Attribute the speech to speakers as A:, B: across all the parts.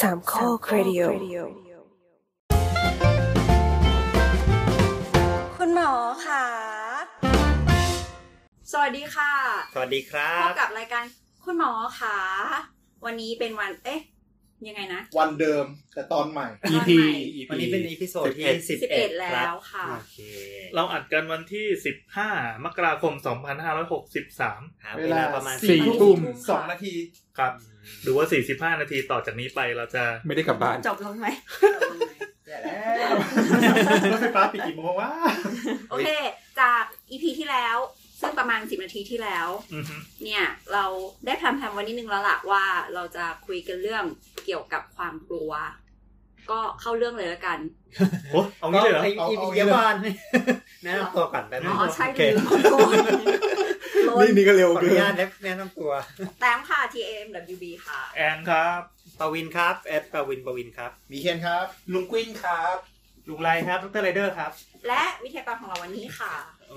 A: สามข้อครดิโอ
B: คุณหมอค่ะ สวัสดีค่ะ
C: สวัสดีครั
B: พบบ กับรายการคุณหมอค่ะ วันนี้เป็นวัน เอ๊ะ ยังไงนะ
D: วันเดิมแต่ตอนใหม่
E: EP
B: ตอนใหม่
E: EP
C: วันนี้เป็นอีพิโซดที่
E: 11
C: สิบ
B: สิบ
C: เอ็
B: เอ็
C: ด
B: ดแล้
C: ครับ
B: วค่ะ
C: โอเค
E: เราอัดกันวันที่ 15 มกราคม 2563
C: หาเวลาประมาณ
B: สี่ทุ่ม
D: สองนาที
E: ครับ หรือว่า 45 นาทีต่อจากนี้ไปเราจะ
F: ไม่ได้กลับบ้าน
B: จบลงไหม
C: แย่แล้ว
D: รถไฟฟ้าปิดกี่โมงวะ
B: โอเค จากอีพีที่แล้ว ซึ่งประมาณสิบนาทีที่แล้ว
E: อือฮึ
B: เนี่ย เราได้แพรมๆไวันนิดนึงแล้วล่ะว่าเราจะคุยกันเรื่องเกี่ยวกับความกลัว ก็เข้าเรื่องเลยละกัน
E: โอ้เอางี้เลยเหรอ
C: ไอ้อีพีเดียวก่อน แนะนำตัวก่อนแป๊บนึ
B: อ๋
C: ง
B: อใช่
C: โอเค
B: ลืมขอโทษโลน
F: นี่นี่ก็เร็
C: ข
F: ว
C: ออ
F: เกิ
C: นุญาน ตแนะนำตัว
B: แตมค่ะ TMWB ค่ะ
E: แอนครับ
C: ปวินครับแอดปวินปวินครับ
D: มีเคียนครับ ลุงกุ้นครับ
C: ลุงไรครับดรไรเดอร์ครับ
B: และวิทยากรของเราวันนี้ค่ะ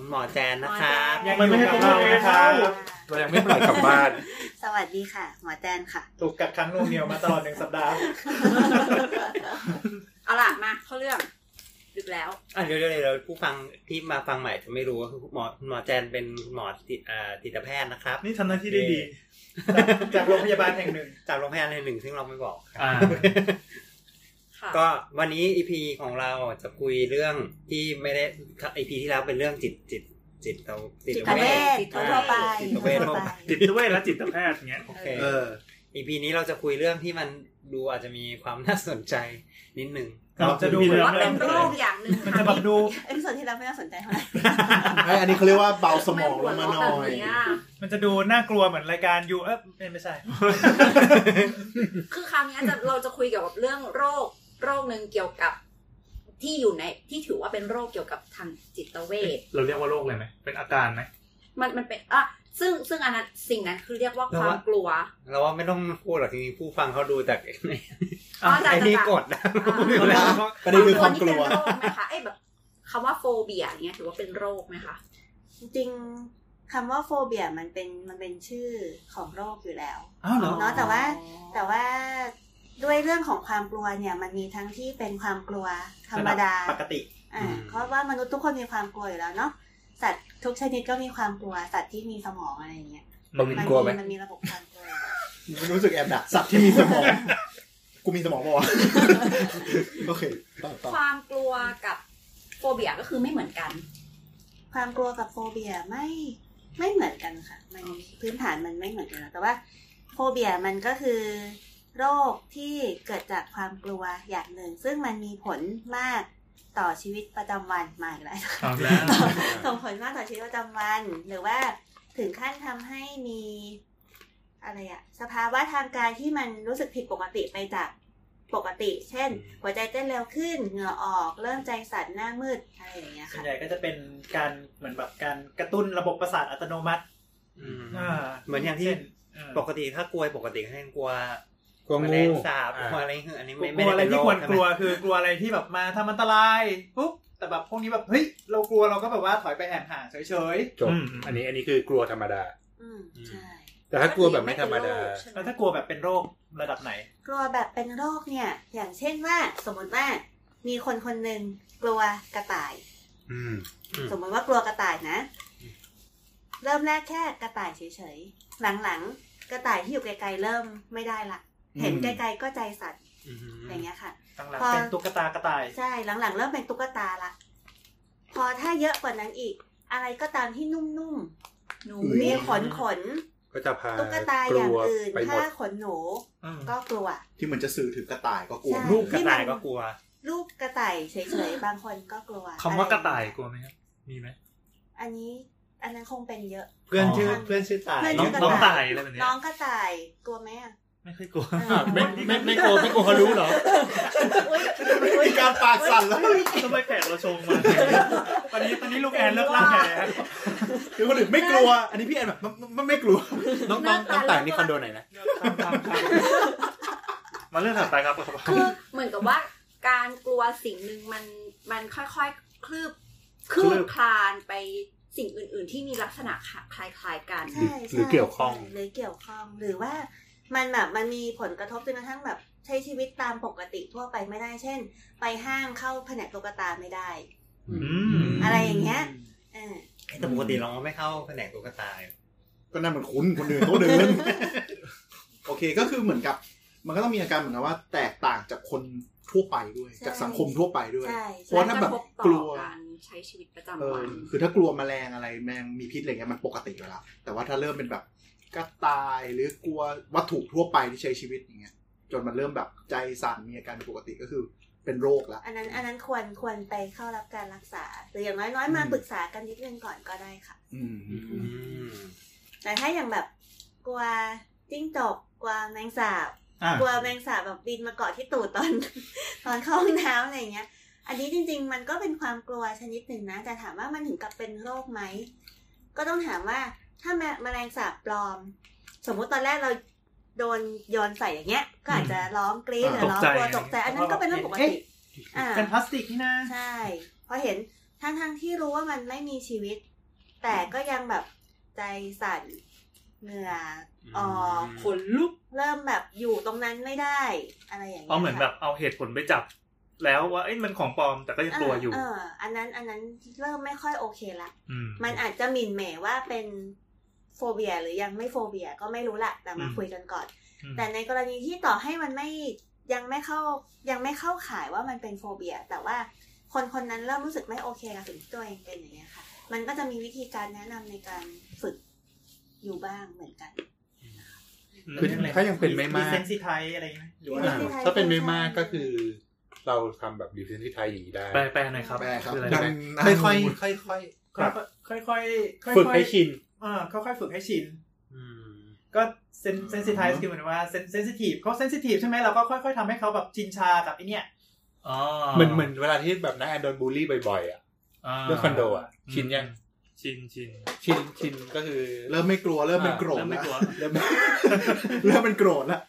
C: หมอแจนนะครับ
E: หมอแจนมันไม่ใช่ตัวเองนะครับ
F: เรายังไม่ปล่อยกลับบ้าน
G: สวัสดีค่ะ หมอแจนค่ะ
D: ถูกกักขังนวงเหนียวมาตลอดหนึ่งสัปดาห์
B: เอาล่ะ มาเข้าเรื่อง ดึกแล้ว
C: อ่ะเดี๋ยวเดี๋ยวเดี๋ยวผู้ฟังที่มาฟังใหม่จะไม่รู้ว่าหมอหมอแจนเป็นหมอจิตเอ่อจิตแพทย์นะครับ
E: นี่ทำหน้าที่ได้ดี
D: จากโรงพยาบาลแห่งหนึ่ง
C: จากโรงพยาบาลแห่งหนึ่งซึ่งเราไม่บอก
E: อ่า
B: ค่ะ
C: ก็วันนี้อีพีของเราจะคุยเรื่องที่ไม่ได้อีพีที่แล้วเป็นเรื่องจิตจิตจิตเราจิต
G: จิตเวช
C: จิต
G: ทั่วไป
C: จิตเวช
G: ทั่วไป
E: จิตเวชและจิตแพทย์เงี้ย
C: โอเคเอออีพีนี้เราจะคุยเรื่องที่มันดูอาจจะมีความน่าสนใจนิดนึง
E: เราจะดู
B: ถือว่า
E: เรื่
B: เป็
E: อง
B: นโรคอย่างหนึ่ง
D: มัน
B: ค่ะ
D: จะแบบดู
G: เอ็นส่วนที่เราไม่น่าสนใจเท่าไหร่
F: ไออันนี้เขาเรียกว่าเบาสม
B: ไม่
F: อง
B: ป
F: ล
B: วด
F: ง
B: หั
F: มาว ห
B: แบบ
F: น่อย
B: เนี้ย
D: มันจะดูน่ากลัวเหมือนรายการยูเอ๊ะไม่ใช่
B: คือคราวเนี้ยจะเราจะคุยเกี่ยวกับเรื่องโรค โรคหนึ่งเกี่ยวกับ ที่อยู่ในที่ถือว่าเป็นโรคเกี่ยวกับทางจิตเวช
E: เราเรียกว่าโรคเลยไหม เป็นอาการไหม
B: มันมันเป็นอ่ะซึ่งซึ่งอันนั้นสิ่งนั้นคือเรียกว่าความกลัว
C: เราว่าไม่ต้องพูดหรอกจริงๆผู้ฟังเขาดูจากไอ้
B: อ๋อจากจาก
C: ไอ้นี่
B: จาก
C: กดนะ
B: อ่า
C: ดูแล้วก็
F: ประเด็นคือความกลัว
B: บงนนี่เป็นโรคไหมคะไอ้แบบคำว่าโฟเบียอย่างเงี้ยถือว่าเป็นโรคไหมคะ
G: จริงๆคำว่าโฟเบียมันเป็นมันเป็นชื่อของโรคอยู่แล้ว
C: อ้าวเหรอ
G: เนาะแต่ว่า แต่ว่าด้วยเรื่องของความกลัวเนี่ยมันมีทั้งที่เป็นความกลัวธรรมดา
D: ปกติ
G: อ่าเพราะว่ามนุษย์ทุกคนมีความกลัวอยู่แล้วเนาะสัตว์ทุกชนิดก็มีความกลัวสัตว์ที่มีสมองอะไรอย่างเงี้ย
F: ประวิน
G: มัน
F: กลัวไหม
G: มีมันมีระบบความกลัวอยู่แล้ว
F: รู้สึกแอบดักสัตว์ที่มีสมอง กูมีสมองปะวะโอเคต่อต่อ
B: ความกลัวกับโฟเบียก็คือไม่เหมือนกัน
G: ความกลัวกับโฟเบียไม่ไม่เหมือนกันค่ะ มันพื้นฐานมันไม่เหมือนกันหรอกแต่ว่าโฟเบียมันก็คือ โรคที่เกิดจากความกลัวอย่างหนึ่ง ซึ่งมันมีผลมากต่อชีวิตประจำวันมาอีกแล้ว
E: เอาแล้ว
G: ส่ง ผลมากต่อชีวิตประจำวัน หรือว่าถึงขั้นทำให้มีอะไรอะสภาวะทางกายที่มันรู้สึกผิดปกติไปจากปกติ เช่น หัวใจเต้นเร็วขึ้น เหงื่อออก เริ่มใจสั่นหน้ามืด อะไรอย่างเงี้ย
D: ส่ว
G: ค่ะ
D: นใหญ่ก็จะเป็นการเหมือนแบบการกระตุ้นระบบประสาทอัตโนมัติ
C: อืม
D: อ่า
C: เหมือนอย่างที่
D: เช่เออ
C: ปกติถ้ากลัวปกติให้กลัว
F: กลัว
C: แมล
F: งู
C: งสาบ
E: อ่า
C: กลัวอะไรอย่างเงี้ยอันนี้
D: กลั
C: ไม่
D: ว
C: ไม่
D: อะไร
C: ได้เป็นโร
D: ที่
C: คใช่
D: ควรก
C: ไหม
D: ลัวคือกลัวอะไรที่แบบมาทำอันตรายปุ๊บแต่แบบพวกนี้แบบเฮ้ยเรากลัวเราก็แบบว่าถอยไปห่างๆเฉย
F: จบ
E: อืม
F: อันนี้อันนี้คือกลัวธรรมดา
G: อืม
C: อืม
G: ใช่
F: แต่ถ้ากลัวแบบไม่ธรรมดา
D: ๆแล้วถ้ากลัวแบบเป็นโรคระดับไหน
G: กลัวแบบเป็นโรคเนี่ย อย่างเช่นว่า สมมติว่า มีคนคนหนึ่งกลัวกระต่าย
F: อืม
C: อืม
G: สมมติว่ากลัวกระต่ายนะ เริ่มแรกแค่กระต่ายเฉยๆ หลังๆ กระต่ายที่อยู่ไกลๆเริ่มไม่ได้ละ
F: อืม
G: เห็นไกลๆก็ใจสั่น
C: อืม
G: อย่างเงี้ยค่ะ
D: หลัง
G: พอ
D: ๆเป็นตุ๊กตากระต่าย
G: ใช่ หลังๆ เริ่มเป็นตุ๊กตาละ พอถ้าเยอะกว่านั้นอีก อะไรก็ตามที่นุ่ม
B: หนู
F: อื
G: ๆ มีขนขน
F: ก็จะพา
G: ๆตุ๊กตา
F: ลั
G: อย่าง
F: ว
G: อื่น
F: ไปหม
G: ถ้า
F: ด
G: ขนหนูก็กลัว
F: ที่มันจะสื่อถึงกระต่ายก็กลัว
G: ใช่
C: รูปกระต่ายก็กลัว
G: รูปกระต่ายเฉยๆ บางคนก็กลัว
E: คำว่ากระต่ายกลัวไหมครับ มีไหม
G: อันนี้อันนั้นคงเป็นเยอะ
C: เพื่อนชื่อเพื่อนชื่อตาย
G: เพื่อน
E: น้
C: น้อ
E: อ
C: ง ง
G: ชื่
C: น้
E: น้
C: อ
E: อ
C: ง ง
E: ตา
C: ตาย ย
E: อะไรแบบเนี้ย
G: น้องกระต่ายกลัวไหมอะ
E: ไม่ค่อยกลัว
G: อ่ะ
F: ไม่ไม่ไม่กลัวไม่กลัวเขารู้เหรอมีการปากสั่นแล้ว
E: ทำไมแขกเราชงมา
D: วันนี้ตอนนี้ลูกแอนเลิกล่างแกแล้ว
F: หรือคนอื่นไม่กลัว อันนี้พี่แอนแบบมันมันไม่กลัว
C: น้องน้องน้องตายนี่คอนโดไหนนะ
E: มาเรื่องถัดไปครับ
B: คือเหมือนกับว่าการกลัวสิ่งหนึ่งมันมันค่อยๆ คลืบคืบคลานไปสิ่งอื่น ๆ ที่มีลักษณะคล้ายๆกัน
G: ใช่
F: หรือ
G: ใช่
F: เกี่ยวข้อง
G: หรือเกี่ยวข้องหรือว่า มันแบบมันมีผลกระทบจนกระทั่งแบบใช้ชีวิตตามปกติทั่วไปไม่ได้ เช่น ไปห้างเข้าแผนกตุ๊กตาไม่ได้
E: อืม
G: อะไรอย่างเงี้ยเออ
C: แต่ปกติเราไม่เข้าแผนกตุ๊กตาเลย
F: ก็น่าเหมือนคุ้นคนอื่นเขาเดิน โอเคก็คือเหมือนกับ มันก็ต้องมีอาการเหมือนกับว่า แตกต่างจากคนทั่วไปด้วย จากสังคมทั่วไปด้วย
G: ใช่
F: เพ
G: ใช่
F: ราะถ้าแบบกลัว
B: กระทบต่อการใช้ชีวิตประจำ
F: เออ
B: วัน
F: คือถ้ากลัวแมลงอะไรแมลงมีพิษอะไรเงี้ยมันปกติอยู่แล้วแต่ว่าถ้าเริ่มเป็นแบบกระต่ายหรือกลัววัตถุทั่วไปที่ใช้ชีวิตอย่างเงี้ย จนมันเริ่มแบบใจสั่นมีอาการผิดปกติก็คือเป็นโรคละ
G: อันนั้นอันนั้นควรควรไปเข้ารับการรักษา หรืออย่างน้อยๆมา
F: อืม
G: ปรึกษากันนิดนึงก่อนก็ได้ค่ะ
F: อืม
G: แต่ถ้าอย่างแบบกลัวจิ้งจกกลัวแมงสาบ
D: อ่ะ
G: กลัวแมงสาบแบบบินมาเกาะที่ตูดตอน ตอนเข้าห้องน้ำอะไรอย่างเงี้ย อันนี้จริง ๆ มันก็เป็นความกลัวชนิดหนึ่งนะ แต่ถามว่ามันถึงกับเป็นโรคไหม ก็ต้องถามว่าถ้าแมแมลงสาบปลอม สมมุติตอนแรกเราโดนโยนใส่อย่างเงี้ย ก็อาจจะร้องกรี๊ดหรือร้องกลัวตกใจ อันนั้นก็เป็นเรื่องปกติอ่า
D: เป็นพลาสติกนี่นะ
G: ใช่ เพราะเห็นทั้งทั้งๆที่รู้ว่ามันไม่มีชีวิต แต่ก็ยังแบบใจสั่นเหงื่อออก
B: ขนลุก
G: เริ่มแบบอยู่ตรงนั้นไม่ได้ อะไรอย่างเงี้ย
E: เอาเหมือนแบบเอาเหตุผลไปจับ แล้วว่าเอ้ยมันของปลอมแต่ก็ยัง
G: ค่ะ
E: กลัวอยู่
G: เอออันนั้นอันนั้นเริ่มไม่ค่อยโอเคละ
E: อืม
G: มันอาจจะหมิ่นเหม่ว่าเป็นโฟเบีย หรือยังไม่โฟเบียก็ไม่รู้ละแต่มา
E: อืม
G: คุยกันก่อน
E: อืม
G: แต่ในกรณีที่ต่อให้มันไม่ยังไม่เข้ายังไม่เข้าข่ายว่ามันเป็นโฟเบีย แต่ว่าคนคนนั้นเริ่มรู้สึกไม่โอเคกับสิ่งที่ตัวเองเป็นอย่างเงี้ยค่ะ มันก็จะมีวิธีการแนะนำในการฝึกอยู่บ้างเหมือนกัน
F: คือถ้ายังเป็นไม่
D: มี
F: มาก
D: เซนซิไทอะไรไหมหรือว่า
G: อ่า
A: ถ้าเป็นไม่มากก็คือ เราทำแบบดิฟเฟนที่ไทยอย่างนี้ได้
E: แปลแปลหน่อยครับ
F: แปลครับ
E: ออะ
F: ดั
E: ไ
F: งค่อยๆค่อยๆค่อย
D: ค่อยๆค่อยๆค่อยๆ
A: ฝึกให้ชิน
D: เออค่อยๆฝึกให้ชิน ก็เซนเซนซิไทส์คือเหมือนว่าเซนเซนซิทีฟเขาเซนซิทีฟใช่ไหมเราก็ค่อยๆทำให้เขาแบบชินชากับไอเนี่ย
E: อ๋อ
A: เหมือนเหมือนเวลาที่แบบนักแอนโดนบูลลี่บ่อยๆอ่ะ
E: า
A: เรื่องคอนโดอ่ะ ชินยัง
E: ชินชิน
A: ชินชินก็คือ
F: ๆเริ่มไม่กลัวเริ่มเป็นโกรธ
E: เริ่มไม่
F: แล้ว
E: กลัว
F: เริ่มเริ่มเป็นโกรธละ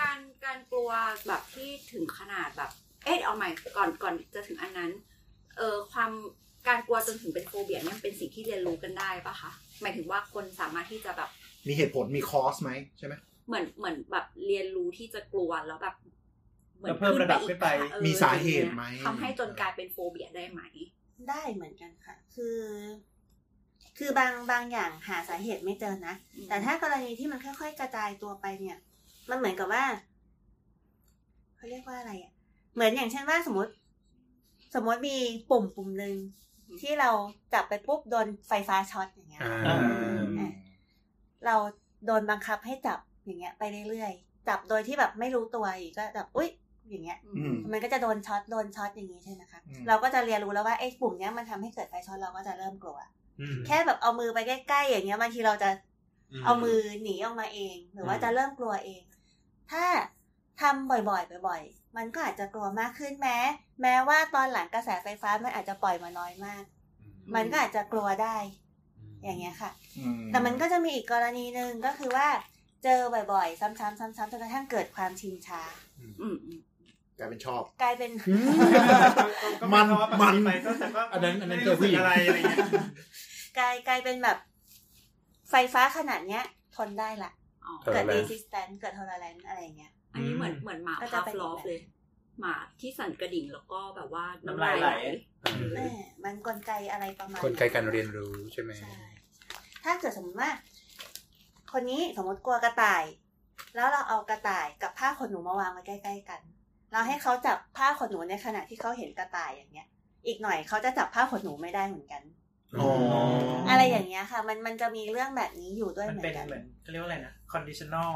B: การการกลัวแบบที่ถึงขนาดแบบ เอ๊ะเอาใหม่ก่อนก่อนจะถึงอันนั้น เออความการกลัวจนถึงเป็นโฟเบียเนี่ยมันเป็นสิ่งที่เรียนรู้กันได้ปะคะหมายถึงว่าคนสามารถที่จะแบบ
F: มีเหตุผลมีคอสไหมใช่ไหม
B: เหมือนเหมือนแบบเรียนรู้ที่จะกลัวแล้วแบบ
D: แล้วเพิ่มระดับขึ้นไป
B: อีกค่ะ
F: มีสาเหตุไหม
B: ทำให้จนกลายเป็นโฟเบียได้ไหม
G: ได้เหมือนกันค่ะ คือ คือบางบางอย่างหาสาเหตุไม่เจอนะ แต่ถ้ากรณีที่มันค่อยๆกระจายตัวไปเนี่ย มันเหมือนกับว่าเขาเรียกว่าอะไรอะ่ะ เหมือนอย่างเช่นว่าสมมติ สมมติมีปุ่มปุ่มหนึ่งที่เราจับไปปุ๊บโดนไฟฟ้าช็อตอย่างเงี้ย
A: อ่า
G: อ่า เราโดนบังคับให้จับอย่างเงี้ย ไปเรื่อยๆจับโดยที่แบบไม่รู้ตัวอีกก็แบบอุ๊ยอย่างเงี้ย
F: อืม
G: มันก็จะโดนช็อตโดนช็อตอย่างงี้ใช่ไหมคะ
F: อืม
G: เราก็จะเรียนรู้แล้วว่าไอ้ปุ่มเนี้ยมันทำให้เกิดไฟช็อตเราก็จะเริ่มกลัว แค่แบบเอามือไปใกล้ๆอย่างเงี้ยบางทีเราจะเอามือหนีออกมาเอง หรือว่าจะเริ่มกลัวเอง ถ้าทำบ่อยๆบ่อยๆ มันก็อาจจะกลัวมากขึ้นแม้ แม้ว่าตอนหลังกระแสไฟฟ้ามันอาจจะปล่อยมาน้อยมาก มันก็อาจจะกลัวได้อย่างเงี้ยค่ะ
F: อื
G: แต่มันก็จะมีอีกกรณีหนึ่งก็คือว่าเจอบ่อยๆ ซ้ำๆซ้ำๆจนกระทั่งเกิดความชินชา
B: อืมอืม
F: กลายเป็นชอบ
G: กลายเป็น
D: ก็ไเท่าว่าปกติไปก็แต่ก็
A: อันนั้นอันนั้น
D: ไม่
A: เจอผู้หญิง
D: อะไรอะไรเงี้ย
G: กลายกลายเป็นแบบไฟฟ้าขนาดเนี้ย ทนได้ละ
B: อ๋อ
A: เออ
G: เกิด
A: แล้ว
G: resistance เกิด tolerance อะไรอย่างเงี้ย
B: อันนี้เหมือนเหมือนหมา
G: ก็จะ
B: พาฟ
G: เป็น
B: ลอฟ
G: แบบ
B: เลย หมาที่สั่นกระดิ่งแล้วก็แบบว่าน้ำลายไหล
G: แม่มันกลไกอะไรประมาณ
A: กลไกการเรียนรู้ใช่ไหม
G: ใช่ถ้าเกิดสมมติว่า คนนี้สมมติกลัวกระต่าย แล้วเราเอากระต่ายกับผ้าขนหนูมาวางไว้ใกล้ๆกัน เราให้เขาจับผ้าขนหนูในขณะที่เขาเห็นกระต่ายอย่างเงี้ย อีกหน่อยเขาจะจับผ้าขนหนูไม่ได้เหมือนกัน
F: อ๋อ
G: อะไรอย่างเงี้ยค่ะ มันมันจะมีเรื่องแบบนี้อยู่ด้วย
D: มัน
G: เหมือ
D: เป็น
G: นกัน
D: เหมือนเขาเรียกว่าอะไรนะ conditional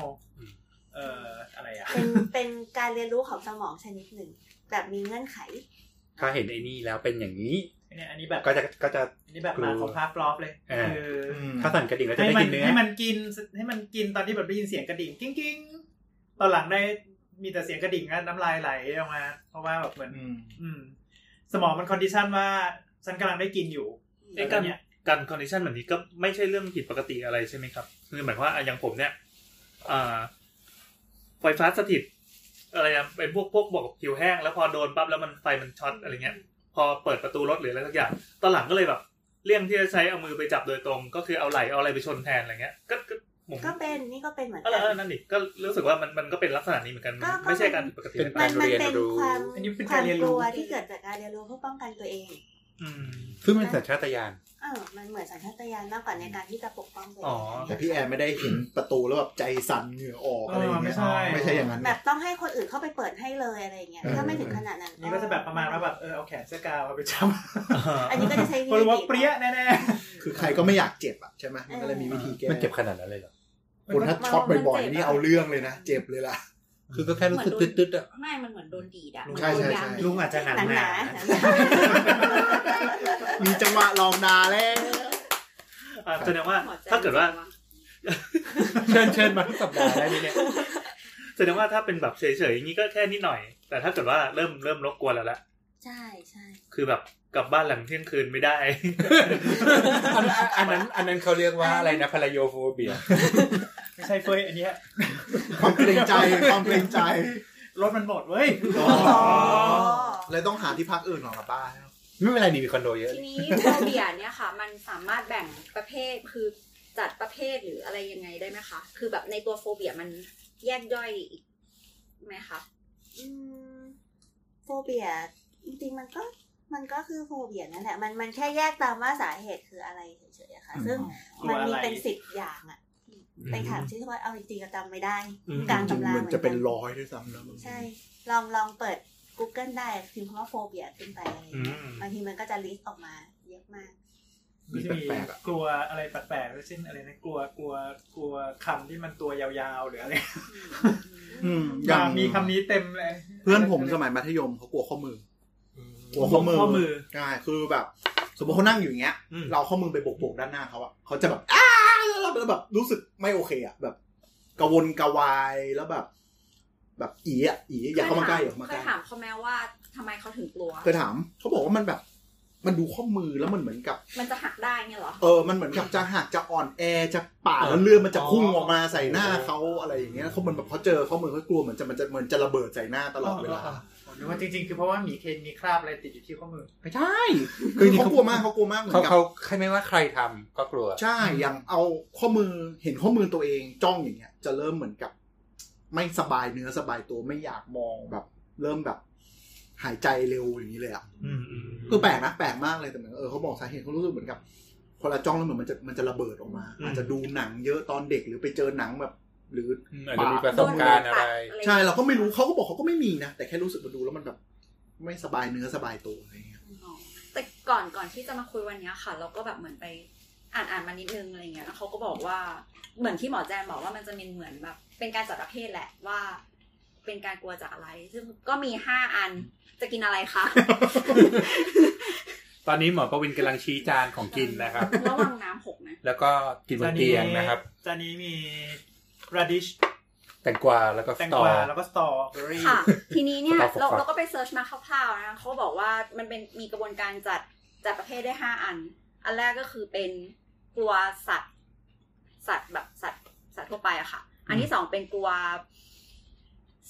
D: เอ่ออะไรอ่ะ
G: เป็นเป็นการเรียนรู้ของสมองชนิดหนึ่ง แบบมีเงื่อนไข
A: ถ้าเห็นไอ้นี่แล้วเป็นอย่างนี้
D: เนี่ยอันนี้แบบ
A: ก็จะก็จะ
D: อันนี้แบบมาของพาฟลอฟเลย
A: เออ
D: คืออ
A: ถ้าสั่นกระดิ่งก็จะ
D: ให้
A: ได้
D: มัน
A: กินเนื้อ
D: ให้มันกินให้มันกินตอนที่แบบได้ยินเสียงกระดิ่งกิ้งกิ้งตอนหลังได้มีแต่เสียงกระดิ่งแล้วน้ำลายไหลออกมา เพราะว่าแบบเหมือน อืม สมองมันคอนดิชันว่าฉันกำลังได้กินอยู่
E: ไอ้การการคอนดิชันแบบนี้ก็ไม่ใช่เรื่องผิดปกติอะไรใช่ไหมครับคือหมายความว่าอ่ะอย่างผมเนี่ยอ่าไฟฟ้าสถิต อะไรอะเป็นพวกพวกบอกผิวแห้ง แล้วพอโดนปั๊บแล้วมันไฟมันช็อตอะไรเงี้ย พอเปิดประตูรถหรืออะไรสักอย่าง ตอนหลังก็เลยแบบเลี่ยงที่จะใช้เอามือไปจับโดยตรง ก็คือเอาไหล่เอาอะไรไปชนแทนอะไรเงี้ยก็ก็ ผม
G: ก็เป็นนี่ก็เป็นเหมือน
E: เออ
G: กัน
E: เออนั่นดิก็รู้สึกว่ามันมันก็เป็นลักษณะนี้เหมือนกันมัน
G: ก็ก็
E: ไม่ใช่การผิดปกติ
A: เป็น
G: มันมัน
A: การเรียน
G: เป็น
A: รู้
G: ความ
D: อันนี้เป็นกา
G: คาร
D: ว
G: ม
D: เรียน
G: ก
D: รู้
G: ลัวที่เกิดจากการเรียนรู้เพื่อป้องกันตัวเอง
E: อืม
A: ซึ่งเป็นสัญชาตญาณ
G: เออมันเหมือนสัญชาตญาณมากกว่าในการที่จะปกป้องตัวเอ
E: อ๋อ
G: ง
F: แต่พี่แอนไม่ได้เห็นประตูแล้วแบบใจสั่นเหงื่อออกอะไรอย่างเงี้ย
D: เออไม่ใช่
F: ไม่ใช่อย่างนั้น
G: แบ
F: นะ
G: บต้องให้คนอื่นเข้าไปเปิดให้เลยอะไรอย่างเงี้ย
F: เออ
G: ถ้าไม่ถึงขนาดนั้น
D: นี่ก็จะแบบประมาณว่าแบบเออเอาแขนเสื้อกาวเอาไปจับ
G: อันนี้ก็จะใช้วิ
D: เพราะ
G: ธี
D: รู้ว่าเปรี้ยแน่
F: คือใครก็ไม่อยากเจ็บอ่ะใช่ไหมมันก็เลยมีวิธีแก้
A: มันเจ็บขนาดนั้นเลยเหรอ
F: คนถ้าช็อตบ่อยๆนี่เอาเรื่องเลยนะเจ็บเลยล่ะ
A: คือก็แค่รู้สึกตึ๊ดๆอ่ะ
B: ไม่ มันเหมือนโดนดีดอะ
F: ลุ
B: เห
F: ง
B: มือนโดนยา
F: ใช่ใช่
B: ง
F: ใช่
B: ดีด
C: ลุงอาจจะหนัง
G: หนัง
C: ห
G: ห
C: นา
G: นา
F: มีจังหวะลองนาแล้ว
E: อ่าแสดงว่า
B: หัวใจ
E: ถ้าเกิดว่า
B: จะ
A: เชิญเชิญมาทุกสัปดาห์ได้เลยเนี่ย
E: แสดงว่าถ้าเป็นแบบเฉยๆอย่างนี้ก็แค่นิดหน่อย แต่ถ้าเกิดว่าเริ่มเริ่มรบกวนแล้วละ
G: ใช่ใช่
E: คือแบบกลับบ้านหลังเที่ยงคืนไม่ได้
A: อันอันอันนั้นอันนั้นเขาเรียกว่าอะไรนะพลาโยโฟเบีย
D: ๆไม่ใช่เฟยอันเนี้ย
F: ความเกรงใจความเกรงใจ
D: รถมันหมดเว้ย
F: เลยต้องหาที่พักอื่นของกับป้า
A: ไม่เป็นไรนี่มีคอนโดเยอะ
B: ที
A: นี่
B: นี้โฟเบียเนี่ยค่ะ มันสามารถแบ่งประเภทคือจัดประเภทหรืออะไรยังไงได้ไหมคะ คือแบบในตัวโฟเบียมันแยกย่อยอีกไหมคะ
G: อืมโฟเบียจริงๆมันก็มันก็คือโฟเบียนั่นแหละมันมันแค่แยกตามว่าสาเหตุคืออะไรเฉยๆอะค่ะ ซึ่งมันมีเป็นสิบอย่างอะไปถามชื่อว่าเอาจริงๆก็จำไม่ได้
E: อืม
G: กลาง
F: จริง
G: ตำรา
F: ๆมันจะเป็น
G: หมือกั
F: ร้อยด้วยซ้ำนะ
G: ใช่ ลองลองเปิด Google ได้พิมพ์คำว่าโฟเบียขึ้นไปอะไรอย่างเงี้ย
E: อืม
G: บางทีมันก็จะลิสต์ออกมาเยอะมาก
D: ก็
F: มี
D: จะมี
F: แปลกๆอ่ะ
D: กลัวอะไรแปลกๆด้วยเช่นอะไรนะกลัวกลัวกลัวคำที่มันตัวยาวๆหรืออะไร
F: อย่าง
D: มีคำนี้เต็มเลย
F: เพื่อนผมสมัยมัธยมเขากลัวข้อมืออกลัวข้อมือ
E: ข้อมือ
F: ใช่คือแบบ สมมติเขานั่งอยู่อย่างเงี้ย
E: อืม
F: เราข้อมือไปโบกๆด้านหน้าเขาอะเขาจะแบบอ้าแล้วแบบรู้สึกไม่โอเคอะแบบกระวนกระวายแล้วแบบ แบบอีอะอีอย่าเข้ามาใกล้อย่าเข้ามา
B: เค
F: ใก
B: ย
F: ล้
B: ถามเขาแม้ว่าทำไมเขาถึงกลัว
F: เคยถามเขาบอกว่ามันแบบ มันดูข้อมือแล้วมันเหมือนกับ
B: มันจะหักได้เนี่ยเหรอ
F: เออ มันเหมือนกับจะหักจะอ่อนแอจะป่าดแล้วเลือดมันจะพุ่งออกมาใส่หน้าเขาอะไรอย่างเงี้ยเขาเหมือนแบบเขาเจอเขาเหมือนเขากลัวเหมือนจะมันจะเหมือนจะระเบิดใส่หน้าตลอดเวลา
D: ผมนึกว่าจริงๆ คือเพราะว่าหมีเคนมีคราบอะไรติดอยู่ที่ข้อมือ
F: ไม่ใช่ คือเขากลัวมากเขากลัวมากเหมือ
A: เขา
F: นกับ
A: เขาใครไม่ว่าใครทำก็กลัว
F: ใช่อย่างเอาข้อมือเห็นข้อมือตัวเองจ้องอย่างเงี้ย จะเริ่มเหมือนกับ ไม่สบายเนื้อสบายตัวไม่อยากมองแบบ เริ่มแบบ หายใจเร็วอย่างนี้เลยอะ
E: อืมอืม
F: คือแปลกนะแปลกมากเลยแต่เหมือนเออเขาบอกสาเหตุเขารู้สึกเหมือนกับคนละจ้องแล้วเหมือนมันจะมันจะระเบิดออกมา อาจจะดูหนังเยอะตอนเด็กหรือไปเจอหนังแบบ หรือ
A: อืมอาจจะมีประสบการณ์อะไร
F: ใช่เราก็ไม่รู้เขาก็บอกเขาก็ไม่มีนะ แต่แค่รู้สึกมาดูแล้วมันแบบ ไม่สบายเนื้อสบายตัวอะไรเงี้ย
B: อ๋อแต่ก่อนก่อนที่จะมาคุยวันเนี้ยค่ะ เราก็แบบเหมือนไปอ่านอ่านมานิดนึงอะไรเงี้ยแล้วเขาก็บอกว่าเหมือนที่หมอแจมบอกว่ามันจะมีเหมือนแบบ เป็นการจัดประเภทแหละว่า เป็นการกลัวจากอะไร ซึ่งก็มีห้าอันจะกินอะไรคะ
A: ตอนนี้หมอประวินกำลังชี้จานของกินนะครับ
B: ระวังน้ำหกนะ
A: แล้วก็กินบนเตียงนะครับ
D: จานนี้มี radish
A: แตงกวาแล้วก็ส
D: แตง
A: ตอก
D: วา
A: ร์
D: แล้วก็สตรอเบอรี่
B: ค่ะ ทีนี้เนี่ย
A: ขอบคุณ
B: เรา
A: ครับ
B: เราก็ไปเซิร์ชมาคร่าวๆนะเขาบอกว่ามันเป็นมีกระบวนการจัดจัดประเภทได้ห้าอัน อันแรกก็คือเป็นกลัวสัตว์ สัตว์แบบสัตว์สัตว์ทั่วไปอะค่ะ อันที่สองเป็นกลัว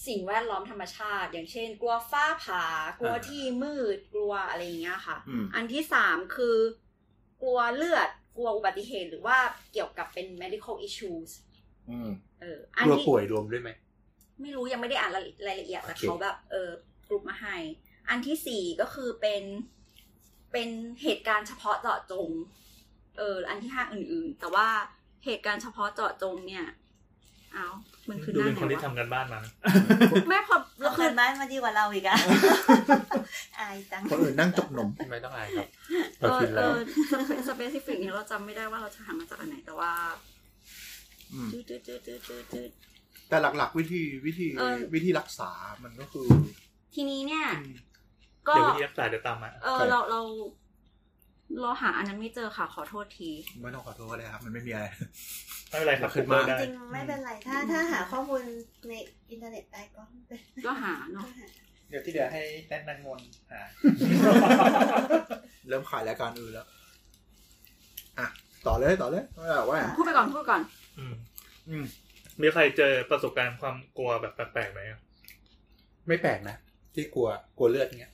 B: สิ่งแวดล้อมธรรมชาติ อย่างเช่น กลัวฟ้าผ่ากลัวที่มืดกลัวอะไรอย่างเงี้ยค่ะ
F: อืม
B: อันที่สามคือกลัวเลือด กลัวอุบัติเหตุหรือว่าเกี่ยวกับเป็น medical issues
F: อืม
B: เอออัน
A: กลัว
B: ที่
A: ป่วยรวมด้วยไหม
B: ไม่รู้ยังไม่ได้อ่านรายรายละเอียดแต่
A: โอเค
B: เขาแบบเออกรุ๊ปมาให้ อันที่สี่ก็คือเป็นเป็นเหตุการณ์เฉพาะเจาะจง เอออันที่ห้าอื่นๆ แต่ว่าเหตุการณ์เฉพาะเจาะจงเนี่ย เอามันคือห
E: ดู
B: น้า
E: เป็นคน
B: ไหน
E: ที่ทำ
B: วะ
E: กันบ้านมานะ
B: ไม่พอ
G: เรา
B: เรา
G: คื
B: คือ อ
G: บ้านมาดีกว่าเราอีก อะอายจัง
F: คนอื่นนั่งจกนม
A: ทำไมต้องอายครับ
B: เอ
A: เรา
B: อ
A: คิด
B: เอ
A: แล้ว
B: อสเปซิฟิกเนี่ยเราจำไม่ได้ว่าเราจะหามาจากอันไหน แต่ว่า
F: อืม
B: จืดจืดจืดจืดจืดจืด
F: แต่หลัก ๆ วิธีวิธี
B: เออ
F: วิธีรักษามันก็คือ
B: ทีนี้เนี่ย ก็
E: เดี๋ยววิธีรักษาเดี๋ยวตามมา
B: เออเราเราเราหาอันนั้นไม่เจอค่ะ ขอโทษที
F: ไม่ต้องขอโทษก็ได้ครับ มันไม่มีอะไร
E: ไม่เป็นไรครับ
F: ขึ้นมา
E: ได้
G: จริงๆไม่เป็นไรถ้าถ้าหาข้อมูลในอินเทอร์เน็ตได้ก็ไม่เป็นไร
B: ก็หา
G: ก็
B: เนาะ
G: หา
D: เดี๋ยวที่เหลือให้แนะนางมนหา
F: เริ่มขายรายการอื่นแล้วอ่ะต่อเลยต่อเลยไม่แบบว่า
B: พูดไปก่อนพูดไปก่อน
E: อืม
F: อืม
E: มีใครเจอประสบการณ์ความกลัวแบบแปลกๆไหมอะ
A: ไม่แปลกนะ ที่กลัวกลัวเลือดเงี้ย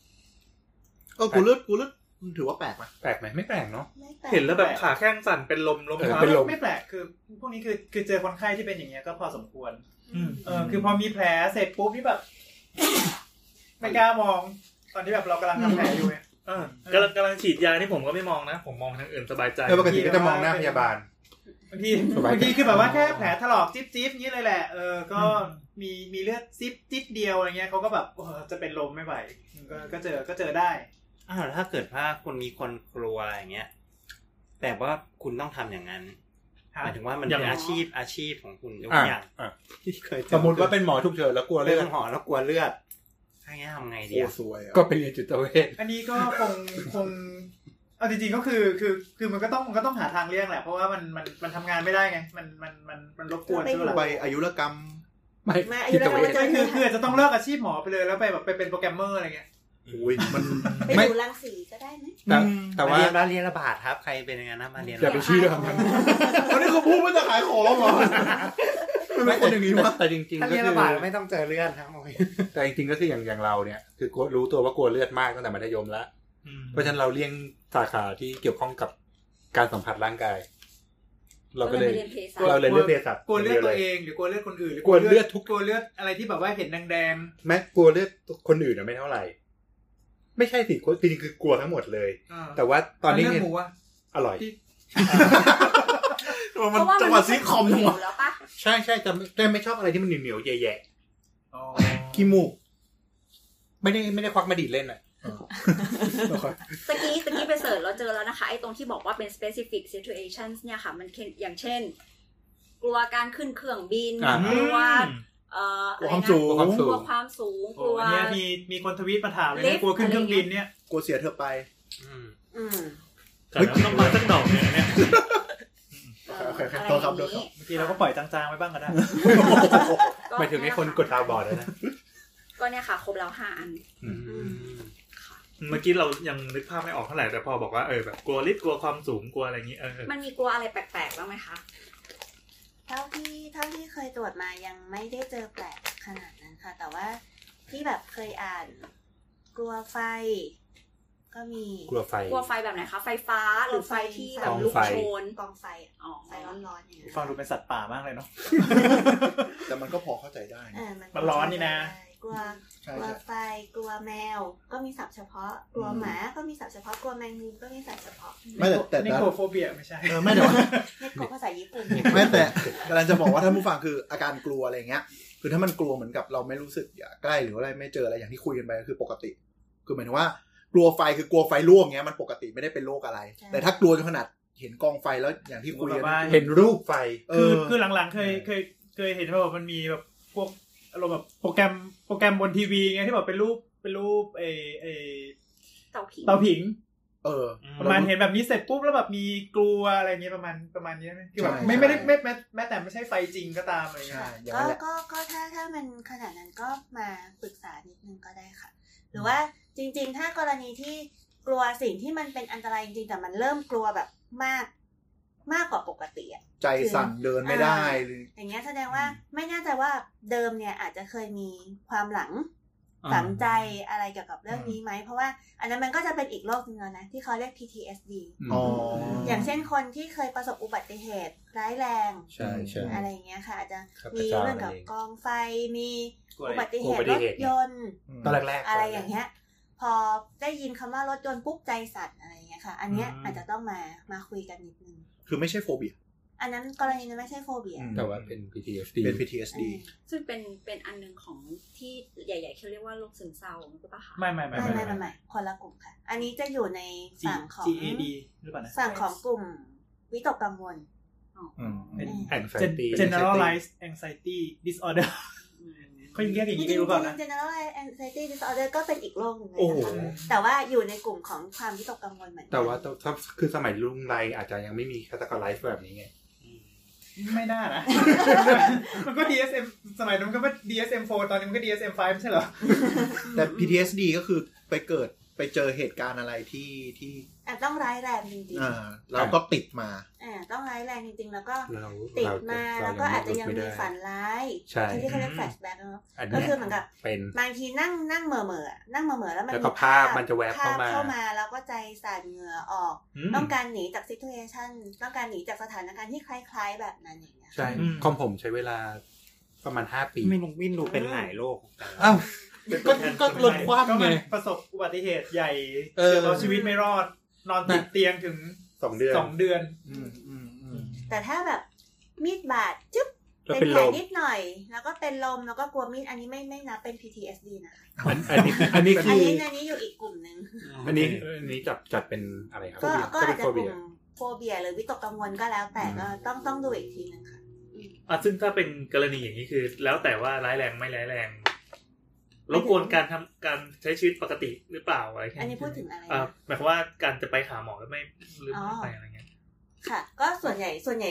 F: เออกูเลือดกูเลือด ถือว่าแปลกไหม
E: แปลกไหมไม่แปลกเนาะ
G: ไม่แปลก
E: เห็นแล้วแบบขาแข้งสั่นเป็นลมล้ม
A: เออ
E: เท้า
A: เป็นลม
D: ไม่แปลกคือพวกนี้คือคือเจอคนไข้ที่เป็นอย่างเงี้ยก็พอสมควร
E: อืม
D: เออคือพอมีแผลเสร็จปุ๊บนี่แบบ ไม่กล้ามอง ตอนที่แบบเรากำลังทำแผลอยู่เนี่ย
E: อ่ากำลังกำลังฉีดยานี่ผมก็ไม่มองนะ ผมมองทางอื่นสบายใจ
A: เออปกติก็จะมองหน้าพยาบาล
D: บางที
A: สบาย
D: บาง
A: ใจ
D: ทีคือแบบว่าแค่แผลถลอกจิ๊บจิ๊บนี้เลยแหละ เออ ก็มีมีเลือดซิบจิ๊บเดียวอะไรเงี้ยเขาก็แบบเออจะเป็นลมไม่ไหวก็ก็เจอก็เจอได้
C: อ้าวแล้วถ้าเกิดว่าคนมีคนกลัวอย่างเงี้ยแต่ว่าคุณต้องทำอย่างนั้น
D: ครับ
C: หมายถึงว่ามันเป็นอาชีพอาชีพของคุณยกตัวอย่าง
A: อ่ะ
C: ที่เคยจอ
A: สมมติว่าเป็นหมอทุกเฉินแล้วกลัว
C: เรื่
A: เรื่
C: อ
A: อง
C: งหอแล้วกลัวเลือดถ้าอย่างเงี้ยทำไงดี
F: โอ้
C: อะ
F: สวยอะ
A: ก็ไปเรียนจิตเวช
D: อันนี้ก็คงคงเอาจริงๆก็คือคือคือมันก็ต้องมันก็ต้องหาทางเลี่ยงแหละ เพราะว่ามันมันมันทำงานไม่ได้ไง มันมันมันมันรบกวนใช่ไหมล่ะ
F: ไปอายุรกรรม
A: ไม่
G: มาอายุ
A: จิ
G: แล้
A: ต
G: ว
A: เว
G: เรา
A: ช
G: จะ
D: ไม่
G: ไม่
D: คือคืออาจจะต้องเลิกอาชีพหมอไปเลยแล้วไปแบบไปเป็นโปรแกรมเมอร์อะไรเงี้ย
F: อุ้ยมัน
G: ไป
A: ไม่
G: ดูรังสีก็ได้ไหม
A: แต่แต่ว่า
C: เรียนแล้วเรียนระบาดครับใครเป็นยังไงนะมาเรียน
A: อย่าไปเชื่อมัน
F: ตอนนี้เขาพูดว่าจะขายของเหรอมันเป็นคนอย่างนี้วะ
A: แต่จริง
C: ถ้า
A: ๆก็
C: เรียน
A: คือบ
C: ระาดไม่ต้องเจอเลือดครับโอ้ย
A: แต่จริงๆก็คืออย่างอย่างเราเนี่ย คือกลัวรู้ตัวว่ากลัวเลือดมากตั้งแต่มัธยมแล้ว
E: อืม
A: เพราะฉะนั้นเราเลี่ยงสาขาที่เกี่ยวข้องกับการสัมผัสร่างกาย เราก็เลย
B: ไปเรียนเภสัช
A: เราเลยเลือกเภสัช
D: กลัวเลือดตัวเองหรือกลัวเลือดคนอื่นหรือก
A: ลัวเลือดทุก
D: กลัวเลือดอะไรที่แบบว่าเห็นแดง
A: แม้กลัวเลือดคนอื่นน่ะไม่เท่าไหร่ ไม่ใช่สิจริงๆคือกลัวทั้งหมดเลย
D: ๆอ่า
A: แต่ว่าตอนนี้
D: เลื
A: เห็
D: ด
A: น
D: หมูอะ
A: อร่อย
D: ที่
B: เพ
F: มัน
B: ราะว่า
F: จังห
B: มั
F: วะ
B: น
F: ซีคอมจังหวะ
B: แล้วปะ
A: ใช่ใช่แต่ไม่แต่ไม่ชอบอะไรที่มันเหนียวๆแย่
D: อ๋อ
A: ๆขี้มูก ไม่ได้ไม่ได้ควักมาดีดเล่นอ่ะ
B: ตะกี้ตะกี้ไปเสิร์ชแล้วเจอแล้วนะคะ ไอ้ตรงที่บอกว่าเป็น specific situations เนี่ยค่ะ มันเช่นอย่างเช่น กลัวการขึ้นเครื่องบิน
A: อ่า
B: กลัว
E: อืม
B: เอ่อ
F: ค
B: อะไร
F: วาม
B: นะ
F: สูง
A: ความ
B: กลั
A: สู
B: ว
A: ง
B: ความสูง
D: โอ้
B: กลัว
D: เนี่ยมีมีคนทวีตมาถามเลย
B: ลิฟต์
D: นะกลัวขึ้นเครื่องบินเนี่ย
F: กลัวเสียเธอ ไป
C: อืม
G: อืม
E: แต่แล้วต้องมาสักดอกเนี่ยเนี่ย
B: เอ่อ
F: โอเคโอเค
B: อะไร
F: ต่อ
B: อ
F: ครับ
B: ย่าง
F: ต่อครั
B: นี้
F: บ
D: เมื่อกี้เราก็ปล่อยจางๆไว้บ้างก็ได้
B: ก็
A: หมายถึงไอ้คนกดตาบอดอะนะ
B: ก็เนี่ยค่ะ ครบแล้วห้าอัน ค่ะ
E: เมื่อกี้เรายังนึกภาพไม่ออกเท่าไหร่แต่พอบอกว่าเออแบบกลัวลิฟต์กลัวความสูงกลัวอะไรอย่างนี้เออเออ
B: มันมีกลัวอะไรแปลกๆบ้างไหมคะ
G: เท่าที่เท่าที่เคยตรวจมายังไม่ได้เจอแปลกขนาดนั้นค่ะ แต่ว่าที่แบบเคยอ่าน กลัวไฟ ก็มี
A: กลัวไฟ
B: กลัวไฟแบบไหนคะ ไฟฟ้าหรือไฟที่แบบลุกโชน
G: กองไฟอะ
B: อ๋อ
G: ไฟร้อนๆอย่างเงี้ย
D: ฟังดูเป็นสัตว์ป่ามากเลยเนาะ
F: แต่มันก็พอเข้าใจได้
G: เอ
F: นะ
G: อมั
D: มันร้อนนี่นะ
G: กลัว
F: ใช่
G: กลัว
F: ใช่
G: ไฟกลัวแมว ก็มีศัพท์เฉพาะ กลัว
F: อืม
G: หมาก็มีศัพท์เฉพาะ กลัวแมงมุมก็มีศัพท์เฉพาะ
F: ไม่แต่แต่
D: นิโคโฟเบียไม่ใช่
F: เออไม่แต่ว่า
G: เรียกกลัวภาษาญี่ปุ่น
F: ไม่แต่กำลังจะบอกว่าท่านผู้ฟังคืออาการกลัวอะไรอย่างเงี้ย คือถ้ามันกลัวเหมือนกับเราไม่รู้สึกอย่าใกล้หรืออะไรไม่เจออะไรอย่างที่คุยกันไปก็คือปกติ คือหมายถึงว่า กลัวไฟคือกลัวไฟลวกเงี้ยมันปกติไม่ได้เป็นโรคอะไร แต่ถ้ากลัวจนขนาดเห็นกองไฟแล้วอย่างที่คุยกัน
D: แบบว่า
A: เห็นรูปไฟ
F: เอ
D: คือ
F: อ
D: คือหลังๆเคยเคยเคยเห็นว่าแบบมันมีแบบพวกอารมณ์แบบโปรแกรมโปรแกรมบนทีวีไงที่แบบเป็นรูปเป็นรูปเอเอ
B: เตาผิง
D: เตาผิง
F: เออ
D: ประมาณเห็นแบบนี้เสร็จปุ๊บแล้วแบบมีกลัวอะไรเงี้ยประมาณประมาณนี้ไหมคือแบบ
F: ใช่
D: ไม่ไม่ได้ไม่แม้แม้แต่ไม่ใช่ไฟจริงก็ตามอะไรเงี้ย
F: ใช่อย่าง
G: ก็
F: นั้นแหละ
G: ก็ก็ถ้าถ้ามันขนาดนั้นก็มาปรึกษานิดนึงก็ได้ค่ะ หรือว่าจริง ๆ ถ้ากรณีที่กลัวสิ่งที่มันเป็นอันตรายจริงๆแต่มันเริ่มกลัวแบบมาก มากกว่าปกติอะ
F: ใจสั่นเดินไม่ได้หรือ
G: อย่างเงี้ยแสดงว่าไม่แน่ใจว่าเดิมเนี่ยอาจจะเคยมีความหลัง ฝังใจอะไรเกี่ยวกับเรื่องนี้ไหม เพราะว่าอันนั้นมันก็จะเป็นอีกโรคหนึงแล้วนะ ที่เขาเรียก PTSD
F: อ๋อ
G: อย่างเช่นคนที่เคยประสบอุบัติเหตุร้ายแรง
A: ใช่ใช่
G: อะไรอย่างเงี้ยค่ะ อาจจะ
A: ครับ
G: มี
A: พระเจ้า
G: เรื่องกับ
A: นั่นเอง
G: กองไฟมี
D: กลัว
G: อุ
D: อะไร
G: บัติเหตุ
A: อุบั
G: ร
A: ติ
G: ถ
A: เหตุ
G: ยนต์
A: ตอนแรกๆ
G: อะไรอย่างเงี้ย พอได้ยินคำว่ารถยนต์ปุ๊บใจสั่นอะไรอย่างเงี้ยค่ะ อันเนี้ย
E: อืม
G: อาจจะต้องมามาคุยกันนิดนึง
F: คือไม่ใช่โฟเบีย
G: อันนั้นกรณีนั้นไม่ใช่โฟเบีย
A: แต่ว่าเป็น PTSD
F: เป็น PTSD
B: ซึ่งเป็นเป็นอันหนึ่งของที่ใหญ่ๆเขาเรียกว่าโรคซึมเศร้าใช่ปะคะ
D: ไม่ไม่ไม่
G: ไม่
D: ไม่
G: ไม่ไม่ไม่คนละกลุ่มค่ะ อันนี้จะอยู่ในฝั่งของ
D: จีเอดีหรือเปล่านะ
G: ฝั่งของกลุ่มวิตกกังวล
D: เป็น
A: anxiety
D: generalized anxiety disorder เขายังเรียกอย่าง
G: จริงๆจ
D: นี้
G: ริ
D: รู้เปล่านะ
G: งๆ general anxiety disorder ก็เป็นอีกโรคหนึ่งเลย
A: โอ้โห
G: นะคะแต่ว่าอยู่ในกลุ่มของความวิตกกังวลเหมือนกัน
A: แต่ว่าต้องถ้าคือสมัยลุงไรอาจจะยังไม่มีคาตากรไลฟ์แบบนี้ไง
D: ไม่น่านะ มันก็ DSM สมัยนั้นมันก็ DSM 4 ตอนนี้มันก็ DSM 5 ไม่ใช่เหรอ
F: แต่ PTSD ก็คือไปเกิดไป ไปเจอเหตุการณ์อะไรที่ที่
G: อาจต้องร้ายแรงจริง
F: อ่าเราก็ติดมา
G: ๆอ่าต้องร้ายแรงจริงๆ แล้วก็
A: เรา
G: ติด
A: เร
G: มา
A: เร
G: แล้วก็อาจจะยัง
A: ไได้
G: มีฝันร้าย
A: ใช่
G: ที่เขาเรียกแฟลชแบ็กเนาะ
A: อัน
G: ก็
A: เนี้ย
G: คือเหมือนกับ
A: เป็น
G: บางทีนั่งนั่งเหม่อเหม่อะนั่งเหม่อเหม่อแล้วมัน
A: แล้วก็
G: มี
A: ภาพมันจะแวบ
G: ภา
A: เข้า
G: พ
A: มา
G: เข้ามาแล้วก็ใจสั่นเหงื่อออก
E: อืม
G: ต้องการหนีจากซิทูเอชันต้องการหนีจากสถานการณ์ที่คล้ายๆ แบบนั้นอย่างเงี้ย
A: ใช่
E: อืม
A: คอมผมใช้เวลาประมาณห้าปี
C: ไม่รู้วิ่งดูเป็นหลายโลกของกัน
A: อ้าว ก็ก็
D: ป็น
A: ลดความ
D: ก็
A: ไง
D: มันประสบอุบัติเหตุใหญ่
A: เออ
D: เกือบเอาชีวิตไม่รอด นอนติดเตียงถึง
A: สองเดือน
D: สองเดือน
F: อืมอืมอืม
G: แต่ถ้าแบบมีดบาดจึ๊บ
A: แล้ว
G: เป็น
A: เป็น
G: แผ
A: ล
G: ล
A: ม
G: นิดหน่อย แล้วก็เป็นลมแล้วก็กลัวมีดอันนี้ไม่ไม่นับเป็น PTSD นะคะ
A: อันอันนี้อันนี้
G: อั
A: คื
G: น
A: อ
G: นี้อันนี้อยู่อีกกลุ่มหนึ่ง
A: อันนี้อันนี้จับจัดเป็นอะไรครับ
G: ก็ก็
A: เป็
G: อาน จจะ
A: โฟ
G: ก
A: เบี
G: ลุ่
A: ย
G: มโฟเบียหรือวิตกกังวลก็แล้วแต่ก็ต้องต้องดูอีกทีนึงค่ะ
E: อ่ะซึ่งถ้าเป็นกรณีอย่างนี้คือ แล้วแต่ว่าร้ายแรงไม่ร้ายแรงรบกวนการทำการใช้ชีวิตปกติหรือเปล่าอะไรแค่
G: อันนี้พูดถึงอะไรนะ
E: อ่ะหมายความว่าการจะไปหาหมอหรือไม่หรืออ
G: อ
E: ไม่ไปอะไรเงี้ย
G: ค่ะ ก็ส่วนใหญ่ส่วนใหญ่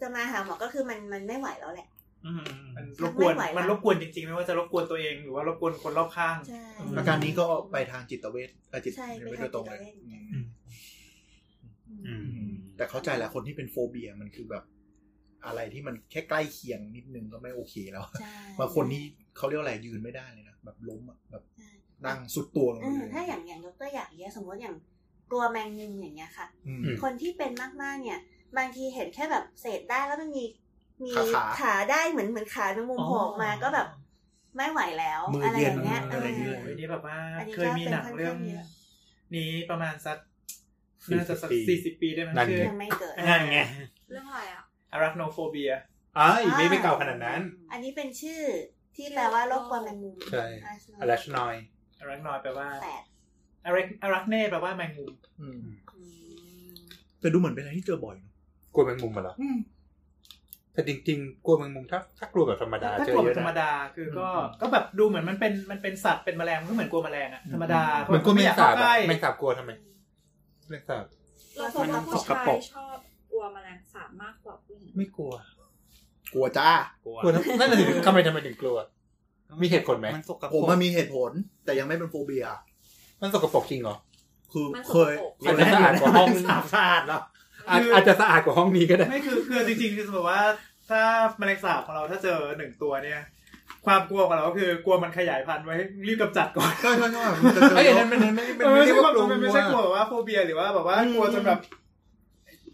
G: จะมาหาหมอก็คือมันมันไม่ไหวแล้วแหละ
E: อืม
D: มันรบกวน
G: ไม่ไหวละ
D: มันรบกวนจริงๆ ไม่ว่าจะรบกวนตัวเองหรือว่ารบกวนคนรอบข้าง
G: ใช่
F: อาการนี้ก็ไปทางจิตเวชเอ่อจิต
G: ใช่
F: เวชโดยตรงเลย
G: ไปทางจิตเวช
F: อืม
E: อืม
F: แต่เข้าใจแหละคนที่เป็นโฟเบียมันคือแบบ อะไรที่มันแค่ใกล้เคียงนิดนึงก็ไม่โอเคแล้ว
G: ใช่
F: บางคนนี่เขาเรียกว่าอะไรยืนไม่ได้เลยนะแบบล้มอะแบบ
G: ใช่
F: นั่งสุดตัวลง
G: เออ
F: ไปเลย
G: ถ้าอย่างอย่างยกตัวอย่างเนี้ยสมมติอย่างกลัวแมงมุมอย่างเงี้ยค่ะ
F: อืม
G: คนที่เป็นมากๆเนี่ย บางทีเห็นแค่แบบเศษได้านแล้วมันมีมี
F: ขาขา
G: ขาได้านเหมือนเหมือนขาแมงมุมโผล่ออกมาก็แบบไม่ไหวแล้ว
F: มือ
G: อะไร
F: เย็
G: อน ย่างเงี้ย
F: อะไรอย่างเงี้ย
G: เอ
D: โอ้ย
G: อ
D: นี่แบบว่า
G: อันนี้
D: เคยมีหนังเรื่อง
G: ก็เป็นค่อนข้างเยอะ
D: นี้ประมาณสัก
A: 40
D: น่าจะสัก
A: ปี
D: สี่สิบปีได้ไหม
A: นั่น
D: ชื่อ
A: ไ
G: ยังไม่เกิด
C: นั่นไง
B: เรื่องอะไรอ่ะ
D: อารักโนโฟเบีย
A: อ้ายไม่ไม่เก่าขนาดนั้น
G: อันนี้เป็นชื่อที่แปลว่าโรคกลัวแมงมุม
A: ใช่
G: อะ
A: อะลชนอย
D: อารักนอยแปลว่า
G: แปด
D: อารักอารักเน่แปลว่าแมงมุม
F: อืม
G: อืม
F: แต่ดูเหมือนเป็นอะไรที่เจอบ่อยเนอะ
A: กลัวแมงมุมเหรออแต่จริงๆ กลัวแมงมุมถ้าถ้ากลัวแบบธรรมดา
D: ถ้า
A: เจ
D: กลัว
A: อเย
D: เป็
A: อะ
D: นธรรม
A: นะ
D: ดาคือก็ก็แบบดูเหมือนมันเป็นมันเป็นสัตว์เป็นแมลงมันก็เหมือนกลัวแมลงอะธรรมดา
A: เหมือนกลัวแม
D: ไม่
A: ง
D: อยาก
A: สา
D: เข้า
A: บ
D: ใกล้
A: แมงสาบกลัวทำไมแมงสาบ
B: เราพบว่าผู้ชายชอบกลัวแมลงสาบมากกว่าผู้หญิง
A: ไม่กลัว
F: กลัวจ้าก
C: ลัว
A: กลัวทั้งนั่นแหละสิทำไมทำไมถึงกลัว มีเหตุผลไหม
C: มันสกปรก
F: ผมมันมีเหตุผล แต่ยังไม่เป็นโฟเบีย
A: มันสกปรกจริงเหรอ
F: คือ
B: มันส
F: เค
B: ก
F: ย
B: ปรก
A: อาจจะสะอาดกว่าห้อง
C: สะอาดเหรอ
A: อาจ
D: คือ
A: อาจจะสะอาดกว่าห้องนี้ก็ได้
D: ไม่คือคือจริงๆคือสมมติว่าถ้าแมลงสาบของเราถ้าเจอหนึ่งตัวเนี่ย ความกลัวของเราก็คือกลัวมันขยายพันธุ์ไว้รีบกำจัดก่อน
F: ก็ใช่ใช่มันจะเจอ
A: ไอ้ยอันนั้นมันไม่
D: มันไม่
A: เรี
D: ใช่
A: ยก
D: ว่า
A: ว่าก ก
D: ลั
A: ลั
D: ว
A: ว
D: มันไม่ใช่กลัวแบบว่าโฟเบียหรือว่าแบบว่ากลัวจนแบบ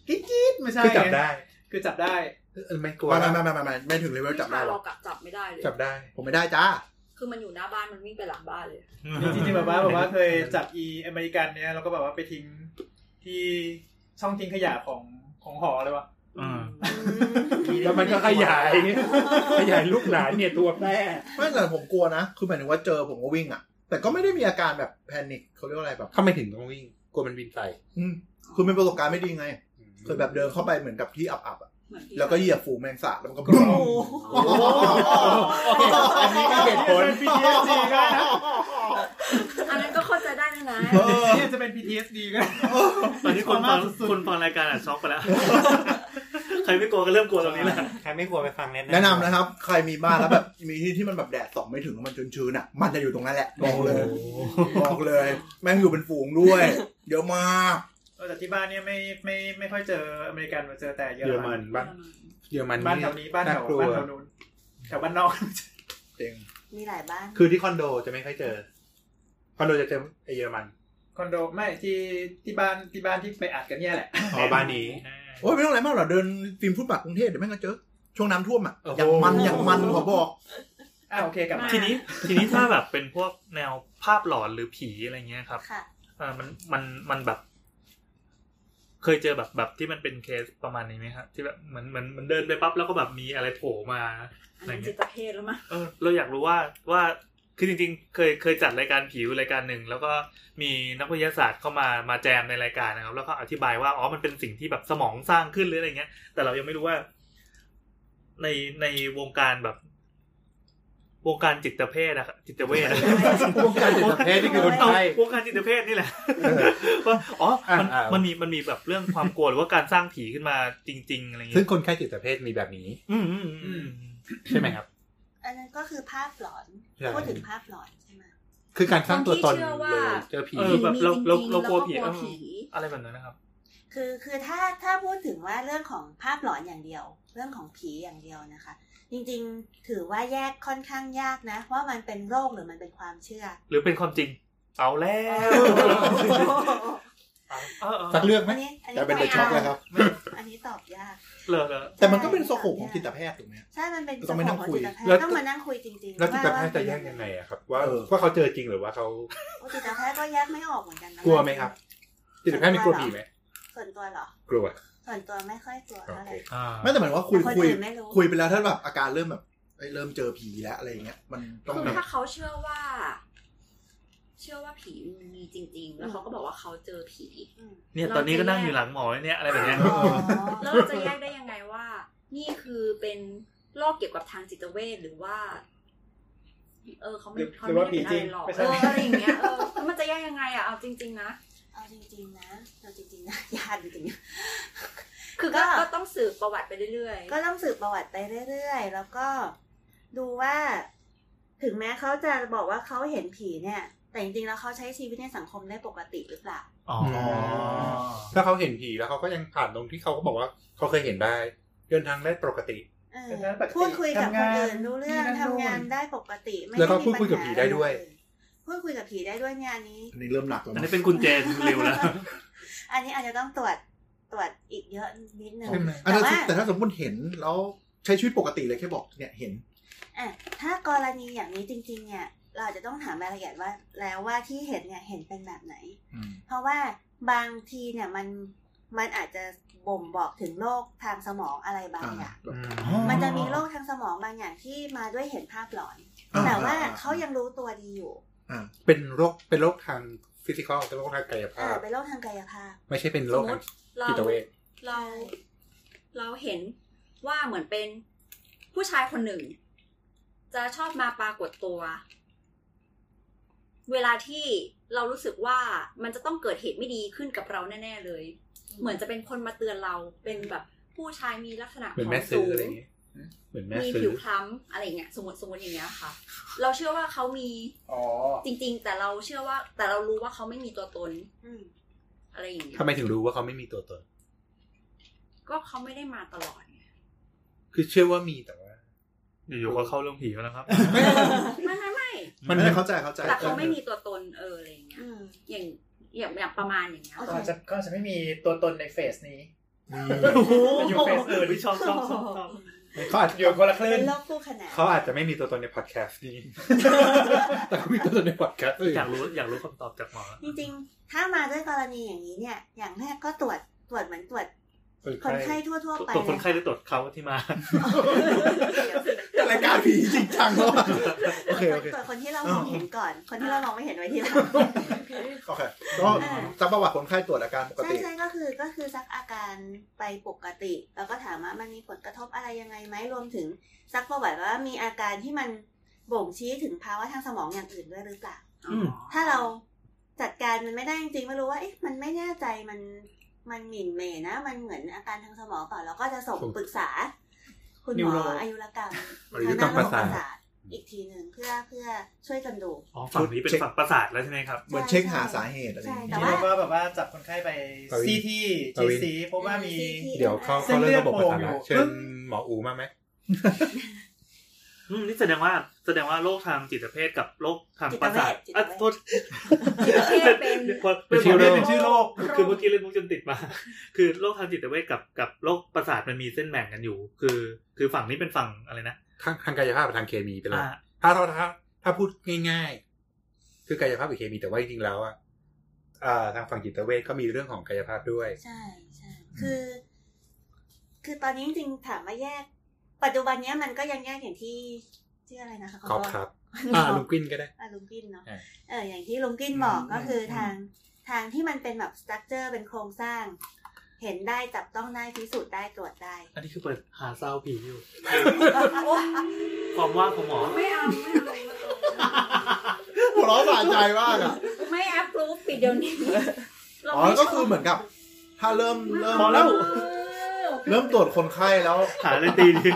D: กรี๊ดๆไม่ใช่
A: คือจับ
D: ไง
A: ได้
D: คือจับได้
A: เออไม่กลัว
F: ไม่ไม่ไม่ไม่ไม่ไม่ถึงเลเวลจับได้หร
B: เรา
F: อก
B: กลับจับไม่ได้เลย
A: จับได้
F: ผมไม่ได้จ้า
B: คือมันอยู่หน้าบ้านมันวิ่งไปหลังบ้านเลย
D: นี่จริงๆแบบว่าแบบว่าเคยจับอีอเมริกันเนี่ยเราก็แบบว่าไปทิ้งที่ช่องทิ้งขยะของของหอเลยวะ
E: อืม
A: แล้วมันก็ขยาย ขยายลูกหลานเนี่ยตัวแม่
F: ไม่แต่ผมกลัวนะ คือหมายถึงว่าเจอผมก็วิ่งอ่ะ แต่ก็ไม่ได้มีอาการแบบแพนิคเขาเรียกว่าอะไรแบบ
A: ถ้าไม่ถึงต้องวิ่ง กลัวมันบินใส่
F: อืมคือเป็นประสบการณ์ไม่ดีไงเคยแบบเดินเข้าไปเหมือนกับที่อับๆอะ
B: เหมือน
F: แล้วก็เหยียบฝูงแมงสาบแล้วมันก็บึ้ม
G: โอ้โห
A: อันนี้ก็เหตุผล
D: เป็น PTSD ก็ได้นะ
B: อันนั้นก็เข้าใจได้นะนะ
F: เออ
D: เนี่ยจะเป็น PTSD ก็ได้
E: ตอนนี้คน
D: ทร
E: ฟั
D: มาง นสุดๆ
E: คนฟังรายการอ่ะช็อกไปแล้ว ใครไม่กลัวก็เริ่มกลัวตรงนี้แหละ
C: ใครไม่กลัวไปฟังแนะ
F: แนะนำนะครับ ใครมีบ้านแล้วแบบมีที่ที่มันแบบแดดส่องไม่ถึงแล้วมันชื้นๆอ่ะ มันจะอยู่ตรงนั้นแหละบอกเลยบอกเลย แม่งอยู่เป็นฝูงด้วย เยอะมาก
D: เออแต่ที่บ้านเนี่ยไม่ไม่ไม่ค่อยเจออเมริกันมาเจอแต่เย
A: เยอ
D: อ
A: ร
D: ร
A: มั
D: มัน น
A: บ้านเยอรมัน
D: บ้านแถวนี้บ้านแถว
A: กลัว
D: บ้านแถวนู้นแถวบ้านนอก
F: จริง
G: มีหลายบ้าน
A: คือที่คอนโดจะไม่ค่อยเจอ คอนโดจะเจอไอเยอรมัน
D: คอนโดไม่ที่ที่บ้านที่บ้านที่ไปอัดกันเนี่ยแหละ
A: อ๋อบ้านนี้
F: โอ้ยไม่ต้องอะไรมากหรอกเดินฟิล์มฟุตบาทกรุงเทพเดี๋ยวแม่งก็เจอช่วงน้ำท่วมอ่ะ
A: โอ้
F: อ
A: โห
F: ย่างมันอย่างมันขอ บอก
D: อ่าโอเคกลับมา
E: ทีนี้ทีนี้ถ้าแบบเป็นพวกแนวภาพหลอนหรือผีอะไรเงี้ยครับ
G: ค่ะ
E: เอ่ามันมันมันแบบ เคยเจอแบบแบบที่มันเป็นเคสประมาณนี้ไหมครับที่แบบเหมือนเหมือนเหมันเดินไปปั๊บแล้วก็แบบมีอะไรโผล่มา
B: อันนั้นจิตเภทแล้วมั้ง
E: เออ เราอยากรู้ว่าว่าคือจริงๆ เคยเคยจัดรายการผีอยู่รายการหนึ่งแล้วก็มีนักวิทยาศาสตร์เข้ามามาแจมในรายการนะครับ แล้วก็อธิบายว่าอ๋อมันเป็นสิ่งที่แบบสมองสร้างขึ้นหรืออะไรเงี้ย แต่เรายังไม่รู้ว่า ในในวงการแบบ วงการจิตเภทนะครับจิตเวชนะครับ
A: วงการจิตเภทนี่คือคนไข้
E: วงการจิตเภทนี่แหละว่าอ๋อมัน
A: อ่าอ่ามั
E: มันมีมันมีแบบเรื่องความกลัวหรือว่าการสร้างผีขึ้นมาจริง ๆ อะไรอย่าง
A: ซึ่
E: เงี้
A: ง
E: ย
A: คนไข้จิตเภทมีแบบนี้
E: อืมอืมอืม
A: ใช่ไหมครับ
G: อันนั้นก็คือภาพหลอน
A: ใช่
G: พูดถึงภาพหลอนใช่ไหม
A: คือการสร้างตัวตน
B: คนที่เชื่อว่า
A: เลยเจอผี
E: เออแบบเรา
B: มีจงๆ
E: เราเรากลัวผี
B: แล้
E: เออ อะไรแบบนั้นนะครับ
G: คือคือถ้าถ้าพูดถึงว่าเรื่องของภาพหลอนอย่างเดียว เรื่องของผีอย่างเดียวนะคะ จริงๆถือว่าแยกค่อนข้างยากนะว่ามันเป็นโรคหรือมันเป็นความเชื่ อ
E: หรือเป็นความจริง เอาแล้วเออเออ
A: สักเรื่องไหม
G: อันนี้อันนี้
F: แต่เป็นเด็ก
G: ต
F: ช็อก
G: บา
F: เลยครับ
G: อันนี้ตอบยาก
E: เลอะเลอะ
F: แต่มันก็เป็นสโคปของจิตแพทย์ถูกไหม
G: ใช่มันเป็น
F: ต้องไปนั่งคุย
G: จิตแพทย์ต้องมานั่งคุยจริงๆ
A: แล้วจิตแพทย์
G: า
A: จะแยกยังไงอะครับ ว่า
F: เออ
A: ว่าเขาเจอจริงหรือว่าเขา
G: โอ้จิตแพทย์ก็แยกไม่ออกเหมือนกันนะ
A: กลัวไหมครับ จิตแพทย์มีกลัวผีไหม
G: ส่วนตัวเหรอ
A: กลัว
G: ส่วนตัวไม่ค่อยกลัว
A: โอ
G: เท่าไห
A: เค
G: ร่
E: อ่า
F: ไม่แต่หมายว่าคุย
G: แต่คน
F: คุย
G: อื่นไม่รู้
F: คุยไปแล้วถ้าแบบอาการเริ่มแบบเอ้ยเริ่มเจอผีแล้วอะไรอย่างเงี้ยมันต้อง
B: คือ
F: แบบ
B: ถ้าเขาเชื่อว่า เชื่อว่าผีมันมีจริง ๆ แล้วเขาก็บอกว่าเขาเจอผี
G: อืม
E: เนี่ยตอนนี้ก็นั่งอยู่หลังหมอเนี่ยอะไรแบบเนี้ย
G: อ๋อ
B: แล้วเราจะแยกได้ยังไงว่า นี่คือเป็นโรคเกี่ยวกับทางจิตเวชหรือว่า เออเขาไม่เขาไม่ได้เป็นอะไรหรอก
D: หรือ
B: เออ
D: ว่าผีจริง
B: อะไรอย่างเงี้ยเออแล้วมันจะแยกยังไงอะเอาจริง ๆ นะ
G: เอาจริงๆนะเอาจริงๆนะ ยากจริงๆ
B: คือก็ก็ต้องสืบประวัติไปเรื่อยๆ
G: ก็ต้องสืบประวัติไปเรื่อยๆ แล้วก็ดูว่า ถึงแม้เขาจะบอกว่าเขาเห็นผีเนี่ย แต่จริงๆ แล้วเขาใช้ชีวิตในสังคมได้ปกติหรือเปล่า
E: อ๋อ
A: ถ้าเขาเห็นผีแล้วเขาก็ยังผ่านตรงที่เขาก็บอกว่าเขาเคยเห็นได้ เดินทางได้ปกติ
G: เออ
D: เป็นงานปกติ
G: พูดคุยกับ
D: ทำ
G: ค
D: งาน น
G: อื่นรู้เรื่อง
D: นี่นั่น
G: ทำงาน
D: นู่น
G: ได้ปกติ ไม่
A: แล้วก็
G: มี
A: พูดคุยกับ
G: ปัญ
A: ผี
G: หา
A: ได้ด้วย
G: พูดคุยกับผีได้ด้วยเนี่ยอันนี้
F: อันนี้เริ่มหนักแล้ว
E: อัน
F: นะ
E: นี้เป็นคุณเจนคุณริวแล้ว
G: อันนี้อาจจะต้องตรวจตรวจอีกเยอะนิดนึง
A: ใช่ไหม
F: อันนั้น
G: แต่ว่า
F: แต่ถ้าสมมติเห็นแล้วใช้ชีวิตปกติเลยแค่บอกเนี่ยเห็น
G: อ่ะถ้ากรณีอย่างนี้จริง ๆ เนี่ย เราอาจจะต้องถามรายละเอียดว่า แล้วว่าที่เห็นเนี่ยเห็นเป็นแบบไหน เพราะว่าบางทีเนี่ยมันมันอาจจะบ่งบอกถึงโรคทางสมองอะไรบางอย่าง มันจะมีโรคทางสมองบางอย่างที่มาด้วยเห็นภาพหลอน
F: อ่า
G: แต่ว่า
F: อ่า
G: เขายังรู้ตัวดีอยู่
F: อ่า
A: เป็นโรคเป็นโรคทางฟิสิกอลเป็นโรคทางกาย
G: เอ
A: ภา
G: อ
A: พ
G: เป็นโรคทางกายภาพ
A: ไม่ใช่เป็นโรคทาง
B: เรา
A: จิตเวช
B: เราเราเห็นว่าเหมือนเป็นผู้ชายคนหนึ่ง จะชอบมาปรากฏตัว เวลาที่เรารู้สึกว่ามันจะต้องเกิดเหตุไม่ดีขึ้นกับเราแน่ ๆ เลย เหมือนจะเป็นคนมาเตือนเราเป็นแบบผู้ชายมีลักษณะ
A: เหมือน
B: ผอ
A: แม่
B: ม
A: ซื้
B: สู
A: อง อะไรอย่างเงี้ยเหมือนแม่
B: มี
A: ซื้
B: ผิ
A: อ
B: วคล้ำอะไรอย่างเงี้ยสมมติสมมติอย่างเงี้ยค่ะ เราเชื่อว่าเขามี
D: อ๋อ
B: จริง ๆ แต่เราเชื่อว่า แต่เรารู้ว่าเขาไม่มีตัวตน
G: อืม
B: อะไรอย่างเงี้ย
A: ทำไมถึงรู้ว่าเขาไม่มีตัวตน
B: ก็เขาไม่ได้มาตลอดไง
A: คือเชื่อว่ามีแต่ว่า
E: อยู่ๆก็เข้าเรื่องผีมาแล้วครับ
B: ไม่ไม่ไม่
A: มั
F: มัน นไม่เข้าใจเข้าใจ
B: แต่เขาไม่มีตัวตนเอออะไรอย่างเงี้ย
G: อืม
B: อย่างอย่างอย่างประมาณอย่างเงี้ย
G: โอเค
D: ก็จะก็จะไม่มีตัวตนในเฟสนี้
A: อืม
D: จะอยู่เฟสอื่น
E: ชอบชอบชอบชอบ
A: เขาอาจจะ
D: อยู่คนละคลื่
G: เป็น นโรคคู่ขนาน
A: เขาอาจจะไม่มีตัวตนในพอดแคสต์นี้ แต่เขามีตัวตนในพอดแคสต์อื่น
E: อยากรู้อยากรู้คำตอบจากหมอ
G: จริงๆ ถ้ามาด้วยกรณีอย่างนี้เนี่ย อย่างแรกก็ตรวจตรวจเหมือนตรวจคนไข้ทั่ว ๆ ไป
E: ตรวจคนไข้หรือตรวจเขาที่มา
G: เดี๋ยวสิ
F: ราย การผีจริงจังแล้วอะโอเคโอเค
G: ตรวจคนที่เรามองเห็นก่อน คนที่เรามองไม่เห็นไว้ทีหลัง
F: โอเคก็
G: อ่า
F: ซักประวัติคนไข้ตรวจอาการปก
G: ใช่
F: ติ
G: ใช่ก็คือก็คือซักอาการไปปกติ แล้วก็ถามว่ามันมีผลกระทบอะไรยังไงไหมรวมถึงซักประวัติว่ามีอาการที่มันบ่งชี้ถึงภาวะทางสมองอย่างอื่นด้วยหรือเปล่า
B: อ๋ออ
E: ม
G: ถ้าเราจัดการมันไม่ได้จริงๆไม่รู้ว่าเอ๊ะมันไม่แน่ใจมันมันหมิ่นเหมนะ มันเหมือนอาการทางสมองเปล่าเราก็จะส่งปรึกษา คุณหมออายุรกรรม
A: อายุกรรมประสาท
G: อีกทีหนึ่งเพื่อเพื่อช่วยกันดู
E: อ๋อฝั่งนี้เป็นฝั่งประสาทแล้วใช่ไหมครับ
F: เหมือนเช็คหาสาเหตุอะไรอย่าง
G: แต่
D: ที
G: ว่า
F: เงี้ย
D: เราก็แบบว่าจับคนไข้ไปซีที่จีซีเพราะว่ามี
A: เดี๋ยวเขาเขาเริ่มระบบประสาทแล้วเชิญหมออูมาไหม
E: อืมนี่แสดงว่าแสดงว่าโรคทางจิตเภทกับโรคทางประสาท
G: จิตเวช
E: อ่ะโทษ
B: จิตเวชเป็น
E: เป็น
A: ชื่อโรค
E: ชื่อโรคคือเมื่อกี้เล่นมุกจนติดมา คือโรคทางจิตเวชกับกับโรคประสาทมันมีเส้นแบ่งกันอยู่ คือ คือฝั่งนี้เป็นฝั่งอะไรนะ
A: ทางทางกายภาพกับทางเคมีไปเลย
E: อ่า
A: ถ้าเราถ้าถ้าพูดง่าย ๆ คือกายภาพกับเคมีแต่ว่าจริงๆแล้วอะอ่าทางฝั่งจิตเวชก็มีเรื่องของกายภาพ ด้วย
G: ใช่ใช่คือ คือตอนนี้จริงๆถามว่าแยก ปัจจุบันเนี้ยมันก็ยังแยกอย่างที่ชื่ออะไรนะคะข
A: กอ
G: โท
A: บ
G: ษ
A: ครับ อ่าลุงกวินก็ได้
G: อะลุงกินเนาะ
A: อ่า
G: เออ อย่างที่ลุงกินบอก
D: อืม
G: ก็คืออ
D: ม
G: ทางทางที่มันเป็นแบบสตรัคเจอร์เป็นโครงสร้าง เห็นได้จับต้องได้พิสูจน์ได้ตรวจได้
E: อันนี้คือเปิดหาซาวผีอยู่ ความว่างของหมอ
B: ไม่เอาไม่เอา
F: หัวเราะสะใจมากอ่ะ
B: ไม่แอปรูปปิดเดี๋ยวนี้
F: อ๋อก็คือเหมือนกับ ถ้าเริ่มเริ่ม
E: พอแล้ว
B: เออ
F: เริ่มตรวจคนไข้แล้ว
E: หาเลยตีดี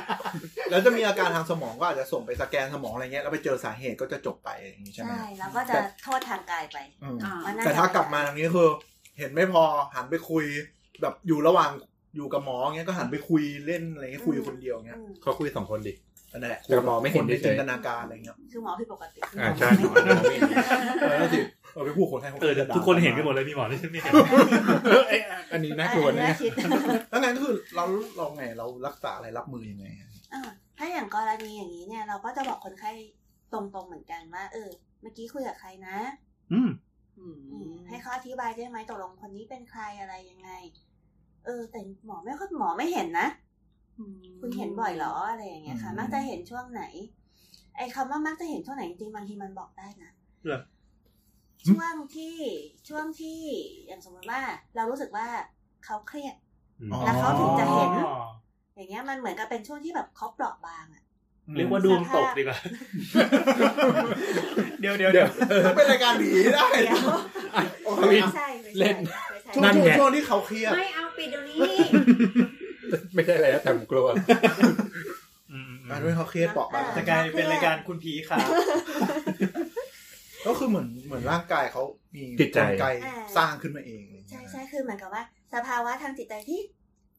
F: แล้วจะมีอาการทางสมองก็อาจจะส่งไปสแกนสมองอะไรเงี้ยแล้วไปเจอสาเหตุก็จะจบไปอย่างนี้ใช่ไหม
G: ใช่แล้วก็จะโทษทางกายไป
F: อืม
B: อ่า
G: ว่น่จะ
F: แต่ถ้ากลับมาทางนี้คือ เห็นไม่พอหันไปคุย แบบอยู่ระหว่างอยู่กับหมอเงี้ยก็หันไปคุยเล่นอะไรเงี้ยคุยอยู่คนเดียวเงี้ย
G: อืม
A: เขาคุยสองคนดิ
F: นั่นแหละ
A: แต่หมอไม่เห็น
F: คใน
A: เฉยๆ
F: จินตนาการอะไรเงี้ย
G: คือหมอผิดปกติ
A: อ่าใช่
F: เออแล้วสิเออไปพูดคนไข้
E: เออเดี๋ยวทุกคนเห็นกันหมดเลยมีหมอที่ไม่เห็น
A: เออไอ้อันนี้น่ากลัว
G: อั
A: นะเนี่ย
G: คิด
F: แล้วงั้นก็คือเราเราไงเรารักษาอะไรรับมือยังไงอะ
G: อ่าถ้าอย่างกรณีอย่างนี้เนี่ยเราก็จะบอกคนไข้ตรงๆเหมือนกันว่าเออ เมื่อกี้คุยกับใครนะ
E: อืม
B: อื
G: อืม
B: ม
G: ให้เขาอธิบายได้ไหมตกลงคนนี้เป็นใครอะไรยังไง เออ แต่หมอไม่ค่อยหมอไม่เห็นนะ คุณเห็นบ่อยเหรออะไรอย่างเงี้ยค่ะ มักจะเห็นช่วงไหน ไอ้คำว่ามักจะเห็นช่วงไหนจริงๆบางทีมันบอกได้นะช่วงที่ช่วงที่อย่างสมมติว่า เรารู้สึกว่าเขาเครียด แล้วเขาถึงจะเห็น
E: อ๋อ
G: อย่างเงี้ยมันเหมือนกับเป็นช่วงที่แบบเขาเปราะบางอะ
E: เรียกว่าดวงตกดีกว่า
D: เดี๋ยวเดี๋ยวเดี๋ยว
F: เป็นรายการผีได้
G: เดี๋ยว
F: โอ
G: ไม่
F: เค
G: ใช่ไม่
A: เล่
G: ใช่
A: น
G: ไม่ใช่
F: ช่วง
A: นั่นไง
F: ช่วงที่เขาเครียด
B: ไม่เอาปิดเดี๋ยวนี้
A: ไม่ใช่อะไรนะแต่ผมกลัว
E: อืมอืมอื
F: อ่ะ
E: ม
F: ช่วงที่เขาเครียดเปราะบาง
G: อ่
D: จะกลายเป็นรายการคุณผีข่าว
F: ก็คือเหมือนเหมือนร่างกายเขามีกลไกสร้างขึ้นมาเองอะไรอย่าง
G: ใช่
F: เงี้ย
G: ใช่คือเหมือนกับว่า สภาวะทางจิตใจที่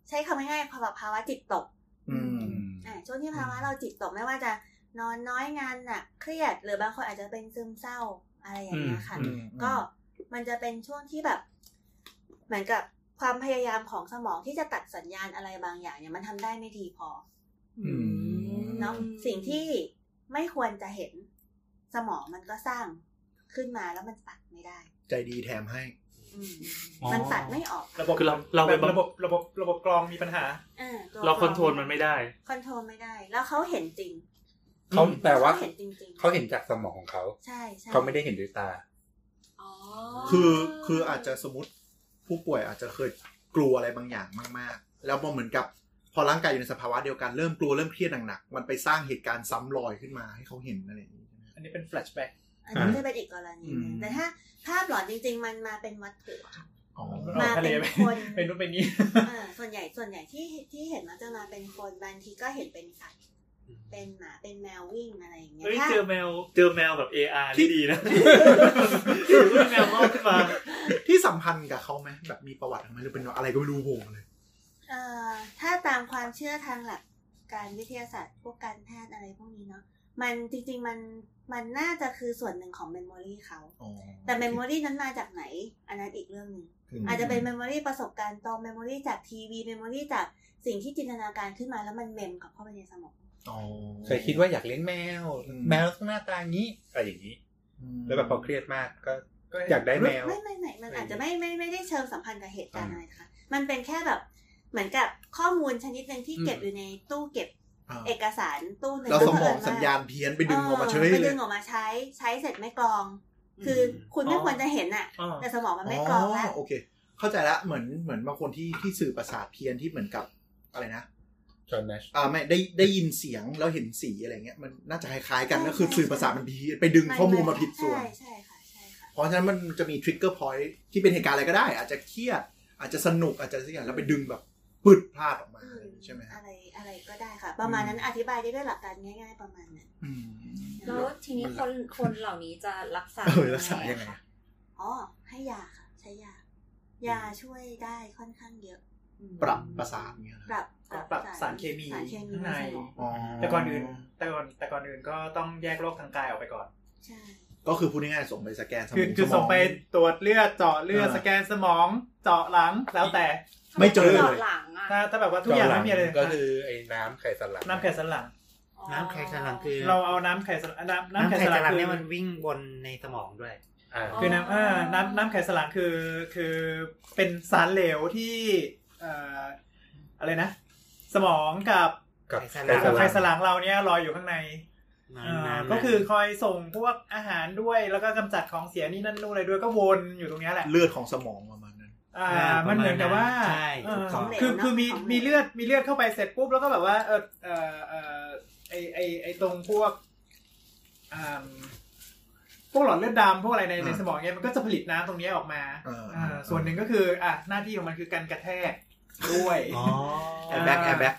G: ใช้คำง่ายๆแบบภาวะจิตตก
F: อืม
G: อ่าช่วงที่ภาวะเราจิตตกไม่ว่าจะนอนน้อยงานหนักเครียด หรือบางคนอาจจะเป็นซึมเศร้าอะไรอย่างเงี้ยค่ะ
E: อืม
G: ก็มันจะเป็นช่วงที่แบบ เหมือนกับความพยายามของสมองที่จะตัดสัญญาณอะไรบางอย่างเนี่ยมันทำได้ไม่ดีพอ
F: อืม
G: เนาะสิ่งที่ไม่ควรจะเห็นสมองมันก็สร้างขึ้นมาแล้วมันตัดไม่ได้
F: ใจดีแถมให้
G: อืม
E: อ๋อ
G: มันตัดไม่ออก
D: ระบบ
E: คือเราเราไป
D: แบบ
E: บัง
D: ระบบระบบระบบกรองมีปัญหา
G: อ่ตัว
E: เราคอนโทรลมันไม่ได้
G: คอนโทรลไม่ได้ แล้วเขาเห็นจริง
A: เขาแต่ว่า
G: เขเห็นจริงๆ
A: เขาเห็นจากสมองของเขา
G: ใช่ใช่
A: เขาไม่ได้เห็นด้วยตา
B: อ๋อ
F: คือคืออาจจะสมมติผู้ป่วยอาจจะเคยกลัวอะไรบางอย่างมาก ๆ แล้วพอเหมือนกับพอร่างกายอยู่ในสภาวะเดียวกันเริ่มกลัวเริ่มเครียดหนักๆมันไปสร้างเหตุการณ์ซ้ำรอยขึ้นมาให้เขาเห็นอะไรอย่างนี้ใช่ไหม
D: อันนี้เป็นแฟลชแบ็ก
G: อันนี้จะเป็นอีกกรณีหนึง
F: อืม
G: แต่ถ้าภาพหลอนจริง ๆ มันมาเป็นวัตถุ
F: อ๋อ
G: มา
D: ทะเล
G: เป็น
D: ไป
G: คน
D: เป็นรูปเป็นนี้
G: อ่าส่วนใหญ่ส่วนใหญ่ที่ที่เห็นมักจะมาเป็นคนบางทีก็เห็นเป็นสัตว์เป็นหมาเป็นแมววิ่งอะไรอย่างเงี้ย
E: เฮ้ย
G: ถ้า
E: เจอแมวเจอแมวแบบ AR ที่ดี นะหรือว่าแมวงอกขึ้นมา
F: ที่สัมพันธ์กับเขาไหมแบบมีประวัติไหมหรือเป็นอะไรก็ไม่รู้โผล่มาเลย
G: เอ่อถ้าตามความเชื่อทางหลักการวิทยาศาสตร์พวกการแพทย์อะไรพวกนี้เนาะมันจริง ๆ มันมันน่าจะคือส่วนหนึ่งของเมมโมรีเขา
F: อ๋อ
G: แต่เมมโมรีนั้นมาจากไหน อันนั้นอีกเรื่องหนึ่งอาจจะเป็นเมมโมรีประสบการณ์ตรงเมมโมรีจากทีวีเมมโมรีจากสิ่งที่จินตนาการขึ้นมาแล้วมันเมมกลับเข้าไปในสมอง
F: อ๋อ
A: เคยคิดว่าอยากเลี้ยงแมว
F: อืม
A: แมวหน้าตาอย่างนี้อะไรอย่างนี้
F: อืม
A: แล้วแบบพอเครียดมากก็ก็อยากได้แมว
G: ไม่ไม่ไม่มันอาจจะไม่ไม่ไม่ได้เชิงสัมพันธ์กับเหตุการณ์
A: อ่า
G: อะไรนะคะ มันเป็นแค่แบบเหมือนกับข้อมูลชนิดหนึ่งที่
A: อืม
G: เก็บอยู่ในตู้เก็บ
F: อ่า
G: เอกสารตู้หนึ่ง
F: เราสมอง
G: แล้วเผญว่
F: สัญญาณเพี้ยนไปดึงออกมาเฉย
G: ไป
F: เล
G: ดึ
F: ย
G: งออกมาใช้ใช้เสร็จไม่กรอง คืออคุณไม่ควรจะเห็นอ่ะ
D: อ๋อ
G: แต่สมองมันไม่กรองแล้ว
F: โอเค เข้าใจละเหมือนเหมือนบางคนที่ที่สื่อประสาทเพี้ยนที่เหมือนกับอะไรนะ
A: จอห์นแนช
F: อ่าไม่ได้ได้ยินเสียงแล้วเห็นสีอะไรเงี้ยมันน่าจะคล้ายๆกัน
G: ใช่
F: ก็คือ
G: ใช่
F: สื่อประสาทมันเพี้ยนไปดึงข้อมูลมาผิดส่วน
G: ใช่ใช่ค่ะใช่ค่ะ
F: เพราะฉะนั้นมันจะมีทริกเกอร์พอยท์ที่เป็นเหตุการณ์อะไรก็ได้ อาจจะเครียดอาจจะสนุกอาจจะสักอย่างแล้วไปดึงแบบปึดพลาดออกมา
G: อืม
F: ใช่ไหมฮะ
G: อะไรอะไรก็ได้ค่ะ ประมาณ
F: อืม
G: นั้นอธิบายได้ด้วยหลักการง่าย ๆ ประมาณนั้น
F: อืม
B: แล้วทีนี้คนคนเหล่านี้จะรักษา
F: เออรักษายังไงอะ
G: อ๋อให้ยาค่ะ ใช้ยายาช่วยได้ค่อนข้างเยอะ
F: ปรับประสาทเนี่ย
G: ปรับ
D: ปรับสารเคมี
G: สารเคมี
D: ข้างใน
G: ในสมอง
F: อ๋อ
D: แต่ก่อนอื่นแต่ก่อนแต่ก่อนอื่นก็ต้องแยกโรคทางกายออกไปก่อน
G: ใช่
F: ก็คือพูดง่ายๆส่งไปสแกนสมอง
D: คือคื
F: ม
D: อส่งไปตรวจเลือดเจาะเลือด
F: เออ
D: สแกนสมองเจาะหลังแล้วแต่
F: ไม่เจอเลย
B: ทำก่นหลังอ่ะ
D: ถ้าถ้าแบบว่าทุกอย่างไม่มีอะไร
A: ก็คือไอ้น้ำไข่สลัด
D: น้ำไข่สันหลัง
C: น้ำไข่กำลังคือ
D: เราเอาน้ำไข่สันน้ำน้ำ
C: น้ำ
D: ไข่
C: ไข่
D: สันหลั
C: กำลัง
D: ง
C: เนี่ย
D: คือ
C: มันวิ่งบนในสมองด้วย
A: อ่า
D: คือน้ำอ่าน้ำน้ำไข่สันหลังคือคือเป็นสารเหลวที่เอ่ออะไรนะ สมองกับ
A: กับ
C: ไข่สลัด
A: ไข่ส
D: กับไข่สนห
A: ลัด
D: ลังเราเนี่ยลอยอยู่ข้างใน
C: น้ำ
D: อ่า
C: น้ำ
D: ก็คือคอยส่งพวกอาหารด้วยแล้วก็กำจัดของเสียนี่นั่นนู่นอะไรด้วยก็วนอยู่ตรงเนี้ยแหละ
F: เลือดของสมองประมาณนั้น
D: อ่ามันเหมือนกับว่า
C: ใช่
D: เอ่อ
C: ของเหลว
D: คือคือมี
G: ของเหลว
D: มีเลือดมีเลือดเข้าไปเสร็จปุ๊บแล้วก็แบบว่าเออเออเออไอไอไอตรงพวกอ่าพวกหลอดเลือดดำพวกอะไรใน
F: อ่า
D: ในสมองเนี่ยมันก็จะผลิตน้ำตรงนี้ออกมา
F: อ่า
D: อ่าส่วนหนึ่งก็คืออ่ะหน้าที่ของมันคือการกระแทก ด้วย
C: อ๋อ
D: อ่า
C: แอบแบ็กแอบแบ็ก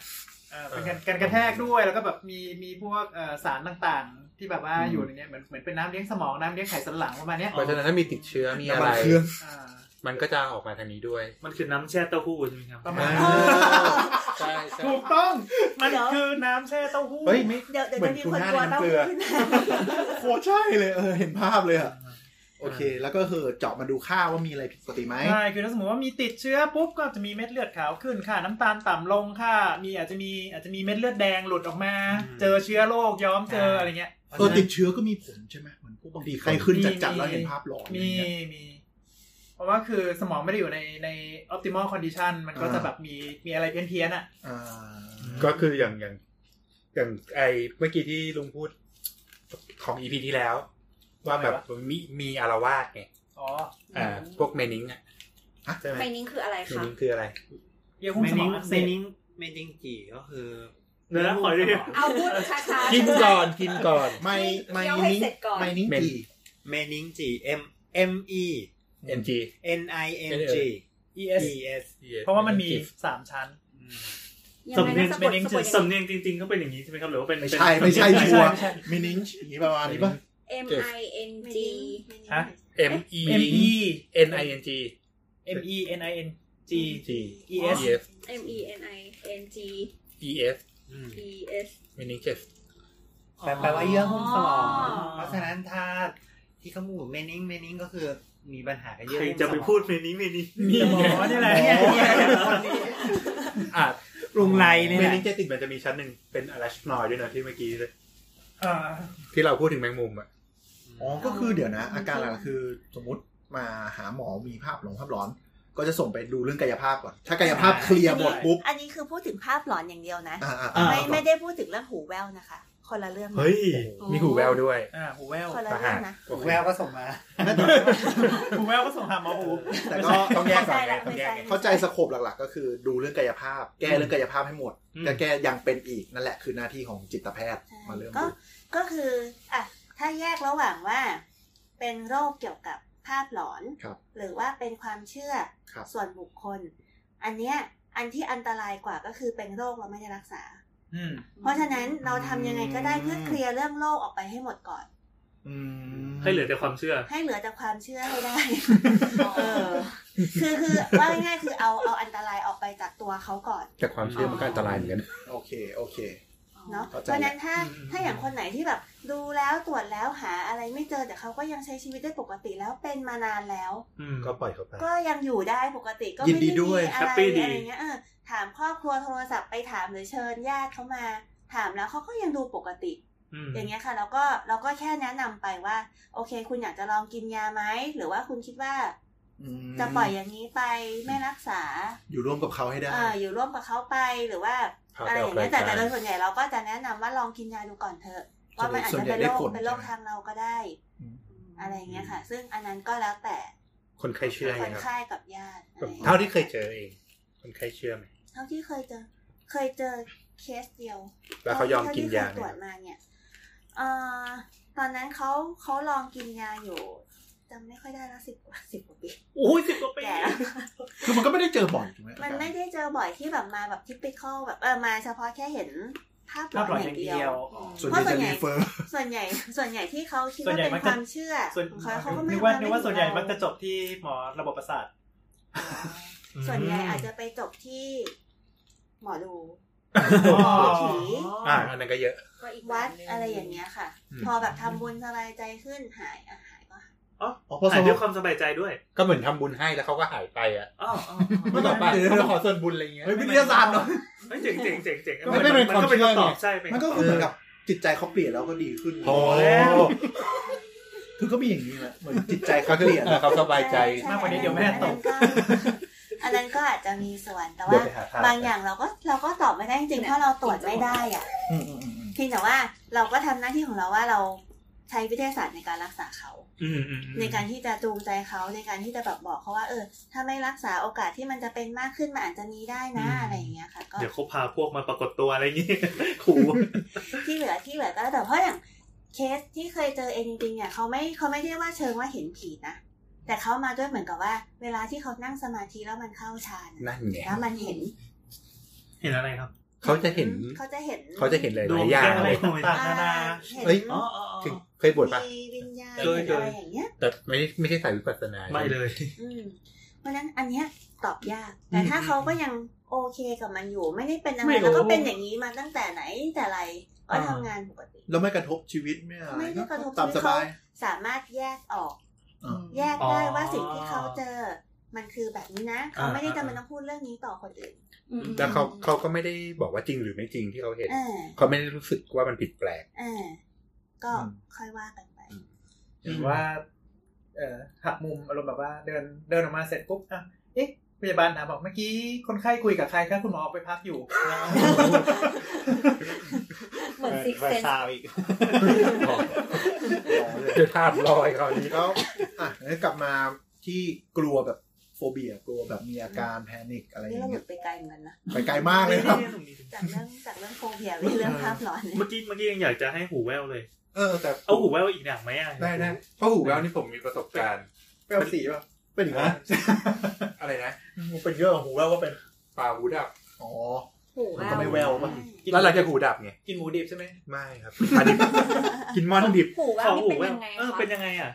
D: เอ่อเป็นการการกระแทกด้วยแล้วก็แบบมีมีพวกเอ่อสารต่างๆ ที่แบบว่า
C: อืม
D: อยู่ในเนี้ยเหมือนเหมือนเป็นน้ำเลี้ยงสมองน้ำเลี้ยงไขสันหลังประมาณเนี้ย
A: เพราะฉะนั้นถ้ามีติดเชื้อมีอะ
F: น้ำ
A: ไร
F: มันเครื่อง
D: อ่า
A: มันก็จะออกมาทางนี้ด้วย
E: มันคือน้ำแช่เต้าหู้ใช่ไหมครับ
D: ประมาณ
A: อ่าใช่ใช่
D: ถูกต้องมัน
G: เดี๋ยว
D: คือน้ำแช่เต้าหู้
F: เฮ้ยไม่
G: เดี๋ยวเดี๋ยว
F: เหมือ
G: จะ
F: น
G: มี
F: ทู
G: คน
F: น่าก
G: ลัว
F: ใน
G: เต้า
F: น้ำเกลื
G: หู้
F: อ
G: ขึ้นมา
F: โคตรใช่เลยเออเห็นภาพเลยอ่ะโอเค แล้วก็คือเจาะมาดูค่าว่ามีอะไรผิดปกติไหม
D: ใช่คือถ้าสมมติว่ามีติดเชื้อปุ๊บก็จะมีเม็ดเลือดขาวขึ้นค่ะ น้ำตาลต่ำลงค่ะ มีอาจจะมีอาจจะมีเม็ดเลือดแดงหลุดออกมา เจอเชื้อโรคย้อมเจออะไรเงี้ย
F: เออติดเชื้อก็มีผลใช่ไหมเหมือนพวกบางทีใครขึ้นจัด
D: มี
F: ๆแล้วเห็นภาพหลอน
D: มี
F: อย่างเงี้ย
D: มี เพราะว่าคือสมองไม่ได้อยู่ในใน optimal condition มันก็
F: อ่า
D: จะแบบมีมีอะไรเพี้ยนเพี้ยนๆอ่ะ
F: อ่า
A: ก็คืออย่างอย่างอย่างไอเมื่อกี้ที่ลุงพูดของอีพีที่แล้ว ว่าแบบมีมีอารวาสไง
D: อ๋อ
A: อ่า พวกเมนิงอ่ะใช่ไหม
B: ไมนิ่งคืออะไร
A: เม
B: คะ
A: นิงคืออะไร
D: เยื่อหุ้ม
C: เม
D: สมอ
C: นิ
D: ง
C: ง
D: อักเส
C: เม
D: บ
C: นิงเมนิงกี่ก็คือ
E: เนื้อหอย
C: เม
E: เรียก
B: เอาพูดช้าๆ
A: กินก่อนกินก่อน
F: ไม่ไม่
B: เคี้ยวให้
F: นิ่ง
B: เสร็จก่อน
F: ไม่นิ่ง
A: เมน
F: จี
C: เมนิงจี M M E
A: NG
C: N I N G
A: ES
C: E S
D: เพราะว่ามันมีสามชั้น
B: ยังไงนะสะกด
D: สำเนียง
B: สะกด
E: สำเนียงจริง ๆ ก็เป็นอย่างนี้ใช่ไหมครับหรือว่าเป็น
F: ไม่ใช่ไม่ใช่
E: เป็น
F: ชัวร์
D: ไม่ใช่
F: มินิงอย่างงี้ประมาณนี้ป่ะ
B: ยังไง M I N G
D: ฮะ
A: M E
D: M E
A: N I N G
D: M E N I N G
A: G
D: E S
A: F
B: M E N I N G
A: E S
C: อืม
B: E S
A: เมนิงเจ็บ
C: แปลแปลว่าเยื่อหุ้มสมอง
B: อ๋อ
C: เพราะฉะนั้นถ้าที่เขาพูดเมนิงเมนิงก็คือมีปัญหากับเยื่อ
E: ใคร
C: หุ้มสมอง
E: จะไปพูดเมนิงเม นิง
D: สมองนี่แหละ
C: เนี่ยเนี่ยคนนี้
A: อ่ะ
C: รุงไรเนี่ย
A: เม
C: แหละ
A: นิงเจติกมันจะมีชั้นหนึ่งเป็นอะลาชนอยด้วยนะที่เมื่อกี้เลย
D: อ่า
A: ที่เราพูดถึงแมงมุมอ่ะ
F: อ๋อ ก็คือเดี๋ยวนะ อาการหลักๆคือสมมติมาหาหมอมีภาพหลงภาพร้อน ก็จะส่งไปดูเรื่องกายภาพก่อน ถ้ากายภาพเคลียร์หมดปุ๊บ
G: อันนี้คือพูดถึงภาพหลอนอย่างเดียวนะ
F: อ่าอ่า
C: า
G: ไม่ไม่ได้พูดถึงเรื่องหูแว่วนะคะ คนละเรื่องนะ
E: เฮ้ย
A: มีหูแววด้วย
D: อ่าหูแวว
G: คนละเรื่องนะ
C: แววก็ส่งมา
D: หูแววก็ส่งหาหมอหู
F: แต่ก็
A: ต้องแยกก่อน
G: ไม่ใช่
A: ไง
G: ละ
A: ต้องแยก
G: ไม่
A: ไง
G: ใช่
F: เข้าใจสโคปหลักๆ ก็คือดูเรื่องกายภาพ แก้เรื่องกายภาพให้หมด
E: อืม
F: ก็แก้ยังเป็นอีกนั่นแหละคือหน้าที่ของจิตแพทย์
G: ใช่
F: มาเริ่ม
G: ก็
F: ดู
G: ก็คืออ่ะถ้าแยกระหว่างว่า เป็นโรคเกี่ยวกับภาพหลอน
F: ครับ
G: หรือว่าเป็นความเชื่อ
F: ครับ
G: ส่วนบุคคล อันเนี้ยอันที่อันตรายกว่าก็คือเป็นโรคเราไม่ได้รักษา
D: อืม
G: เพราะฉะนั้นเราทำยังไงก็ได้เพื่อเคลียร์เรื่องโรคออกไปให้หมดก่อน
F: อืม
E: ให้เหลือแต่ความเชื่อ
G: ให้เหลือแต่ความเชื่อให้ได้ เออ คือคือว่าง่ายๆคือเอาเอาอันตรายออกไปจากตัวเขาก่อน
A: แต่ความเชื่อมันก็อันตรายเหมือนกัน
F: โอเค โอเค
G: เนาะเพ
F: เข้าใจ
G: ราะฉะนั้นถ้า
E: อืม
G: ถ้าอย่างคนไหนที่แบบ ดูแล้วตรวจแล้วหาอะไรไม่เจอแต่เขาก็ยังใช้ชีวิตได้ปกติแล้วเป็นมานานแล้ว
E: อืม
A: ก็ปล่อยเขาไป
G: ก็ยังอยู่ได้ปกติก็
F: ยิ
G: ไม่
F: นดี
G: ได้
F: ด้
G: มี
F: วย
G: อะ
E: แฮ
G: ไร
E: ปปี้ดี
G: อะไรเงี้ยเออถามครอบครัวโทรศัพท์ไปถามหรือเชิญญาติเขามา ถามแล้วเขาก็ยังดูปกติ
E: อืม
G: อย่างเงี้ยค่ะแล้วก็เราก็แค่แนะนำไปว่า โอเค คุณอยากจะลองกินยาไหมหรือว่าคุณคิดว่า
F: อืม
G: จะปล่อยอย่างนี้ไปไม่รักษา
F: อยู่ร่วมกับเขาให้ได้
G: เอ่ออยู่ร่วมกับเขาไปหรือว่า
A: พาไป
G: อะไรอย่างเงี้
A: ออกราย ย
G: แต่
A: การ
G: แต่โดยส่วนใหญ่เราก็จะแนะนำว่าลองกินยาดูก่อนเถอะว่ามันอาจ
F: ส่วน
G: จะเป็น
F: ใหญ่ได้
G: โรค
F: ผล
G: เป็นโรค
F: ใช่ไหม
G: ทางเราก็ได้ อะไรอย่างเงี้ยค่ะ ซึ่งอันนั้นก็แล้วแต่
A: คนไข้เชื่อ
G: ค
A: ไง
G: น
A: ครับ
G: ไข้กับญาติอะไรอย่างงี้ย
A: เท่าที่เคยเจอเอง คนไข้เชื่อไหม
G: เท่าที่เคยเจอ เคยเจอเคสเดียว
A: แล้วเขายอมกินยา
G: เท่
A: ไห
G: ที่เคต
A: ม
G: รวจมาเนี่ยเอ่อตอนนั้นเขาเขาลองกินยาอยู่จำไม่ค่อยได้ละสิบกว่าสิบกว่าปี
E: โอ้ยสิบกว่าปี
G: แก่แล้ว
F: คือมันก็ไม่ได้เจอบ่อยถูกไหม
G: มันไม่ได้เจอบ่อยที่แบบมาแบบทิปิคอลแบบเออมาเฉพาะแค่เห็นภาพหล
D: ภาพหล
G: อ
D: อน นอย่
G: อาเดี
D: ย่าง งเดี
G: ย
D: ยว ว
F: ส่วนใหญ่จะรีเฟอร์
G: ส่วนใหญ่ ส่วนใหญ่ที่เขาคิด
D: ส่วน
G: ว่า
D: ใหญ่
G: เป็น
D: มัก
G: ค
D: จะ
G: วามเชื่อ
D: ส่วน
G: ของเขาเขาก็ไม่
D: นึกว่า
G: ไม่
D: นึกว่า
G: ถึง
D: ส่วนใหญ่
G: เร
D: มักจะจบที่หมอระบบประสาท
G: อ่าส่วนใหญ่อาจจะไปจบที่ หมอดูหมอผี
A: อ่าอันนั้นก็เยอะ
B: ก็อีก
G: วัดอะไรอย่างเงี้ยค่ะ
A: อืม
G: พอแบบทำบุญสบายใจขึ้นหายอ่ะหายก็หาย
E: อ๋อ
F: อ๋อเพราะ
E: หายด้วยความสบายใจด้วย
A: ก็เหมือนทำบุญให้แล้วเขาก็หายไปอ่ะ
E: อ๋ออ๋อ
A: เมื่อต่อไปเขาขอส่วนบุญอะไรเงี้ย
F: เฮ้ยวิทยาศาสตร์เนาะ
E: เฮ้ยเจ๋งเจ๋งเจ๋งเจ๋ง
F: ก็ไม่เป็นความ
E: ก็เป็น
F: เชื่อไง
E: คำตอบใช่เป็
F: มันก็คือเหมือนกับจิตใจเขาเปลี่ยนแล้วก็ดีขึ้น
A: พอแล้ว
F: คือก็มีอย่างนี้แหละเหมือนจิตใจ
A: ก็
F: เขา
A: คือ
F: เปลี่ยน
A: เออเขาสบายใจ
G: ช่
D: มากกว่านี้เดี๋ยวแม่ตก
G: อันนั้นก็อาจจะมีส่วนแต่
A: เดี๋
G: ว่า
A: ยวไปหาทาง
G: บางอย่างเราก็เราก็ตอบไม่ได้จริงๆเพราะเราตรวจไม่ได้อ่ะ
F: อืมอืมอืมอืม
G: เพียงแต่ว่าเราก็ทำหน้าที่ของเราว่าเราใช้วิทยาศาสตร์ในการรักษาเขา
E: อืมอืมอืม
G: ในการที่จะจูงใจเขาในการที่จะแบบบอกเขาว่า เออ ถ้าไม่รักษาโอกาสที่มันจะเป็นมากขึ้นมันอาจจะมีได้นะอะไรอย่างเงี้ยค่ะก็
E: เดี๋ยวเขาพาพวกมาปรากฏตัวอะไรอย่างงี้ขู่
G: ที่เหลือที่เหลือก็แล้วแต่เพราะอย่างเคสที่เคยเจอเองจริงๆเนี่ยเขาไม่เขาไม่ได้ว่าเชิงว่าเห็นผีนะ แต่เขามาด้วยเหมือนกับว่า เวลาที่เขานั่งสมาธิแล้วมันเข้าฌานอะ
A: นั่นไง
G: แล้วมันเห็น
E: เห็นอะไรครับ
A: เขาจะเห็น
G: เขาจะเห็น
A: เขาจะเห็นหลายๆอย่าง
E: ดวงแก้วอะไร
A: เลย
D: ต่างๆนานา
G: เห็น
A: เอ้ย
D: อ๋ออ๋อ
A: ถึง
D: อ๋อ
A: เคยบวชปะ
G: มีวิญญาณ
C: เคยเคย
G: อะไรอย่างเงี้ย
A: แต่ไม่ได้ไม่ใช่สายวิปัสสนา
E: ไม่เลย
G: อืมเพราะฉะนั้นอันเนี้ยตอบยาก แต่ถ้าเขาก็ยังโอเคกับมันอยู่ ไม่ได้เป็นอะไร
E: ไม่รู้
G: แล้วก็เป็นอย่างนี้มาตั้งแต่ไหนแต่ไรก็ทำงานปกติ
F: แล้วไม่กระทบชีวิตไม่อะไร
G: ไม่ได้กระทบ
F: ตาม
G: ชีวิต
F: สบาย
G: เข สามารถแยกออก
F: อืม
G: แยกได้ว่าสิ่งที่เขา
D: อ
G: เจอ มันคือแบบนี้นะเขาไม่ได้จำเป็นต้องพูดเรื่องนี้ต่อคนอื่น
A: แล้วเขาเขาก็ไม่ได้บอกว่าจริงหรือไม่จริงที่เขาเห็น
G: เออ
A: เขาไม่ได้รู้สึกว่ามันผิดแปลก
G: เออก็
F: อืม
G: ค่อยว่ากันไป
D: หรือว่า เอ่อหักมุมอารมณ์แบบว่าเดินเดินออกมาเสร็จปุ๊บอ่ะเอ๊ะพยาบาลถามบอกเมื่อกี้คนไข้คุยกับใครคะคุณหมอออกไปพัก อยู่
H: เหมือนซิกเซน
C: ซาวอีก
A: เจอภาพลอยคราวนี้
F: แล้วอ่ะงั้นกลับมาที่กลัวแบบโฟเบีย กลัวแบบมีอาการแพนิคอะไรอ
G: นี่
F: ย่าง
G: เราหลุ
F: เงี้ย
G: ดไปไกลเหมือนกันนะ
F: ไปไกลมากเลยครับ
G: จากเรื่องจากเรื่องโฟเบียไปเรื่องภาพหลอนเนี่ย
E: เมื่อกี้เมื่อกี้ยังอยากจะให้หูแววเลย
F: เออ แต่
E: เอาหูแววอีกหนังไหมอ่ะ
A: ได้ได้เพราะหูแววนี่ผมมีประสบการณ์
D: เปลวสีป่ะ
F: เป็นอย่างนั้น
A: อะไรนะ
D: เป็นเยอะของหูแล้วว่าเป็น
A: ปลาหูดับ
F: อ๋อ
B: โหู
F: มันก็ไม่แววป่ะ
A: แล้วหลังจากหูดับไง
D: กินหมูดิบใช่ไหม
A: ไม่ครับอันนี้กินมอนดิบ
B: หูแวว
E: เอา
B: นี่
E: หู
B: เป็นยั
E: แวว
B: งไง
E: เออ
B: คะ
E: เป็นยังไงอ่ะ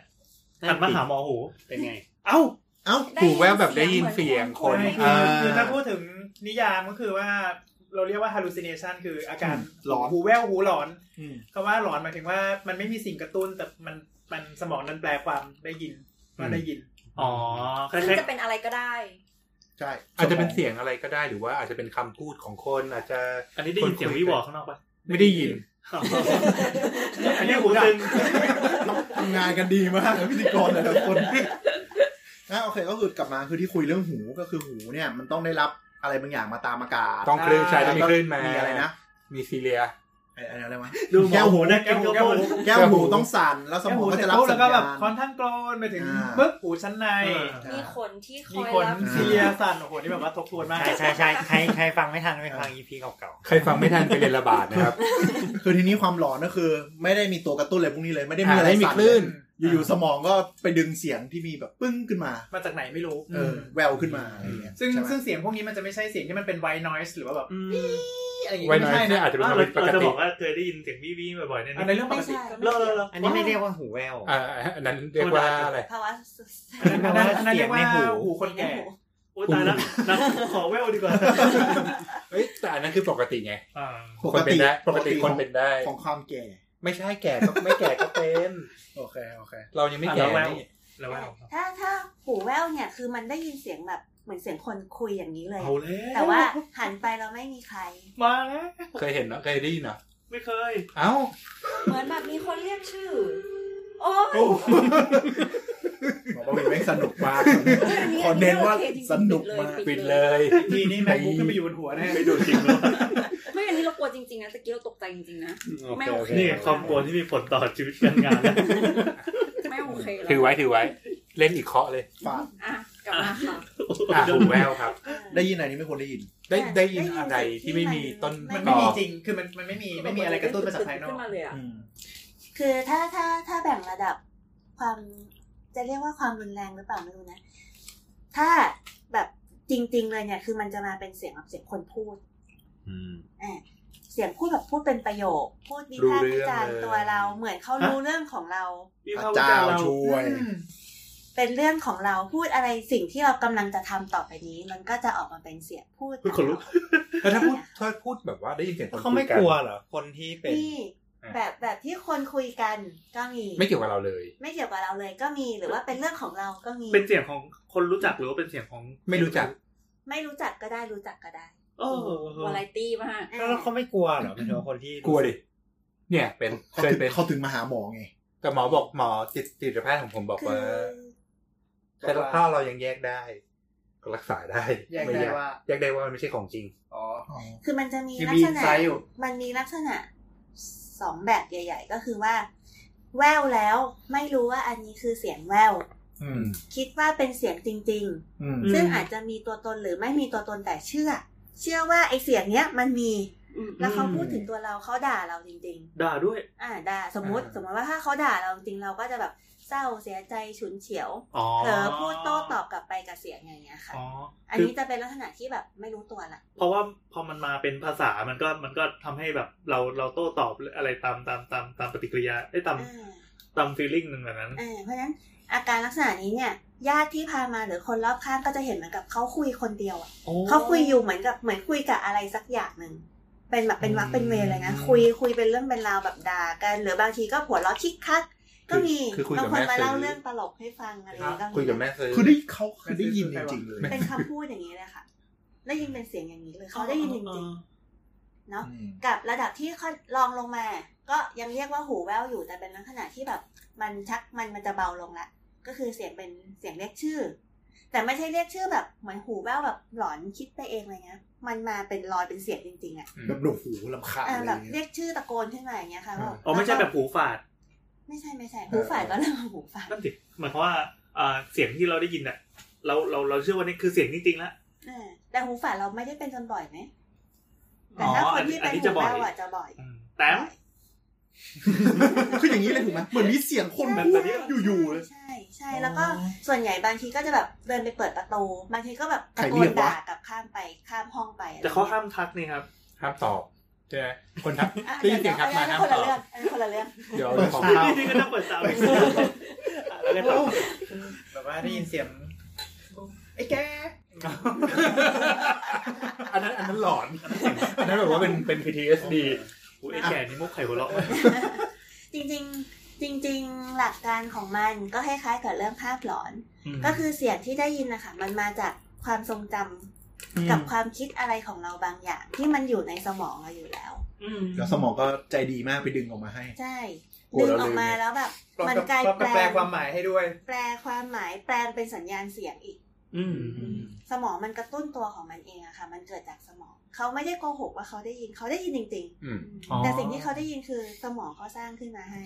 E: หันมาหาหมอหู
C: เป็นไง
E: เอ้า
F: เอ้า
A: หูแว่วแบบได้ยินเสียงคน
D: ไม่
A: อ่า
D: คือถ้าพูดถึงนิยามก็คือว่า เราเรียกว่า hallucination คืออาการ
F: หลอน
D: หูแววหูหลอน
F: อืม
D: คำว่าหลอนหมายถึงว่า มันไม่มีสิ่งกระตุ้น แต่มันมันสมองนั้นแปลความได้ยินมาได้ยิน
E: อ๋อคล้า
B: ซึ่ง
E: ย
B: จะเป็นอะไรก็ได้
F: ใช่
A: อาจจะ เป็นเสียงอะไรก็ได้หรือว่าอาจจะเป็นคำพูดของคนอาจจะ
E: ๆอันนี้ได้ยินเสียงวิวอข้างนอกปะ
A: ไม่ได้ยิน
E: อันนี้หูตึง
F: ทำงานกันดีมากนะพิธีกรแต่ละคนนะโอเคก็คือกลับมาคือที่คุยเรื่องหูก็คือหูเนี่ยมันต้องได้รับอะไรบางอย่างมาตามอากาศ
A: ต้องคลื่นใช่
F: แล้ว
A: ต้องมี
F: ก็
A: คลื่นมา
F: มี
A: มี
F: อะไรนะ
A: มีซีเรีย
F: ไอ้ไอ้อะไรวะ
D: ดูหมอ
F: แก้วหูนะ
D: แก้วหู
F: แก้วหูต้องสั่นแล้วส
D: แค่
F: มอ
D: หู
F: งก็
D: เสร็จ
F: จะรับ
D: ปุ๊บ
F: สั
D: แล้
F: ญ
D: วก็แบ
F: ญาณ
D: บคอนทั้งกรนไปถึง
F: อ่า
D: ปึ๊บหูชั้นใน
E: เออ
B: มีคนที่ค
D: มี
B: อย
D: คน
B: รับ
D: เสียสั่นโอ้โหนี่แบบว่าทบทวนมาก
C: ใช่ใช่ใช่ใครใครฟังไม่ทันไปฟังอีพีเก่า
A: ใครฟังไม่ทันไปเรียนระบาด นะครับ
F: คือทีนี้ความหลอนก็คือ ไม่ได้มีตัวกระตุ้นอะไรพวกนี้เลย ไม่ได้มี
A: อ่า
F: อะไร
A: ไม่มี
F: สั่น
A: คลื่น
F: เลยอยู่ๆสมองก็ไปดึงเสียงที่มีแบบปึ้งขึ้นมา
D: มาจากไหนไม่รู้
F: เออแววขึ้นมาอะไรเงี้ย
D: ซึ่ง
F: ใช่ไหม
D: ซึ่งเสียงพวกนี้มันจะไม่ใช่เสียงที่มันเป็นไวน์นอยส์หรือว่าแบบอะไรอย่าง
A: ไว้
D: งี้
A: น้อ
D: ไม่
A: ย
D: ใช่
A: เนี่ย
D: นะ
A: อาจจะเป็น
E: เรา
A: ความผิดปก
E: จะ
A: ติ
E: บอกว่าเคยได้ยินเสียงวิวๆบ่อยๆเนี่ย
D: อันในเรื่องป
G: ไม่
D: กติ
G: ใช่
E: เลิกเลิกเลิก
C: ๆ อันนี้ไม่เรียกว่าหูแวว
A: อ่าอันนั้นเรียกว่าอะไร
G: ภาวะ
D: อันนั้นอันนั้นอันนั้นเรียกว่า
C: เสียงในหู
D: หูคนแก่
E: โอ้ยตายแล้วนะขอแววดีกว่า
A: เอ้ยแต่อันนั้นคือปกติไง
E: อ่า
A: คนเป็นได้ปกติคนเป็นได้
F: ของความแก่
A: ไม่ใช่แก่ก็ไม่แก่ก็เป็น
F: โอเคโอเค
A: เรายังไม่แก่
E: แล้วแวว
A: นี่
E: แล้วแววครับ
G: ถ้าถ้าหูแว่วเนี่ยคือมันได้ยินเสียงแบบเหมือนเสียงคนคุยอย่างนี้เลย
E: เอาแล้ว
G: แต่ว่าหันไปเราไม่มีใคร
E: มาแล้ว
A: เคยเห็นเนาะเคยได้ยินเนาะ
E: ไม่เคย
A: เอ้า
B: เหมือนแบบมีคนเรียกชื่อ โอ้ย
F: บอกว่าเป็นแม่งสนุกมาก
B: นี้
F: ขอเน้นว่า
B: อันนี้โอเคจริงๆ
F: สนุกมาก
B: ปิด
A: ปิดเลย
D: ทีนี้แมงมุกขึ้นไปอยู่บนหัวแน่
E: ไม่ดูจริงเลย
B: ไม่อันนี้เรากลัวจริงๆนะตะกี้เราตกใจจริงๆนะ ไม่โอเค
E: นี่ความกลัวที่มีผลต่อชีวิตการงานนะ
B: ไม่โอเคแล้ว
A: ถือไว้ถือไว้ เล่นอีกเคาะเลย
F: ฝาก
B: อ่ะกลับมาค่ะ
A: อ่ะหูแววครับ
F: ได้ยินอะไรนี้ไม่ควรได้ยิน
A: ได้
G: ได้
A: ได้
G: ยิ
A: ยิ
G: น
A: นอะไรที่ไม่มีต้น
D: มัน
A: ต
D: ไม่
A: อ
D: มี
A: บ
D: จริงคือมันมันไม่มีไม่มีอะไรกระตุ้นมาจากภายนอก
B: ขึ้นมาเลยอ่ะ
G: คือถ้าถ้าถ้าแบ่งระดับความจะเรียกว่าความรุนแรงหรือเปล่าไม่รู้นะ ถ้าแบบจริง ๆ เลยเนี่ย คือมันจะมาเป็นเสียงแบบเสียงคนพูด อ่ะเสียงพูดแบบพูดเป็นประโยค พูดวิพากษ์วิจารณ์ตัวเราเหมือนเขารู้เรื่องของเรา
E: วิ
F: พ
E: พาก
F: ระ
E: ษ์วิ
F: เจ้า
E: จารณ์เรา
F: ช่วย
G: เป็นเรื่องของเราพูดอะไรสิ่งที่เรากำลังจะทำต่อไปนี้ มันก็จะออกมาเป็นเสียงพูด
E: คุณขนลุก
A: แล้วถ้าพูดถ้าพูดแบบว่าได้ยินเสียงคน
C: เขา
A: คุ
C: ไม่
A: ยกัน
C: กลัวเหรอ คนที่เป็น
G: นี่แบบแบบที่คนคุยกันก็มี
A: ไม่เกี่ยวกับเราเลย
G: ไม่เกี่ยวกับเราเลยก็มีหรือว่าเป็นเรื่องของเราก็มี
E: เป็นเสียงของคนรู้จักหรือว่าเป็นเสียงของ
A: ไม่รู้จัก
G: ไม่รู้จักก็ได้รู้จักก็ได้
E: เออ
B: วาไรตี้มาก
G: อ่ะ
C: แล้วเขาไม่กลัวเหรอหมายถึงว่าคนที่
A: กลัวดิ เนี่ยเป็น
F: เขา
A: เคย
F: ถึง
A: เป็น
F: เขาถึงมาหาหมอไง
A: แต่หมอบอกหมอจิตจิตแพทย์ของผมบอก
G: คื
A: ว่า
G: อ
A: แต่ถ้าเรายังแยกได้ก็รักษาได้
D: แยก
A: ม่
D: ได้ว่า
A: แยกได้ว่ามันไม่ใช่ของจริง
D: อ๋อ
G: คือมันจะมี
D: คือ
G: ลั
D: มี
G: กษณะ
D: insight อยู่
G: มันมีลักษณะสองแบบใหญ่ ๆ ก็คือว่า แววแล้วไม่รู้ว่าอันนี้คือเสียงแวว
A: อืม
G: คิดว่าเป็นเสียงจริง
A: อืม
G: ๆ ซึ่งอาจจะมีตัวตนหรือไม่มีตัวตนแต่เชื่อ เชื่อว่าไอเสียงเนี้ยมันมี
B: ๆอืม
G: แล้วเขาพูดถึงตัวเราเขาด่าเราจริง
E: ด่าด้วย
G: ๆ อ่าด่าสมมติ สมมติว่าถ้าเขาด่าเราจริงๆเราก็จะแบบ เศร้าเสียใจฉุนเฉียว
E: อ๋อ
G: เผลอพูดโต้ตอบกลับไปกับเสียงอย่างเงี้ยค่ะ
E: อ๋อ
G: อัน
E: คือ
G: นี้จะเป็นลักษณะที่แบบไม่รู้ตัวละ
E: เพราะว่าพอมันมาเป็นภาษามันก็มันก็ทำให้แบบเราเราโต้ตอบอะไรตามตามตามตามปฏิกิริยาไอ้ยตาม
G: อ่า
E: ตามฟีลลิ่งหนึ่งแบบนั้น
G: เออเพราะฉะนั้นอาการลักษณะนี้เนี่ย ญาติที่พามาหรือคนรอบข้างก็จะเห็นเหมือนกับเขาคุยคนเดียวอะเขาคุยอยู่เหมือนกับเหมือนคุยกับอะไรสักอย่างหนึ่งเป็นแบบเป็นวักเป็นเวรเลยนะคุยคุยเป็นเรื่องเป็นราวแบบด่ากันหรือบางทีก็หัวเราะคิกคัก ก็มี
A: คือคุย
G: บา
A: กั
G: ง
A: บ
G: คน
A: แม่
G: มาเล่า
A: ซื้อ
G: เรื่องตลกให้ฟังอะไรอย่างเงี้ยก็มี
A: คุยกับแม่ซื้อ
F: คือได้เขาคือได้ยินจริงๆเลย
G: เป็นคำพูดอย่างนี้เลยค่ะ ได้ยินเป็นเสียงอย่างนี้เลยเขาได้ยินจริงๆเนาะ
F: อืม
G: กับระดับที่ค่อยลองลงมา ก็ยังเรียกว่าหูแว่วอยู่แต่เป็นลักษณะที่แบบมันชักมันมันจะเบาลงละก็คือเสียงเป็นเสียงเรียกชื่อ แต่ไม่ใช่เรียกชื่อแบบเหมือนหูแว่วแบบหลอนคิดไปเองอะไรเงี้ยมันมาเป็นรอยเป็นเสียงจริงๆอ่ะ
F: แบบหนวกหูลำคาญ
G: อ่า
F: อะไร
G: แบบ
F: อย่าง
G: เรี
F: เงี้ย
G: ยกชื่อตะโกนขึ้นมาอย่างเงี้ยค่ะว่า
E: อ๋อไม่ใช่แบบหูฝาด
G: ไม่ใช่ไม่ใช่หูฝ่ายก็เรียกว่าหูฝ่าย
E: นั่นสิหมายความว่าอ่าเสียงที่เราได้ยินอ่ะเราเราเราเชื่อว่านี่คือเสียงจริงๆแล้ว
G: อ่าแต่หูฝ่ายเราไม่ได้เป็นจนบ่อยไหมแต่ถ้า
E: อ๋อ
G: ค
E: อั
G: น
E: นนี้
G: ที่เป็น
E: อันนี้
G: หู
E: จะบ่อย
G: แว่วอ่ะจะบ่อย
E: อืมแต้ม
F: คืออย่างนี้เลยถูกไหมเหมือนมีเสียงคน
E: แบบ
F: พู
E: แบ
F: ด
E: บนี้
F: อยู่ๆเลย
G: ใช่ใช่แล้วก็ส่วนใหญ่บางทีก็จะแบบเดินไปเปิดประตูบางทีก็แบบตะโก
F: ใครเรี
G: น
F: ยกวะ
G: ด่ากลับข้ามไปข้ามห้องไปอะไร
E: แต่เขาห้ามทักนี่ครับ
A: ห้ามตอบใช่ไหมคนทัก
G: อ่ะ
A: ได้ยินเสียงทักมา
G: อัน
A: ห้า
G: นั้น
A: ม
G: คน
A: ต
G: ละ
A: อบ
G: เรื่องอันนั้นคนละเรื่อง
A: เดี๋ยวของเข้า
E: นี่ก็ต้องเปิดสาวด์แล้วก็ตอบ
D: แบบว่าได้ยินเสียงไอ้แก
A: อันนั้นอันนั้นหลอนอันนั้นแบบว่าเป็นเป็น PTSD
E: โอ้ยไอ้แก่นี่มุกไข่หัวเราะ
G: จริงๆจริง ๆ หลักการของมันก็คล้ายๆกับเรื่องภาพหลอน ก็คือเสียงที่ได้ยินนะคะมันมาจากความทรงจำกับความคิดอะไรของเราบางอย่าง ที่มันอยู่ในสมองเราอยู่แล้ว
E: อืม
F: แล้วสมองก็ใจดีมากไปดึงออกมาให้
G: ใช่
F: กลัว
G: ดึง
F: เรา
G: ออกมา
F: ลืม
G: แล้วแบบ
D: พร้อม
G: มัน
D: กับ
G: กลาย
D: พร้อมกับ
G: แป
D: แป
G: ล
D: ล
G: ง
D: ความหมายให้ด้วย
G: แปลความหมายแปลงเป็นสัญญาณเสียงอีก
E: อืม
G: สมองมันกระตุ้นตัวของมันเองอะค่ะ มันเกิดจากสมอง เขาไม่ได้โกหกว่าเขาได้ยิน เขาได้ยินจริง
A: อืม
E: อ๋อ
G: ๆ แต่สิ่งที่เขาได้ยินคือสมองเขาสร้างขึ้นมาให้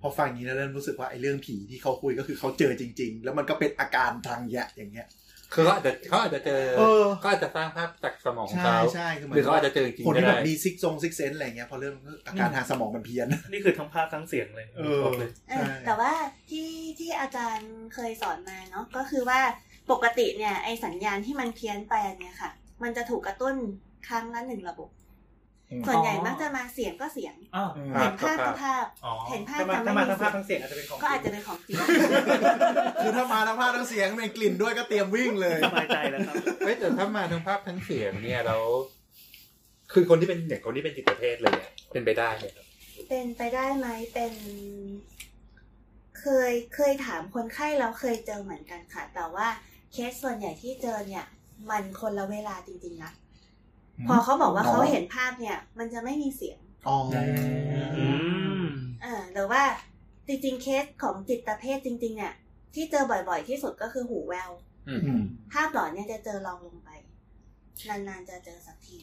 F: พอฟังอย่างนี้แล้วเริ่มรู้สึกว่าไอ้เรื่องผีที่เขาคุยก็คือเขาเจอจริง ๆ แล้วมันก็เป็นอาการทางแยะอย่างเงี้ย
A: คือเขาอาจจะเขาอาจจะเจอ
F: เออ
A: เขาอาจจะสร้างภาพจากสมองของ
F: ใช่
A: เขา
F: ใช่คือเหมื
A: ห
F: อ
A: รือเขา
F: น
A: อาจจะเจอจริง
F: คน
A: ก็
F: ที่แบ
A: ได้
F: บมีซิกซงซิกเซนอะไรเงี้ยพอเริ่มอาการทางสมองมันเพี้ยน
E: นี่คือทั้งภาพทั้งเสียงเลย
F: เออ
E: ครบเลย
G: เออ
F: ใช่
G: แต่ว่าที่ที่อาจารย์เคยสอนมาเนาะก็คือว่าปกติเนี่ยไอสัญญาณที่มันเพี้ยนไปอันเนี่ยค่ะ มันจะถูกกระตุ้นครั้งละหนึ่งระบบ ส่วนใหญ่มักจะมาเสียงก็เสียง
E: อ้าว
G: เห็นภาพก็ภาพ
E: อ๋อ
G: เห็นภาพ
D: ถ้ามา
G: จะไม่มี
D: ถ้ามาทั้ง
G: เสีง
D: ภาย พทั้งเสียงอาจจะเป็นของ
G: ก็อาจจะเป็นของจ ริง
F: คือถ้ามาทั้งภาพทั้งเสียงเป็นกลิ่นด้วยก็เตรียมวิ่งเลย
E: สบายใจแล้วครับ
A: เอ้ยแต่ถ้ามาทั้งภาพทั้งเสียงเนี่ยแล้วคือคนที่เป็นอย่างคนที่เป็นจิตเภทเลยเนี่ยเป็นไปได้เนี่ยครับ
G: เป็นไปได้ไหมเป็น เคยเคยถามคนไข้เราเคยเจอเหมือนกันค่ะ แต่ว่าเคสส่วนใหญ่ที่เจอเนี่ย มันคนละเวลาจริงๆนะพอเขาบอกว่าเขาเห็นภาพเนี่ย มันจะไม่มีเสียง
F: อ๋อ
E: อืม
G: อ่าหรือว่าจริงๆเคสของจิตเภทจริง ๆ เนี่ย ที่เจอบ่อยๆที่สุดก็คือหูแวว
A: อืม
F: อืม
G: ภาพหลอนเนี่ยจะเจอรองลงไป นานๆจะเจอสักที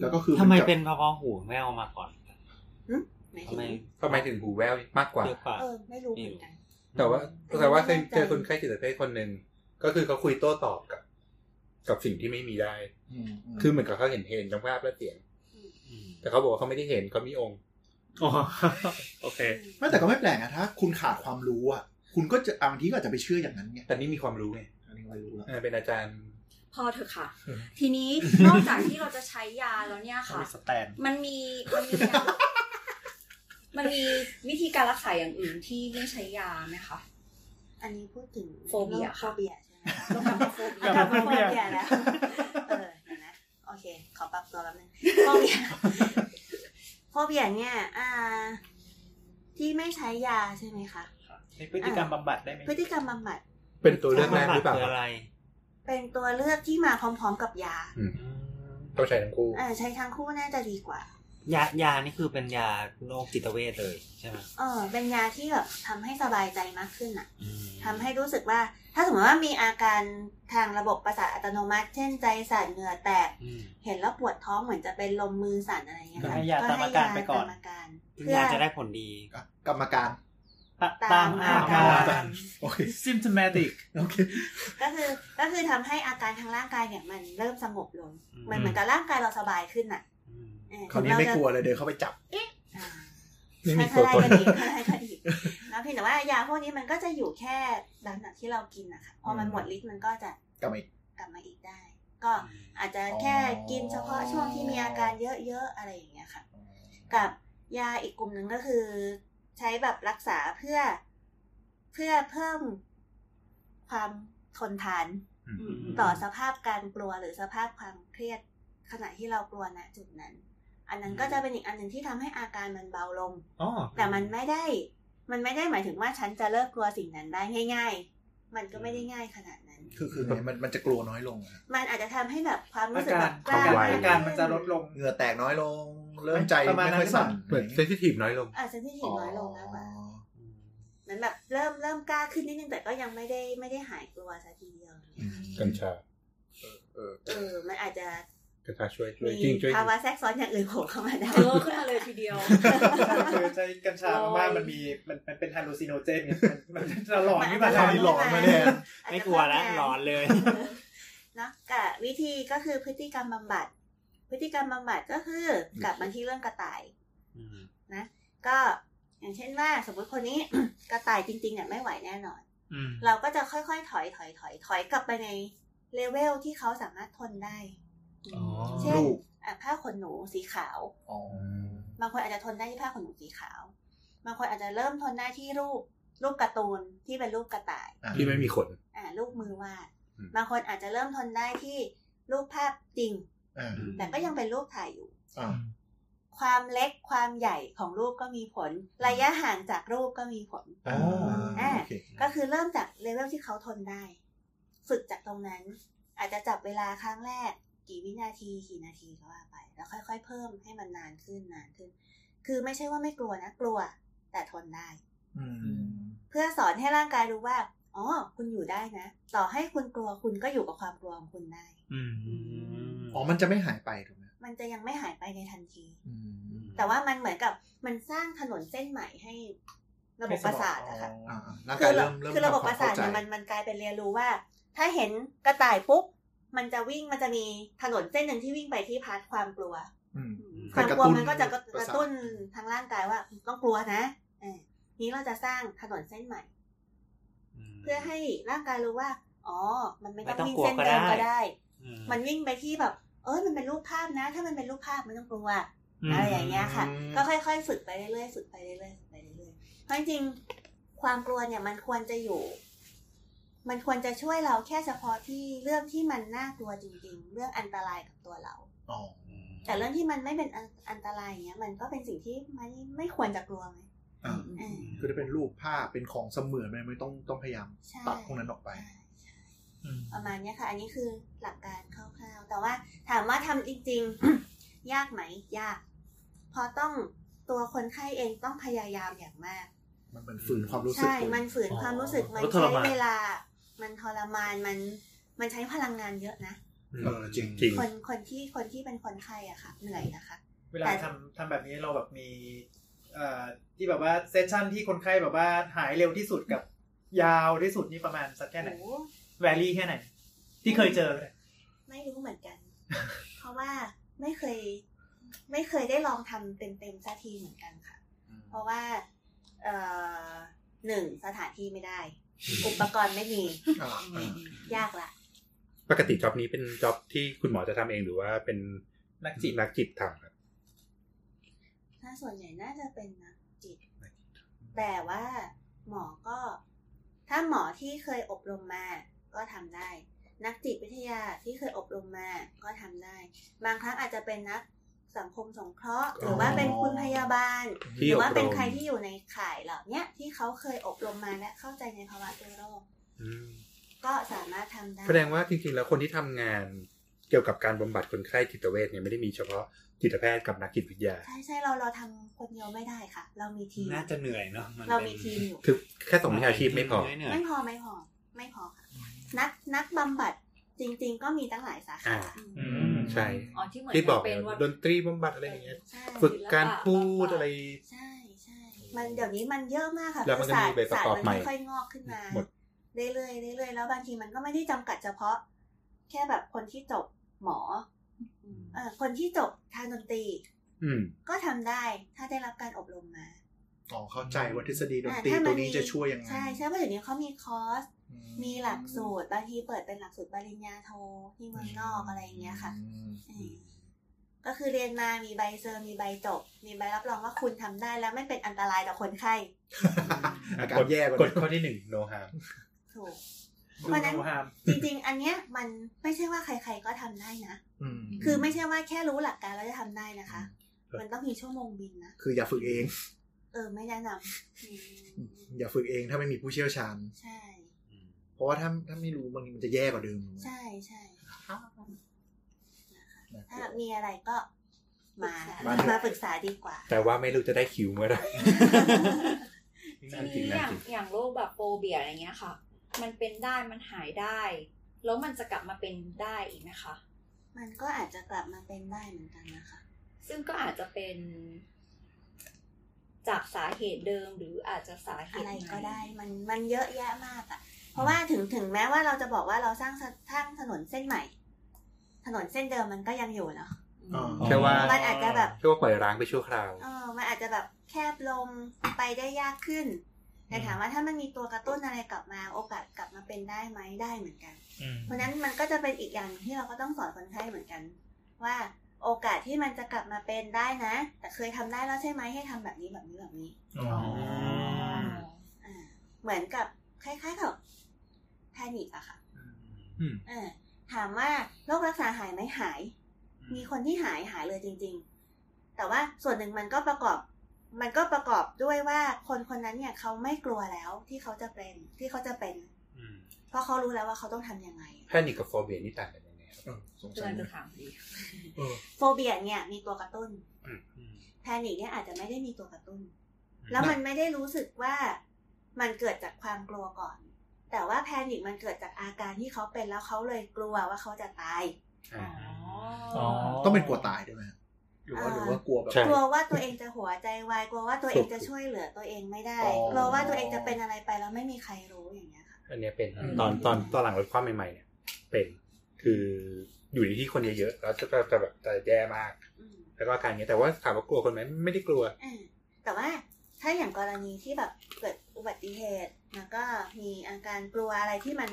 F: แล้วก็คือ
C: ทำไมเป็นพอๆหูแมวมาก่อน
G: ไม่
C: ทำไม
A: ทำไมถึงหูแว่วมากกว่า
C: เยอะกว่า
G: เออไม่รู้เหมือนกัน
A: แต่ว่าแต่ว่าเคย
G: ไม่แน่ใจ
A: เจอคนไข้จิตเภทคนหนึ่งก็คือเขาคุยโต้ตอบกับ กับสิ่งที่ไม่มีได้
F: อืมอืม
A: คือเหมือนกับเขาเห็นเห็นทั้งภาพและเสียง แต่เขาบอกว่าเขาไม่ได้เห็นเขามีองค์
E: อ๋อโอเค
F: ไม่แต่ก็ไม่แปลกนะถ้า คุณขาดความรู้อ่ะ คุณก็จะบางทีก็อาจจะไปเชื่ออย่างนั้นไง
A: แต่นี่มีความรู้ไง
F: อันนี้ก็ไม่รู้ละ
A: เออเป็นอาจารย์
B: พอเถอะค่ะ
A: เออ
B: ทีนี้นอกจากที่เราจะใช้ยาแล้วเนี่ย
D: ต้อง
B: ค่ะ
D: มีสแตน
B: มันมีมันมีอย่างมันมีวิธีการรักษาอย่างอื่นที่ไม่ใช้ยาไหมคะ
G: อันนี้พูดถึง
B: โฟเบีย
G: โรคโฟ
B: ค่ะ
G: เบียใช่ไหมคะ
B: โรคกำเพาะโฟ
G: อา
B: เบีย
G: กลับมาโฟเบียแล้วเออเดี๋ยวนะ โอเค ขอปรับตัวแป๊บนึงโฟเบียโฟเบียเนี่ย อ่า ที่ไม่ใช้ยาใช่ไหมคะ
D: ในพฤติกรรมบำบัดได้ไหม
G: พฤติกรรมบำบัด
A: เป็นตัวเลือกแรกหรือเปล่า
C: คืออะไร
G: เป็นตัวเลือกที่มาพร้อมๆกับยา
A: ต้องใช้ทั้งคู่
G: เออใช้ทั้งคู่น่าจะดีกว่า
C: ยายานี่คือเป็นยาโรคจิตเวชเลยใช่ไหม
G: เออ เป็นยาที่แบบทำให้สบายใจมากขึ้นอ่ะ
C: อืม
G: ทำให้รู้สึกว่า ถ้าสมมติว่ามีอาการทางระบบประสาทอัตโนมัติ เช่นใจสั่นเหงื่อแตก
C: อืม
G: เห็นแล้วปวดท้องเหมือนจะเป็นลมมือสั่นอะไรเงี้ย
D: ก็
G: ค่ะ
D: ให้ยาตามอา
G: ให้
D: การไปก่อน
G: ตมอาการ
C: ซึ่ง
G: เพื่อ
C: ยาจะได้ผลดี
F: อ่ะกรรมการ
G: ตามอา
D: ต
G: การ
F: โอเค
D: symptomatic
F: โอเค
G: ก็คือก็คือทำให้อาการทางร่างกายเนี่ยมันเริ่มสงบลง
C: อืม
G: มันเหมือนกับร่างกายเราสบายขึ้นอ่ะเออ
F: คราวนี้
G: ถึง
F: ไม่
G: เจะ
F: กลัวเลยเดินเข้าไปจับ
G: อ่า
A: ไม่มี
G: ท
A: ตัว
G: ลาย
A: ตน
G: กันอีกทลายกันอีก พียงแต่ว่ายาพวกนี้มันก็จะอยู่แค่หลังจากที่เรากินนะคะพอมันหมดฤทธิ์มันก็จะ
F: กลับมาอีก
G: กลับมาอีกได้ ก็อาจจะแค่กินเฉพาะช่วงที่มีอาการเยอะๆอะไรอย่างเงี้ยค่ะ กับยาอีกกลุ่มหนึ่งก็คือ ใช้แบบรักษาเพื่อเพื่อเพิ่มความทนทาน ต่อสภาพการกลัวหรือสภาพความเครียดขณะที่เรากลัวณจุดนั้น อันนั้นก็จะเป็นอีกอันหนึ่งที่ทำให้อาการมันเบาลง
E: อ๋อ
G: แต่มันไม่ได้ มันไม่ได้หมายถึงว่าฉันจะเลิกกลัวสิ่งนั้นได้ง่าย ๆ มันก็ไม่ได้ง่ายขนาดนั้น
F: คือคือไงมันมันจะกลัวน้อยลงอะครับ
G: มันอาจจะทำให้แบบความ
D: อา
G: รู้สึก
D: การ
G: แบบกล้า
A: ความไว
D: อาการมันจะลดลง
F: เหงื่อแตกน้อยลง เริ่มใจ
D: ประมาณ
F: ไม่
D: นั้น
F: ค่อยสั่น
A: เหมือนเซนซิทีฟน้อยลง
G: อาจจะที่
F: อ๋
G: ถี่
F: อ
G: น้อยลงมากกว่าเหมือนแบบเริ่มเริ่มกล้าขึ้นนิดนึงแต่ก็ยังไม่ได้ไม่ได้หายกลัวซะทีเดียว
F: อืม
A: กัญชา
F: เออ
G: เออมันอาจจะ
A: กัญชาช่วยช่วย
G: มี
A: จริงช่วย
G: ภาวะแทรกซ้อนอย่างอื่นโผล่เข้ามาได้
H: เออขึ้นมาเลยทีเดียว
D: คือใช้กัญชามากๆมันมีมันมันเป็นฮาลูซิโนเจนไงมันมันจะหลอนขึ้น
G: มั
D: มา
G: น
D: แท
G: จะ
D: น
G: หลอนมาเนี่ย อาจจะ
I: ไม่กลัวแล้ว
G: เข้าใจ
I: หลอนเลย
G: เนาะกับวิธีก็คือพฤติกรรมบำบัด พฤติกรรมบำบัดก็คือกลับมาที่เรื่องกระต่ายนะ ก็อย่างเช่นว่าสมมติคนนี้ กระต่ายจริงๆเนี่ยไม่ไหวแน่นอน
E: อืม
G: เราก็จะค่อยๆถอยถอยถอยถอยกลับไปในเลเวลที่เขาสามารถทนได้
E: อ๋อ
G: เช่น
F: ลูก
G: อ่ะผ้าขนหนูสีขาว
F: อ๋อ
G: บางคนอาจจะทนได้ที่ผ้าขนหนูสีขาว บางคนอาจจะเริ่มทนได้ที่รูปรูปการ์ตูนที่เป็นรูปกระต่าย
A: ที่ไม่มีขน
G: อ่ารูปมือวาด
A: อืม
G: บางคนอาจจะเริ่มทนได้ที่รูปภาพจริง
F: อ่า
G: แต่ก็ยังเป็นรูปถ่ายอยู่
F: อ่า
G: ความเล็กความใหญ่ของรูปก็มีผล ระยะห่างจากรูปก็มีผล
F: อ่า
G: อ่า
F: โอเค
G: ก็คือเริ่มจากเลเวลที่เขาทนได้ ฝึกจากตรงนั้น อาจจะจับเวลาครั้งแรก กี่วินาทีกี่นาทีก็ว่าไป แล้วค่อยๆ เพิ่มให้มันนานขึ้นนานขึ้น คือไม่ใช่ว่าไม่กลัวนะกลัว แต่ทนได้
F: อืม
G: เพื่อสอนให้ร่างกายรู้ว่าอ๋อคุณอยู่ได้นะ ต่อให้คุณกลัวคุณก็อยู่กับความกลัวของคุณได้
E: อืม
F: อ๋อมันจะไม่หายไปถูกไหม
G: มันจะยังไม่หายไปในทันที
F: อืม
G: แต่ว่ามันเหมือนกับมันสร้างถนนเส้นใหม่ให้ระบบประสาทอะค่ะ
F: อ่าอ่าร่าง
G: คื
F: กาย
G: ระ
F: เริ่มเริ่ม
G: คือระบบประสาท
F: ทำคว
G: เนี่ย
F: ม
G: มั
F: ข้
G: น
F: ใจ
G: มันกลายเป็นเรียนรู้ว่า ถ้าเห็นกระต่ายปุ๊บมันจะวิ่งมันจะมีถนนเส้นหนึ่งที่วิ่งไปที่พาร์ทความกลัว
F: อืม
G: ความ
F: ไปก
G: กลัว
F: ระตุ้น
G: มันก็จะกระ
F: ประสาท
G: ตุ้นทางร่างกายว่าต้องกลัวนะเออนี้เราจะสร้างถนนเส้นใหม่ เพื่อให้ร่างกายรู้ว่า อ๋อ มันไม่ต้องวิ่งเส้นเดิมก็ได้ มันวิ่งไปที่แบบ เออมันเป็นรูปภาพนะ ถ้ามันเป็นรูปภาพไม่ต้องกลัว อะไรอย่างเงี้ยค่ะ
F: อืม
G: ก็ค่อยๆ ฝึกไปเรื่อยๆ ฝึกไปเรื่อยๆฝึกไปเรื่อยๆ เพราะจริงๆความกลัวเนี่ยมันควรจะอยู่ มันควรจะช่วยเราแค่เฉพาะที่เรื่องที่มันน่ากลัวจริง ๆ เรื่องอันตรายกับตัวเรา
F: อ๋อ
G: แต่เรื่องที่มันไม่เป็นอันอันตรายอย่างเงี้ย มันก็เป็นสิ่งที่ไม่ไม่ควรจะกลัวไหม
F: อ่า
G: อ่า
F: คือถ้าเป็นรูปภาพเป็นของเสมือนมันไม่ต้องต้องพยายาม
G: ใช่
F: ตัดพวกนั้นออกไป
G: ใช่ใช่ประมาณเนี้ยค่ะ อันนี้คือหลักการคร่าวๆ แต่ว่าถามว่าทำจริง ๆ ยากไหมยาก เพอต้องตัวคนไข้เองต้องพยายามอย่างมาก
F: มันเหมือนฝืนความรู้สึก
G: ใช่
F: ตัวเอง
G: มันฝืนความรู้สึก มัน
E: ทร
G: ใช้
E: มาน
G: เวลา มันทรมาน มัน มันใช้พลังงานเยอะนะ
A: เออจริงจริง
G: คนคนที่คนที่เป็นคนไข้อ่ะค่ะ เหนื่อยนะคะ
D: เวลาทำทำแบบนี้เราแบบมีเอ่อที่แบบว่าเซสชั่นที่คนไข้แบบว่าหายเร็วที่สุดกับยาวที่สุดนี่ประมาณสักแค่ไหน
G: โอ้
D: แวรี่แค่ไหน ที่เคยเจอเลย
G: ไม่รู้เหมือนกัน เพราะว่าไม่เคย ไม่เคยได้ลองทำเต็มๆสักทีเหมือนกันค่ะ เพราะว่า เอ่อหนึ่งสถานที่ไม่ได้ อุปกรณ์ไม่มี
F: อ่าอ่าย
G: ากละ
A: ปกติจ็อบนี้เป็นจ็อบที่คุณหมอจะทำเองหรือว่าเป็น
D: นักจิต
A: นักจิตทำครับ
G: ถ้าส่วนใหญ่น่าจะเป็นนักจิต แต่ว่าหมอก็ ถ้าหมอที่เคยอบรมมาก็ทำได้ นักจิตวิทยาที่เคยอบรมมาก็ทำได้ บางครั้งอาจจะเป็นนักสังคมสงเคราะห์ หรือว่าเป็นคุณพยาบาล
A: ที่
G: หรือว่า
A: อบรม
G: เป็นใครที่อยู่ในข่ายเหล่าเนี้ยที่เขาเคยอบรมมาและเข้าใจในภาวะตัวโรค
A: อืม
G: ก็สามารถทำได้
A: แสดงว่าจริงๆ แล้วคนที่ทำงานเกี่ยวกับการบำบัดคนไข้จิตเวชเนี่ยไม่ได้มีเฉพาะจิตแพทย์กับนักจิตวิทยา
G: ใช่ใช่เราเราทำคนเดียวไม่ได้ค่ะ เรามีทีม
C: น่าจะเหนื่อยเนาะน
G: เรา
C: ป็น
G: มีทีมอยู่
A: คือแค่สองวิชาชีพไม่พอ
C: เหนื่อย
G: ไม่พอไม่พอไม่พอค่ะนักนักบำบัดจริง ๆ ก็มีตั้งหลายสาขา
A: อ่า
E: อืม
A: ใช่
H: อ๋อที่เหมือน
A: ที่บอก
H: เป็น
A: ไง
H: ว่า
A: ดนตรีบำบัดอะไรอย่างเงี้ย
G: ใช่
A: ฝึกการพูดอะไร
G: ใช่ใช่มันเดี๋ยวนี้มันเยอะมากค่ะ
A: แล้วมัน
G: คือศาสต
A: ก็มีใบประกอบ
G: ศาสต
A: ใหม่
G: ค่อยๆงอกขึ้นมา
A: หมด
G: เรื่อยๆเรื่อยๆแล้วบางทีมันก็ไม่ได้จำกัดเฉพาะ แค่แบบคนที่จบหมอเออคนที่จบทางดนตรี
A: อืม
G: ก็ทำได้ถ้าได้รับการอบรมมา
F: อ๋อเข้าใจว่าทฤษฎีดน
G: อ่า
F: ตรี
G: ถ้า
F: ตั
G: มั
F: วนี้
G: มี
F: จะช่วยยังไง
G: ใช่ใช่เพราะเดี๋ยวนี้เขามีคอร์ส
F: อื
G: มีหลักสูตรบางทีเปิดเป็นหลักสูตรปริญญาโทที่เมืองนอกอะไรอย่างเงี้ยค่ะ
F: อืม
G: อืม ก็คือเรียนมามีใบเซอร์มีใบจบ มีใบรับรองว่าคุณทำได้และไม่เป็นอันตรายต่อคนไข้
F: อา
A: ะ
F: การแย่กว่า
A: ฎก
F: นั้
A: ฎ
F: น
A: ข้อที่หนึ่งโนฮา
G: ถูก
D: ดู
G: เพราะฉะนั้น
D: ดูฮาม
G: จริงๆ อันเนี้ยมันไม่ใช่ว่าใครๆก็ทำได้นะ
F: อืม
G: คือไม่ใช่ว่าแค่รู้หลักการแล้วจะทำได้นะคะ
F: ครับ
G: มันต้องมีชั่วโมงบินนะ
F: คืออย่าฝึกเอง
G: เออไม่แนะนำ
F: อย่าฝึกเองถ้าไม่มีผู้เชี่ยวชาญ
G: ใช่
F: เพราะว่าถ้าถ้าไม่รู้บางทีมันจะแย่กว่าเดิม
G: ใช่ใช่
F: นะค
G: ถ้า
F: รับ
G: มีอะไรก็มา
F: มาเถอะ
G: มาปรึกษาดีกว่า
A: แต่ว่าไม่รู้จะได้คิวเมื่อไห ร่
B: ทีนี้อย่างอย่างโรคแบบโฟเบียอะไรเงี้ยค่ะ มันเป็นได้มันหายได้ แล้วมันจะกลับมาเป็นได้อีกนะคะ
G: มันก็อาจจะกลับมาเป็นได้เหมือนกันนะคะ
B: ซึ่งก็อาจจะเป็น จากสาเหตุเดิมหรืออาจจะสาเห
G: อะ
B: ตุ
G: ไร
B: ใหม่
G: ก็ได้มันมันเยอะแยะมากอะเพราะว่าถึงถึงแม้ว่าเราจะบอกว่าเราสร้างสสร้างถนนเส้นใหม่ ถนนเส้นเดิมมันก็ยังอยู่เนาะ
B: อืม
A: แค่ว่า
G: มันอาจจะแบบ
A: แค่ว่าปล่อยร้างไปชั่วคราว
G: เออมันอาจจะแบบแคบลงไปได้ยากขึ้น แต่ถามว่าถ้ามันมีตัวกระตุ้นอะไรกลับมาโอกาสกลับมาเป็นได้ไหมได้เหมือนกัน
E: อืม
G: เพราะฉะนั้นมันก็จะเป็นอีกอย่างหนึ่งที่เราก็ต้องสอนคนไข้เหมือนกัน ว่าโอกาสที่มันจะกลับมาเป็นได้นะ แต่เคยทำได้แล้วใช่ไหมให้ทำแบบนี้แบบนี้แบบนี้ อ่าเหมือนกับคล้ายๆกับแพนิคอะค่ะ
A: อืม
G: เออถามว่าโรครักษาหายไหมหาย มีคนที่หายหายเลยจริง ๆ แต่ว่าส่วนหนึ่งมันก็ประกอบ มันก็ประกอบด้วยว่าคนคนนั้นเนี่ยเขาไม่กลัวแล้วที่เขาจะเป็นที่เขาจะเป็น เพราะเขารู้แล้วว่าเขาต้องทำยังไง
A: แพนิคกับโฟเบียนี่ต่างกันยังไงครับ
F: เออสง
B: กำ
F: สั
B: ลั
F: ย
B: งจะถามดี
F: เออ
G: โฟเบียเนี่ยมีตัวกระตุ้นแพนิคเนี่ยอาจจะไม่ได้มีตัวกระตุ้น แล้วมันไม่ได้รู้สึกว่ามันเกิดจากความกลัวก่อน แต่ว่าแพนิคมันเกิดจากอาการที่เขาเป็นแล้วเขาเลยกลัวว่าเขาจะตาย
B: อ๋อ
E: อ๋อ
F: ต้องเป็นกลัวตายด้วยไหมฮะหรือว่า
G: อ่า
F: หรือว่ากลัวแบบ
A: ใช่
G: กลัวว่าตัวเองจะหัวใจวายกลัวว่าตัวเองจะช่วยเหลือตัวเองไม่ได้
F: อ๋อ
G: กลัวว่าตัวเองจะเป็นอะไรไปแล้วไม่มีใครรู้อย่างเงี้ยค่ะ
A: อันเนี้ยเป็นตอนตอนตอนหลังรถความใหม่ ๆ เนี่ย เป็นคืออยู่ในที่คนเยอะๆแล้วจะจะจะแบบจะแย่มาก
G: อืม
A: แล้วก็อาการเนี้ยแต่ว่าถามว่ากลัวคนไหมไม่ได้กลัว
G: อ่าแต่ว่าถ้าอย่างกรณีที่แบบเกิดอุบัติเหตุแล้วก็มีอาการกลัวอะไรที่มัน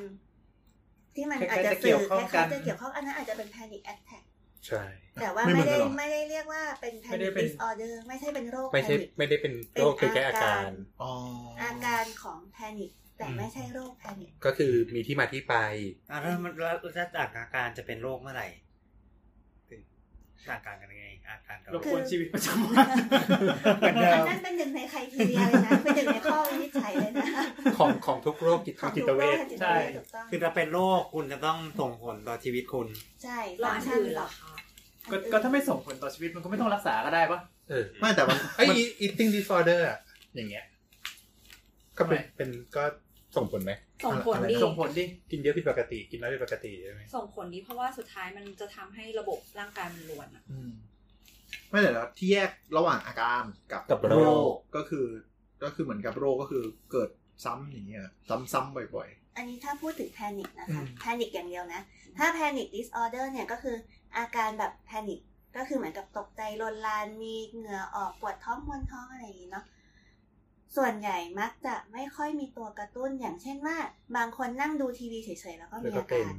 G: ที่มัน
D: คล้ายๆ
G: อาจจะ
D: จะ
G: สื่
D: เกี่ยว
G: อ
D: ข้อง
G: คล้ายๆ
D: กัน
G: จะเกี่ยวข้องอันนั้นอาจจะเป็น panic attack
A: ใช่
G: แต่ว่า
F: ไม่เหมื
G: ไม่
F: อนกั
G: ได้
F: นเหรอ
G: ไม่ได้เรียกว่าเป็น
D: ไม่ได้
G: panic
D: เป็น
G: disorder ไม่ใช่เป็นโรค
A: ไม่ใช่
G: panic
A: ไม่ได้เป็นโรคเป็นแค่อาการ
F: อ๋อ
G: อาการของแพนิคแต่ไม่ใช่โรคแพนิค
A: ก็คือมีที่มาที่ไป
C: อ่ะแล้วมันแล้วถ้าจากอาการจะเป็นโรคเมื่อไหร่ถึงต่างกันยังไงอาการกับ
D: รบ
C: โร
D: ก
C: ค
D: วนชีวิตประ จำวันเหมือนเดิ
G: อัน
D: ม
G: นั้นเป็นหนึ่งในใครทีเดียเลยนะ เป็นหนึ่งในข้อวินิจฉัยเลยนะ
A: ของของทุกโรคจิตทางจิตเวช
G: ใช่ถูกต้อง
C: คือถ้าเป็นโรคคุณจะต้องส่งผลต่อชีวิตคุณ
G: ใช่
B: แล้วอันอื่น
G: หร
B: ล่ะ
G: ก
B: คะ
D: ก็ก็ถ้าไม่ส่งผลต่อชีวิตมันก็ไม่ต้องรักษาก็ได้ปะ
A: เออ
F: ไม่แต่มัน
A: ไอ้
F: มัน
A: eating disorder อะอย่างเงี้ย ก็เป็น
D: ทำไม
A: เป็นก็ส่งผลไหม
B: ส่งผลดี
D: ส่งผลดิ
A: กินเยอะผิดปกติ กินน้อยผิดปกติใช่ไหม
B: ส่งผลดีเพราะว่าสุดท้ายมันจะทำให้ระบบร่างกายมันล้วนอะ
F: อืมไม่แต่แล้วที่แยกระหว่างอาการกับ
A: กับโรค
F: ก็คือ ก็คือเหมือนกับโรคก็คือเกิดซ้ำอย่างเงี้ยซ้ำๆบ่อย
G: อันนี้ถ้าพูดถึงแพนิคนะ
F: อื
G: คะ
F: ม
G: แพนิคอย่างเดียวนะ ถ้าแพนิคดิสออเดอร์เนี่ยก็คืออาการแบบแพนิคก็คือเหมือนกับตกใจลนลานมีเหงื่อออกปวดท้องมวนท้องอะไรอย่างนี้เนาะส่วนใหญ่มักจะไม่ค่อยมีตัวกระตุ้นอย่างเช่นว่า บางคนนั่งดูทีวีเฉยๆแล้วก็มี
A: แล้วก็
G: อา
A: เป็
G: กาน ร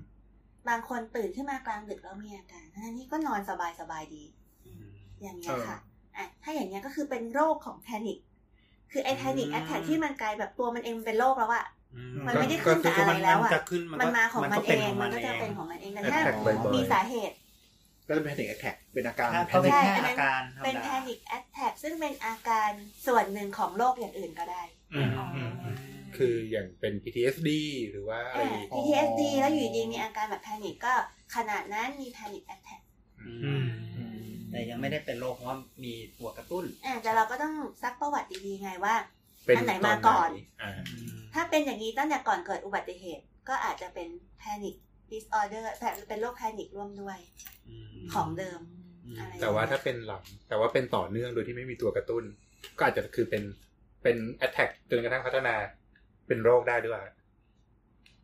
G: บางคนตื่นขึ้นมากลางดึกแล้วมีอาการทั้งๆที่ก็นอนสบายสบายๆดี อย่างเงี้ยค่ะอ่ะ ถ้าอย่างเงี้ยก็คือเป็นโรคของแพนิค คือไอ้แพนิค
C: อืม
G: แอทแทกที่มันกลายแบบตัวมันเองเป็นโรคแล้วอะ
C: อื
G: มันไม่ได้ขึ้นกับอะไรแล้วอะ
C: มันจะขึ้น
G: มั
C: ก็
G: นมาของมัน
C: ก็
G: เอ
C: ป็
G: ง
C: ข
G: มันก็จะเป็น
C: อง
G: ของมันเองแต่ถ้า
A: attack บ่อย
G: มีสาเหตุ
F: ๆ ก็จะเป็นแพนิคแท็กเป็นอาการ
C: ถ้า
F: แพ
C: เขาเป็
F: นิ
C: น
F: ค
C: แค่อาการธรรมดา
G: เป็นแพนิคแอทแทกซึ่งเป็นอาการส่วนหนึ่งของโรคอย่างอื่นก็ได้
C: อืมอืมอืม
A: ๆ คืออย่างเป็น PTSD หรือว่าอะไร
G: อ่า PTSD แล้วอยู่ดีมีอาการแบบแพนิคก็ขนาดนั้นมีแพนิคแอทแทก
C: อืม แต่ยังไม่ได้เป็นโรคเพราะว่ามีหัวกระตุ้น
G: อ่าแต่เราก็ต้องซักประวัติดีๆไงว่า
A: เป็
G: อันไหนมาก่อน
A: อ่า
G: ถ้าเป็นอย่างนี้ตั้งแต่ก่อนเกิดอุบัติเหตุ ก็อาจจะเป็นแพนิคดิสออเดอร์เป็นโรคแพนิคร่วมด้วย ของเดิม
C: อืม
G: อะไรอย่งเงี้ย
A: แต่ว่าถ้าเป็นหลังแต่ว่าเป็นต่อเนื่องโดยที่ไม่มีตัวกระตุ้น ก็อาจจะคือเป็นเป็น attack จนกระทั่งพัฒนาเป็นโรคได้ด้วย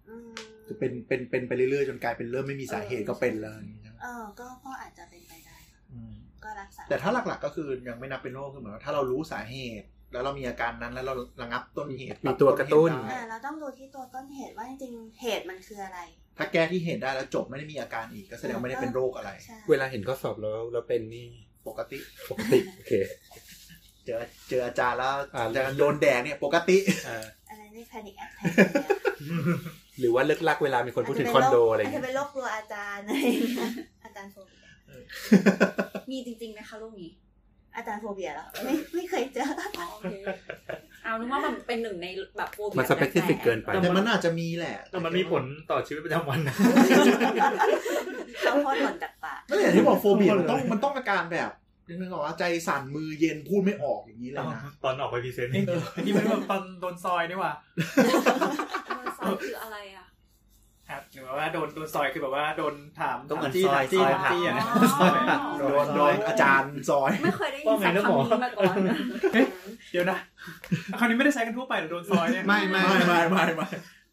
G: อืม
F: คือเป็นเป็นเป็นไปเรื่อยๆ จนกลายเป็นเริ่มไม่มีสาเหตุก็เป็นเลยอย่างเงี้ยใช่ไหม
G: เออก็ก็อาจจะเป็นไปได้
F: อืม
G: ก็รักษา
F: แต่ถ้าหลักๆก็คือยังไม่นับเป็นโรคคือเหมือนว่าถ้าเรารู้สาเหตุ แล้วเรามีอาการนั้นแล้วเราระงับต้นเหตุ
A: มีตัวกระตุ้น
F: ปบ
G: อ่า
F: เหตุได้
G: เราต้องดูที่ตัวต้นเหตุว่าจริงๆเหตุมันคืออะไร
F: ถ้าแก้ที่เหตุได้แล้วจบไม่ได้มีอาการอีกก็แสดงว่าไม่ได้เป็นโรคอะไร
G: ใช่
A: เวลาเห็นข้อสอบแล้วเราเป็นนี่
F: ปกติ
A: ปกติโอเค
F: เจอเจออาจารย์แล้ว
A: อ่า
F: อาจารย์โดนแดดเนี่ยปกติ
A: อ่า
G: อะไรนี่ panic attack
A: หรือว่าเลิกลักเวลามีคนพูดถึงคอนโดอะไร
G: อาจจะ
A: เงี้ย
G: เป็นโรคกลัวอาจารย์อะไรอย่างเงี้ยอาจารย์โฟเบีย
B: มีจริงๆไหมคะโรคนี้
G: อาจารย์โฟเบียเหรอไม่ไม่เคยเจอ
B: อ๋อโอเคเอานึกว่ามันเป็นหนึ่งในแบบโฟเบีย
A: มันสเปกซิฟิกเกินไป
F: แต่มันอาจจะมีแหละ
E: แต่มันมีผลต่อชีวิตประจำวันนะ
G: เขาพ่นหล่นจากปาก
F: นั่นแหละที่บอกโฟเบียมันต้องมันต้องอาการแบบนึกออกว่าใจสั่นมือเย็นพูดไม่ออกอย่างนี้เลยนะ
E: ตอนออกไปพรีเซนต์
D: นี่ที่มันแบบตอนโดนซอยนี่หว่า
B: มันซ้ายคืออะไรอ่ะ
D: ครับหรือว่าโดนโดนซอยคือแบบว่าโดนถาม
C: ต้องเหมือน
D: ถาจี้
C: ซอย
D: จี้
C: ซอยผัก
D: ถามจี้อะนะ
B: อ๋อ
F: โดนโดนอาจารย์ซอย
B: ไม่เคยได้ยินสักคำนี้มาก่อน
D: เดี๋ยวนะ คราวนี้ไม่ได้ใช้กันทั่วไปเหรือโดนซอยเนี่ย
A: ไม่ไม่
F: ไม่ไม่ไม่ไม่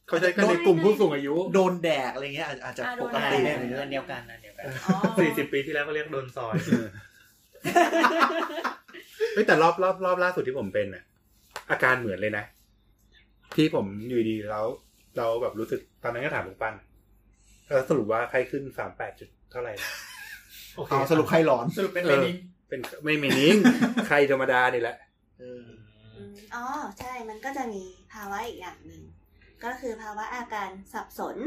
A: เขาใช้กันในกลุ่มผู้สูงอายุ
F: โดนแดกอะไรเงี้ยอาจอาจจะ
B: อ่าโด
F: ป
B: น
F: ก
B: แดก
F: ติ
C: เ
F: เนี่ย
C: รื่องเดียวกันอันเดียวกัน
B: อ๋อ
E: สี่สิบปีที่แล้วก็เรียกโดนซอย
A: เฮ้ยแต่รอบรอบรอบล่าสุดที่ผมเป็นอะอาการเหมือนเลยนะ ที่ผมอยู่ดีแล้ว เราแบบรู้สึกตอนนั้นก็ถามลุงปั้นแล้วสรุปว่าใครขึ้นสามแปดจุดเท่าไหร่นะ
E: โอเค
F: เอาสรุปใครหลอน
D: สรุปเป็นเลนิง
A: เป็นไม่มี นิ่ง ใครธรรมดานี่แหละ
F: เออ
G: อ๋อ ใช่ มันก็จะมีภาวะอีกอย่างหนึ่ง ก็คือภาวะอาการสับสน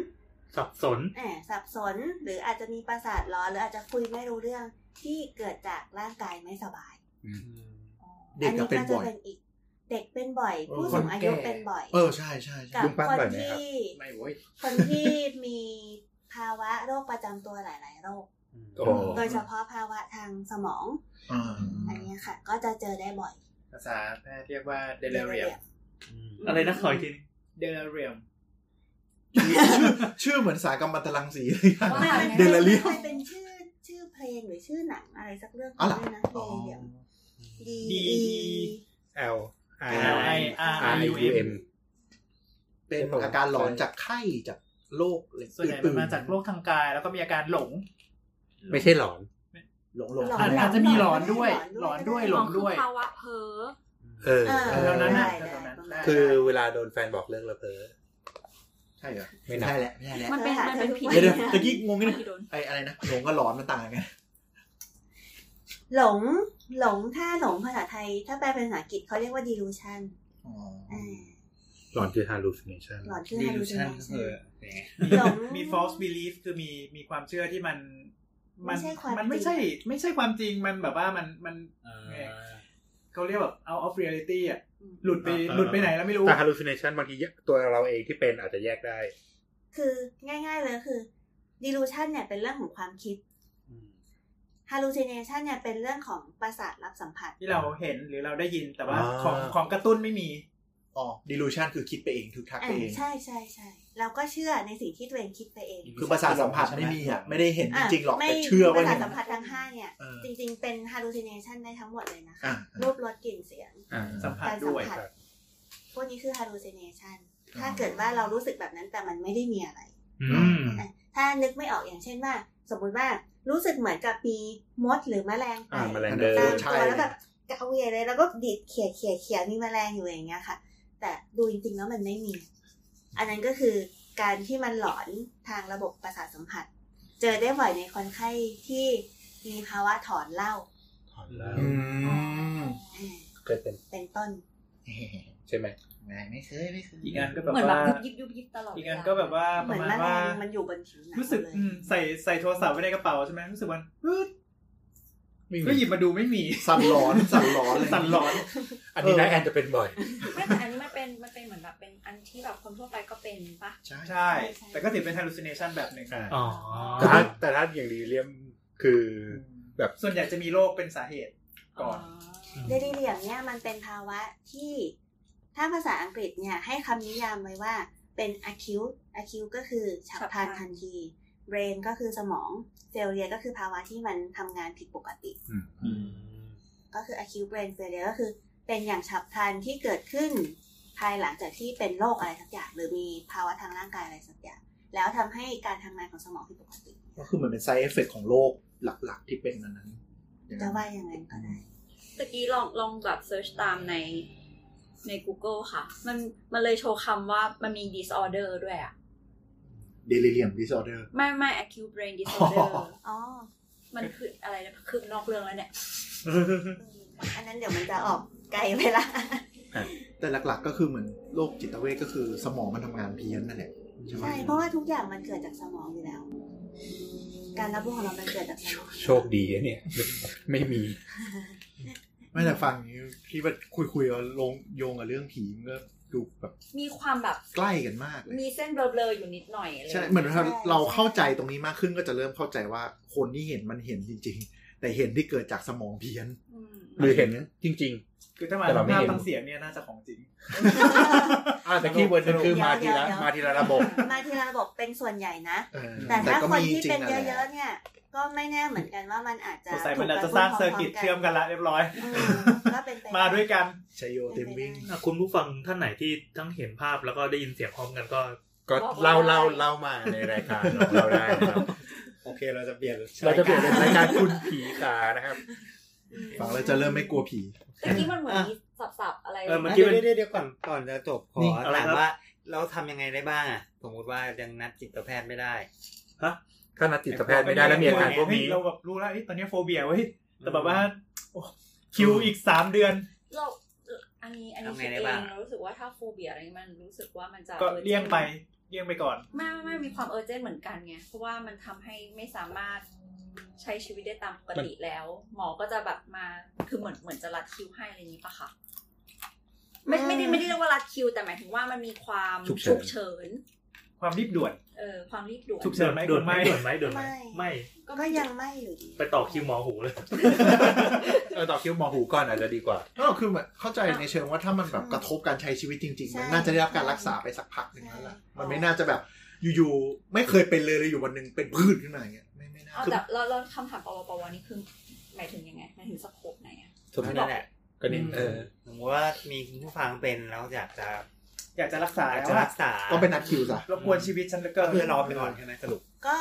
E: สับสน
G: แอบสับสน หรืออาจจะมีประสาทร้อน หรืออาจจะคุยไม่รู้เรื่องที่เกิดจากร่างกายไม่สบาย
F: เด็
G: อั
F: ก
G: น
F: ก็
G: นี้
F: เป็น
G: ก็จะ
F: บ่อย
G: เป็นอีก เด็กเป็นบ่อย
F: เออ
G: ผู้สูงอายุ
F: คนแก่
G: เป็นบ่อย
F: เออใช่ใช่ใช่
G: กับ
A: ลุงป้า
G: คน
A: บ่อยไหมครับ
G: ที่
F: ไม่โว้ย
G: คนที่มีภาวะโรคประจำตัวหลาย ๆ โรค
A: โอ้
F: อ๋อ
G: โดยเฉพาะภาวะทางสมอง
F: อ่า
G: อันเนี้ยค่ะ ก็จะเจอได้บ่อย
D: ภาษาแพทย์เรียกว่าเดลเรียม
E: อะไรนะขออีกที
D: เดลเรียม
F: ชื่อชื่อเหมือนสายกำมมันตรังสีเลยอะ
G: ว่ามัน
F: เดลเรียม
G: มันเป็นชื่อชื่อเพลงหรือชื่อหนังอะไรสักเรื่อง
F: อ๋อเหรอ
G: ด้วยนะเดลเรียม D
D: D
G: E
A: L I
D: L I R
A: R
D: U
A: U
D: M
A: M
F: เป็นอาการหลอนจากไข้จากโรคอะไร
D: ส่วนใหญ่มันมาจากโรคทางกาย แล้วก็มีอาการหลง
A: ไม่ใช่หลอน
F: หลงหลง
G: หล
D: อาจอาจจะมีหลอนด้วย หลอนด้วยหล
B: อ๋อง คือ
D: ด้วย
B: ภาวะเพ้อ
A: เออ
G: อ่า
D: เท่านั้นน่ะ
G: ได้
D: เท่านั้น
G: ได้
A: คือเวลาโดนแฟนบอกเลิกละเพอ
F: ใช่เหรอ
A: ไม่
F: ไม่
A: นับ
F: ใช่แหละไม่ใช่แหละ
B: มันเป็นมันเป็นผี
F: เดี๋ยวเดี๋ยวตะกี้งงนิดนึง
B: ผีโดน
F: ไอ้อะไรนะหลงกับหลอนมันต่างกันไง
G: หลงหลงถ้าหลงภาษาไทย ถ้าแปลเป็นภาษาอังกฤษเขาเรียกว่า delusion
F: อ๋อ
G: อ่า
A: หลอนคือ hallucination
G: หลอนคือ
C: ดีลูชั่น
G: hallucination
C: ก็คืออย่างเงี้ย
D: มี
G: หลง
D: มี false belief คือมีมีความเชื่อที่มัน
G: ไม่ใช่ความ
D: มันไม่ใช่
G: จริง
D: ไม่ใช่ความจริงมันแบบว่ามันมัน
C: อ่า
D: เขาเรียกแบบ out of reality อ่ะหลุดไปหลุดไปไหนแล้วไม่รู้
A: แต่ hallucination บางทีตัวเราเองที่เป็นอาจจะแยกได้
G: คือง่าย ๆเลยคือ delusion เนี่ยเป็นเรื่องของความคิด
C: อืม
G: hallucination เนี่ยเป็นเรื่องของประสาทรับสัมผัส
D: ที่เราเห็นหรือเราได้ยินแต่ว่า
A: อ่า
D: ของของกระตุ้นไม่มี
F: อ๋อดิลูชันคือคิดไปเองทึกทักไป
G: อ่า
F: เอง
G: ใช่ใช่ใช่เราก็เชื่อในสิ่งที่ตัวเองคิดไปเอง
F: คือประสาทสัมผัสไม่มีอ่ะ ไม่ได้เห็นจ
G: อ่ะ
F: ริงๆหรอก
G: ไม่
F: แต่เชื่อ
G: ป
F: ว่า
G: ระสา
F: เห็
G: ท
F: น
G: สัมผัสทั้งห้าเนี่ย
F: เออ
G: จริงๆ เป็น hallucination ได้ทั้งหมดเลยนะคะ
F: อ่ะ
G: รูปรสกลิ่นเสียง
A: อ่า
D: สัมผัส
G: การสั
D: ด้
G: ม
D: วย
G: ผัส
A: ครับ
G: พวกนี้คือ hallucination
F: อ๋อ
G: ถ้าเกิดว่าเรารู้สึกแบบนั้นแต่มันไม่ได้มีอะไร
E: อืม
G: อ่ะถ้านึกไม่ออกอย่างเช่นว่า สมมุติว่ารู้สึกเหมือนกับมีมดหรือแมลงไป
A: อ่าแมลง
G: ตาม
A: เดิ
G: ตัวน
F: ใช่
G: แล้วแบบกระเวียเลยแล้วก็ดีดเขี่ยเขี่ยเขี่ยมีแมลงอยู่อย่างเงี้ยค่ะ แต่ดูจริงๆแล้วมันไม่มี อันนั้นก็คือการที่มันหลอนทางระบบประสาทสัมผัส เจอได้บ่อยในคนไข้ที่มีภาวะถอนเหล้า
A: ถอนแล้ว
F: อืม
G: อ่า
A: เคยเป็น
G: เป็นต้น
A: ใช่ไหม
F: ไม่ไม่เคยไม่เคย
D: อีกอันก็แบบ
B: เหมือนแบ
D: ว่า
B: บยุบยิบยุบยิบตลอด
D: อีกอันก็แบบว่า
G: เห
D: ป
G: มือน
D: ระมาณ
G: แมล
D: ว่า
G: งมันอยู่บนผิวหนัง
D: รู้สึก
G: เลย
D: อืมใส่ใส่โทรศัพท์ไว้ในกระเป๋าใช่ไหมรู้สึกว่าปึ๊ดก็หยิบมาดูไม่มี
F: สั่นหลอนสั่นหลอนเลย
D: สั่นหลอน
A: อันนี้นายแอนจะเป็นบ่อย
B: ไม่แต่อันนี้มันเป็นมันเป็นเหมือนแบบเป็นอันที่แบบคนทั่วไปก็เป็นปะ
F: ใช่
D: ใช่ แต่ก็ถือเป็น hallucination แบบหนึ่ง
A: อ่า
E: อ๋อ
A: แต่ถ้าแต่ถ้าอย่างดีเลียมคือ แบบ
D: ส่วนใหญ่จะมีโรคเป็นสาเหตุก่อน
G: เดลิเรียมเนี่ยมันเป็นภาวะที่ถ้าภาษาอังกฤษเนี่ยให้คำนิยามไว้ว่าเป็น acute acute ก็คือฉับพลัน
B: ฉับพลัน
G: ทันที brain ก็คือสมอง เซลเลียก็คือภาวะที่มันทำงานผิดปกติ ก็คือ acute brain failure ก็คือเป็นอย่างฉับพลันที่เกิดขึ้น ภายหลังจากที่เป็นโรคอะไรสักอย่าง หรือมีภาวะทางร่างกายอะไรสักอย่าง แล้วทำให้การทำงานของสมองผิดปกติ
F: ก็คือเหมือนเป็นไซเอฟเฟกของโรคหลักๆที่เป็นอันนั้น
G: จะว่าอย่างนั้นก็ได้
B: ตะกี้ลองลองแบบเซิร์ชตามใน ใน Google ค่ะ มันมันเลยโชว์คำว่ามันมี disorder ด้วยอะ
F: delirium disorder
B: ไม่ไม่ acute brain disorder
F: อ๋อ
G: อ๋อ
B: มันคืออะไรนะคือนอกเรื่องแล้วเนี่ย
G: อันนั้นเดี๋ยวมันจะออกไกลไปละ
F: แต่หลักๆ ก็คือเหมือนโรคจิตเวชก็คือสมองมันทำงานเพี้ยนนั่นแหละใช่ไหม
G: ใช่ เพราะว่าทุกอย่างมันเกิดจากสมองอยู่แล้ว การรับรู้ของเรามันเกิดจากสมอง
A: โชคดีอะเนี่ย ไม่มี
F: ไม่แต่ฟังอย่างนี้ที่ว่าคุยๆแล้วลงโยงกับเรื่องผีมันก็ดูแบบ
B: มีความแบบ
F: ใกล้กันมากเลย
B: มีเส้นเบลอๆอยู่นิดหน่อยอะไร
F: ใช่เหมือนเราเราเข้าใจตรงนี้มากขึ้นก็จะเริ่มเข้าใจว่าคนที่เห็นมันเห็นจริง ๆ แต่เห็นที่เกิดจากสมองเพี้ยน
B: อืม
A: หรือเห็นจริง
D: คือถ้ามา
A: แต่เราไม่
D: ภาพ
A: เห็น
D: ทางเสียงเนี่ยน่าจะของจริง
A: ๆอ่าแต่คีย์เวิร์ดมันคือมาทีละ
G: เดี๋ยวๆ
A: มาทีละระบบ
G: มาทีละระบบเป็นส่วนใหญ่นะ
F: เออ
G: แต่ถ้า
F: ก็
G: คน
F: มี
G: ที่
F: จริง
G: เป็น
F: นั่น
G: เย
F: แหละ
G: อะๆเนี่ย ก็ไม่แน่เหมือนกันว่ามันอาจจะ
D: สงสัยมันอาจจะสร้างเซอร์กิตเชื่อมกันละเรียบร้อย
G: อืมก็เป็นไป
D: มาด้วยกัน
F: ชัยโยเต็มวิ่ง
E: อ่ะคุณผู้ฟังท่านไหนที่ทั้งเห็นภาพแล้วก็ได้ยินเสียงพร้อมกันก็
A: ก็เล่าเล่าเล่ามาในรายการของเราได้นะครับ
C: โอเคเราจะเปลี่ยน
A: เราจะเปลี่ยนเป็นรายการคุณผีขานะครับ
G: อืม
F: ฟังแล้วจะเริ่มไม่กลัวผี
B: เมื่อกี้มันเหมือนมีสับๆอะไร
E: เออ
C: เมื่อ
E: เมื่อ
C: กี้
E: กี้
C: มั
E: มัน น
C: เดี๋ยวๆเดี๋ยวก่อนก่อนจะจบขอ
F: นี่
E: อะไร
C: ถาม
E: ครับ
C: ว่า เราทำยังไงได้บ้างอ่ะสมมติว่ายังนัดจิตแพทย์ไม่ได้
A: ถ้านัดจิตแพทย์ไม่ได้แล้วมีอาการพวกนี้
D: เราแบบรู้แล้วเอ้ยตอนนี้โฟเบียเว้ยแต่แบบว่าโอ้คิวอีกสามเดือน
B: เราอันนี้อันนี้
C: ทำไง
B: คิด
C: ได้
B: เอ
C: บ้าง
B: งเรารู้สึกว่าถ้าโฟเบียอะไรมันรู้สึกว่ามันจะ
D: ก็เลี่ยงไปเลี่ยงไปก่อน
B: ไม่ไม่ไม่มีความเออร์เจนเหมือนกันไง เพราะว่ามันทำให้ไม่สามารถใช้ชีวิตได้ตามปกติแล้ว หมอก็จะแบบมาคือเหมือนเหมือนจะรัดคิวให้อะไรอย่างนี้ปะคะไม่ไม่ได้ไม่ได้เรียกว่ารัดคิว แต่หมายถึงว่ามันมีความ
A: ฉุกเฉิน
B: เฉิน
D: ความรีบด่วน
B: เออความรีบด่วน
D: ฉุกเฉินไหม
E: ด่วนไหม
D: ไม่
E: ด่วนไหมด่วนไหมไม่
G: ก็ยังไม่อยู่ดี
E: ไปต่อคิวหมอหูเลย
A: เออต่อคิวหมอหูก่อนอาจจะดีกว่า
F: ก็คือเหมือนเข้าใจในเชิงว่าถ้ามันแบบกระทบการใช้ชีวิตจริง
G: ใช่
F: ๆ มันน่าจะได้รับการรักษาไปสักพักหนึ่งแล้วล่ะ
G: ใช่
F: มันไม่น่าจะแบบอยู่ๆไม่เคยเป็นเลยเลยอยู่วันหนึ่งเป็นพืชขึ้นมาอย่างเงี้ยไม่ไม่น่า
B: เอาแต่เราเราคำถามปวปวนี่คือหมายถึงยังไงหมายถึงสโคปไหนอะ
A: สมมติ
C: นั่นแหละ
A: ก็นี่เออ
C: สมมติว่ามีคุณผู้ฟังเป็นแล้วอยากจะ
D: อยากจะรักษา
C: อยาก
D: แล้ว
C: จะรั
D: อะ
C: กษา
F: ต้องเป็นนัดคิวซะ
D: รบกวนชีวิตฉันเหลือเกิ
C: ก็
D: น
C: คือรอไปก่อนใช่ไหมสรุป
G: ก็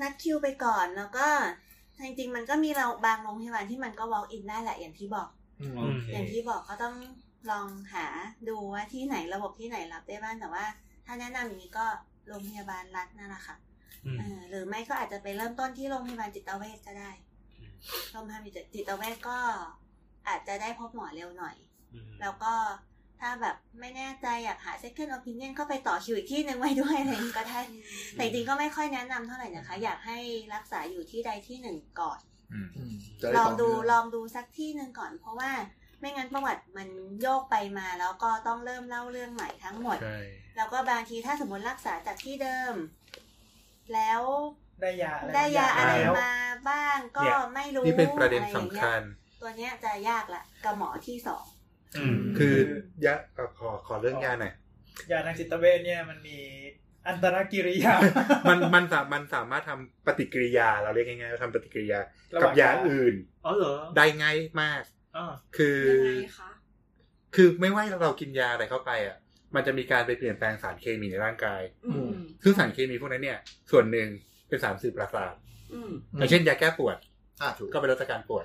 G: นัดคิวไปก่อนแล้วก็จริงๆมันก็มีเราบางโรงพยาบาลที่มันก็ walk in ได้แหละอย่างที่บอก อย่างที่บอกก็ต้องลองหาดูว่าที่ไหนระบบที่ไหนรับได้บ้างแต่ว่า ถ้าแนะนำอย่างนี้ก็โรงพยาบาลรัฐนั่นแหละค่ะ
E: อืม
G: เออหรือไม่ก็อาจจะไปเริ่มต้นที่โรงพยาบาลจิตเวชก็ได้โรงพยาบาลจิตเวชก็อาจจะได้พบหมอเร็วหน่อย แล้วก็ถ้าแบบไม่แน่ใจอยากหา second opinion ก็ไปต่อคิวอีกที่หนึ่งไว้ด้วยอะไรอย่างนี้ก็ได้แต่จริงๆก็ไม่ค่อยแนะนำเท่าไหร่นะคะ อยากให้รักษาอยู่ที่ใดที่หนึ่งก่อน
F: อืมจะ
G: ล
F: ไต่
G: องดู
F: เนื่
G: ลองดูสักที่หนึ่งก่อน เพราะว่าไม่งั้นประวัติมันโยกไปมาแล้วก็ต้องเริ่มเล่าเรื่องใหม่ทั้งหมด
A: ใช่
G: แล้วก็บางทีถ้าสมมติรักษาจากที่เดิม แล้ว
D: ได้ยาอะไร
G: ได้ยาอะไร
D: แล้ว
G: มาบ้างก็
A: เนี่ย
G: ไม่รู้
A: นี่เป็นประเด็น
G: อไอ
A: สำ
G: ย่างงี้ย
A: คัญ
G: ตัวเนี้ยจะยากละกับหมอที่สอง
E: อืม
A: คือยะเอ่อขอขอเรื่องยาหน่อย
D: ยาทางจิตเวชเนี่ยมันมีอันตรกิริยา
A: มันมันสามันสามารถทำปฏิกิริยาเราเรียกง่ายๆว่าทำปฏิกิริยา
D: ระห
A: กับ
D: ว่าง
A: ยาย
D: า
A: อื่น
E: อ๋อเหรอ
A: ได้ง่ายมาก
E: อ่า
A: คือ
B: ยังไงคะ
A: คือไม่ว่าเรากินยาอะไรเข้าไปอ่ะ มันจะมีการไปเปลี่ยนแปลงสารเคมีในร่างกาย
B: อืม
A: ซึ่งสารเคมีพวกนั้นเนี่ย ส่วนหนึ่งเป็นสารสื่อประสาท
B: อืม
A: อย่างเช่นยาแก้ปวด
F: อ่าถูก
A: ก็เป็นลดอาการปวด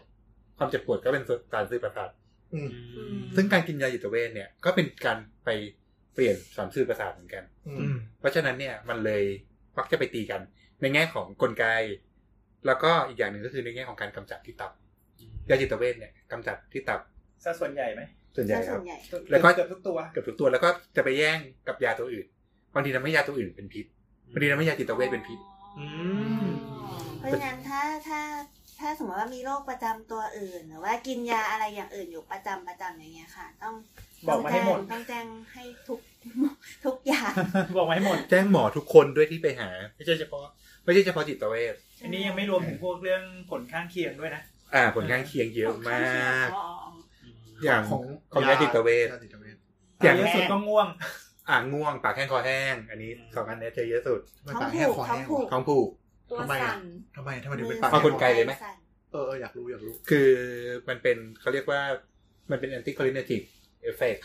A: ความเจ็บปวดก็เป็นสารสื่อประสาท
F: อืม
B: อืม
A: ซึ่งการกินยาจิตเวชเนี่ยก็เป็นการไปเปลี่ยนสารสื่อประสาทเหมือนกัน
F: อื
E: อื
F: ม
E: ม
A: เพราะฉะนั้นเนี่ยมันเลยมักจะไปตีกัน ในแง่ของกลไก แล้วก็อีกอย่างหนึ่งก็คือในแง่ของการกำจัดที่ตับยาจิตเวชเนี่ยกำจัดที่ตับ
D: ซะส่วนใหญ่ไหม
A: ส่วนให
G: ซะ
A: ญ่ค
G: ส่
A: รั
G: ว
A: บ
G: นใหญ่
A: แล้วก็
D: เกือบทุกตัว
A: เกือบทุกตัวแล้วก็จะไปแย่งกับยาตัวอื่นบางทีทำให้ยาตัวอื่นเป็นพิษบางทีทำให้ยาจิตเวชเป็นพิษ
E: อืม
G: เพราะฉะนั้นถ้าถ้าถ้าสมมติว่ามีโรคประจำตัวอื่น หรือว่ากินยาอะไรอย่างอื่นอยู่ประจำประจำอย่างเงี้ยค่ะ ต้อง
D: บอกมาให้หมด
G: ต้องแจ้งต้องแจ้งให้ทุก ทุกอย่าง
D: บอกมาให้หมด
A: แจ้งหมอทุกคนด้วยที่ไปหา ไม่ใช่เฉพาะ ไม่ใช่เฉพาะจิตเวช
D: อันนี้ยังไม่รวมถึงพวกเรื่องผลข้างเคียงด้วยนะ
A: อ่า ผลข้างเคียงเยอะมาก
B: อ๋ออ๋ออ๋อ
A: อย่าง
F: ของ
A: ของยาจิตเวช
F: ยาจิตเวช
D: อย่
A: อา
D: ย่าง งสุดก็ง่วง
A: อ่าง่วงปากแห้งคอแห้ง อันนี้สองอันเนี้ยเจอเยอะสุด
F: ทำไมปากแห้งคอแห้ง
G: ท้องผูก
A: ท้องผูก
B: ตัว
F: ทำไม
B: สั่
F: อะ
B: น
F: ทำไมทำไมถึงเป็นปาก
A: เอา
F: แห้ง
A: กลไก เลยไหม
G: สั่น
F: เออเอออยากรู้อยากรู้
A: คือมันเป็นเขาเรียกว่ามันเป็น anti cholinergic effect